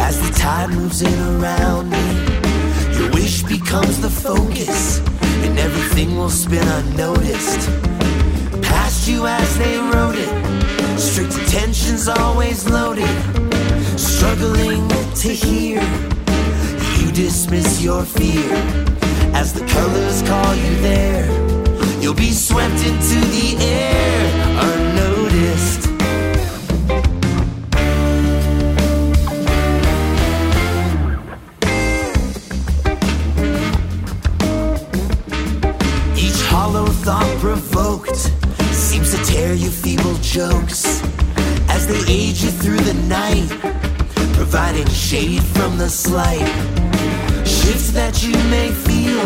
[SPEAKER 5] as the tide moves in around me. Your wish becomes the focus, and everything will spin unnoticed. Past you as they wrote it, strict attention's always loaded. Struggling to hear, you dismiss your fear as the colors call you there. You'll be swept into the air unnoticed. Each hollow thought provoked seems to tear you feeble jokes as they age you through the night, providing shade from the slight shifts that you may feel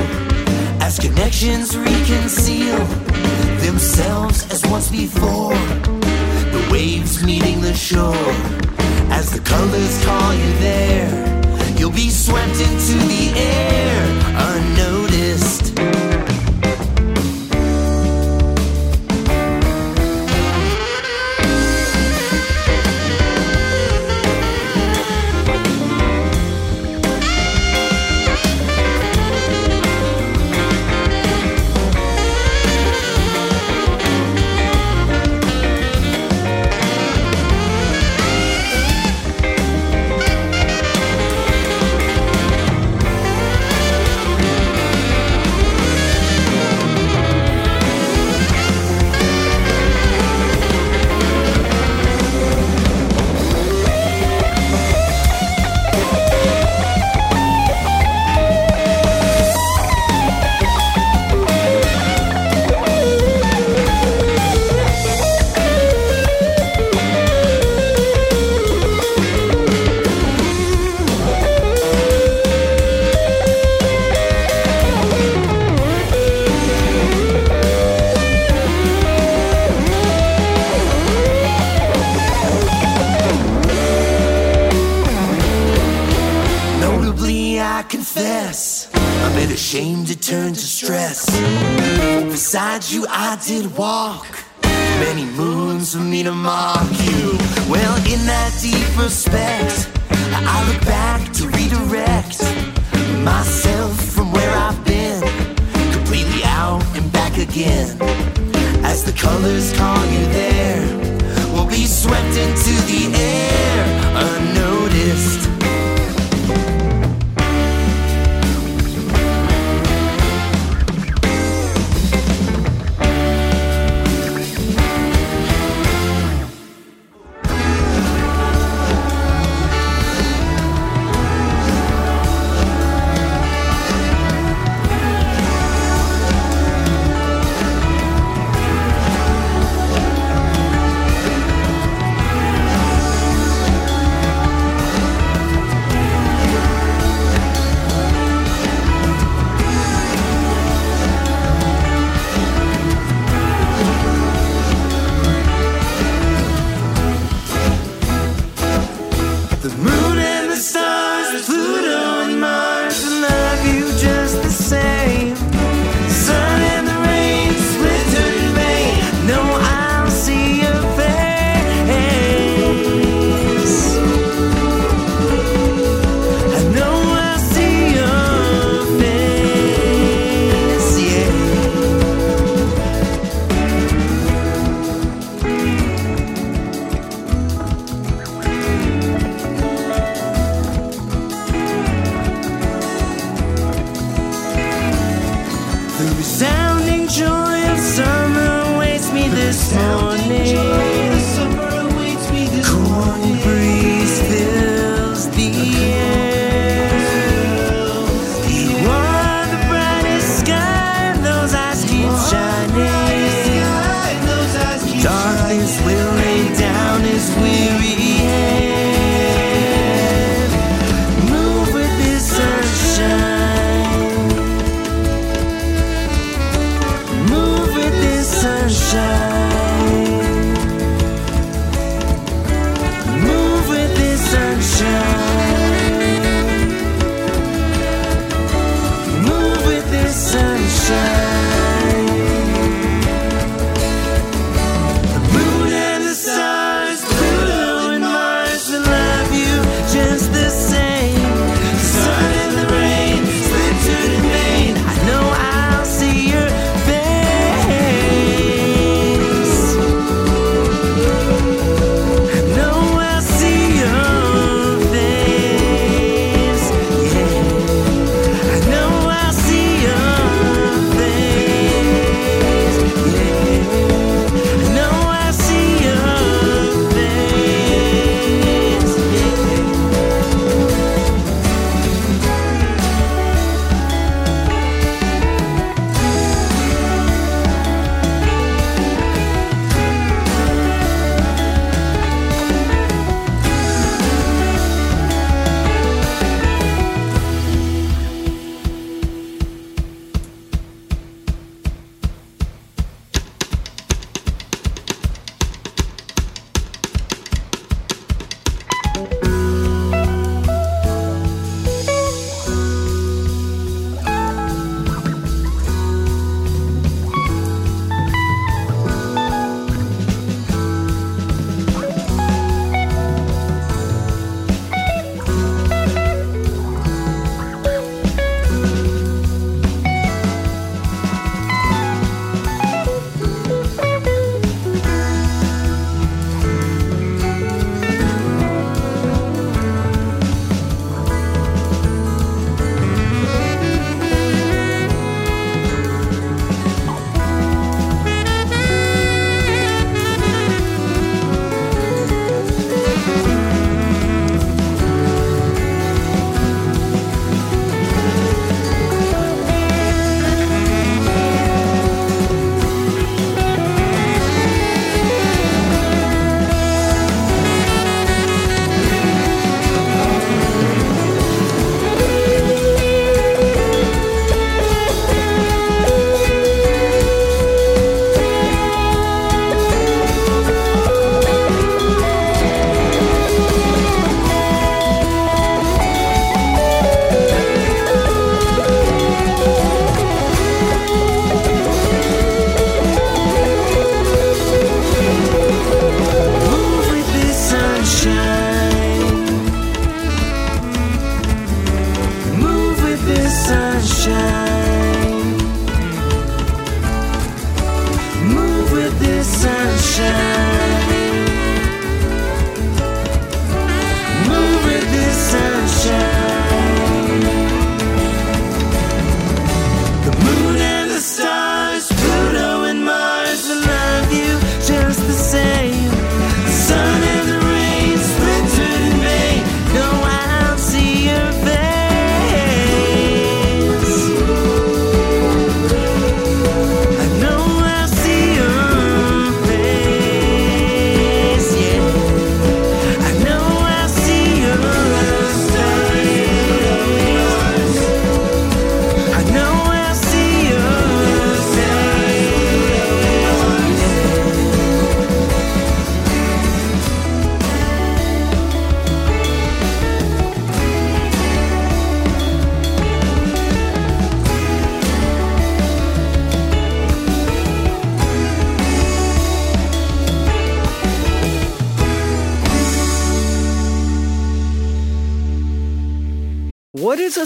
[SPEAKER 5] as connections reconcile themselves as once before. The waves meeting the shore as the colors call you there. You'll be swept into the air unnoticed. Notably, I confess, I'm in a shame to turn to stress. Besides you, I did walk many moons for me to mark you. Well, in that deep respect, I look back to redirect myself from where I've been, completely out and back again. As the colors call you there, we'll be swept into the air unnoticed.
[SPEAKER 15] What is a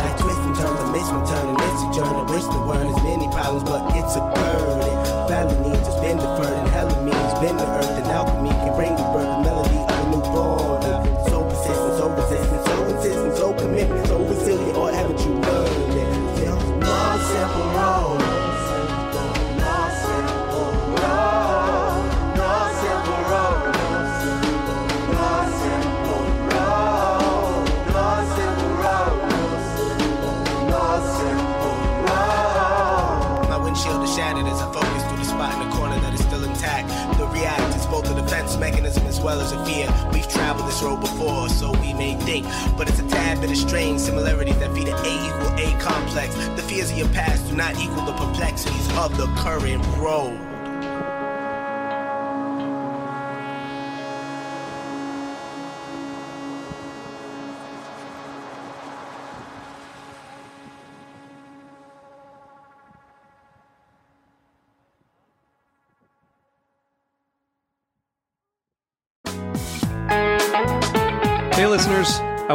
[SPEAKER 2] Like twist and turn, the mix from turning, mix and turn, the wish to learn as many problems, but it's a burden. Felony to spend the burden, hella means bend the earth, and alchemy can bring the birth, the melody of a new border. So persistent, so resistant, so insistent, so commitment, so resilient, or haven't you learned it? Yeah. More simple, wrong. My windshield is shattered as I focus through the spot in the corner that is still intact. The react is both a defense mechanism as well as a fear. We've traveled this road before, so we may think, but it's a tad bit of strange similarities that feed an A equal A complex. The fears of your past do not equal the perplexities of the current road.
[SPEAKER 6] Hey, listeners, I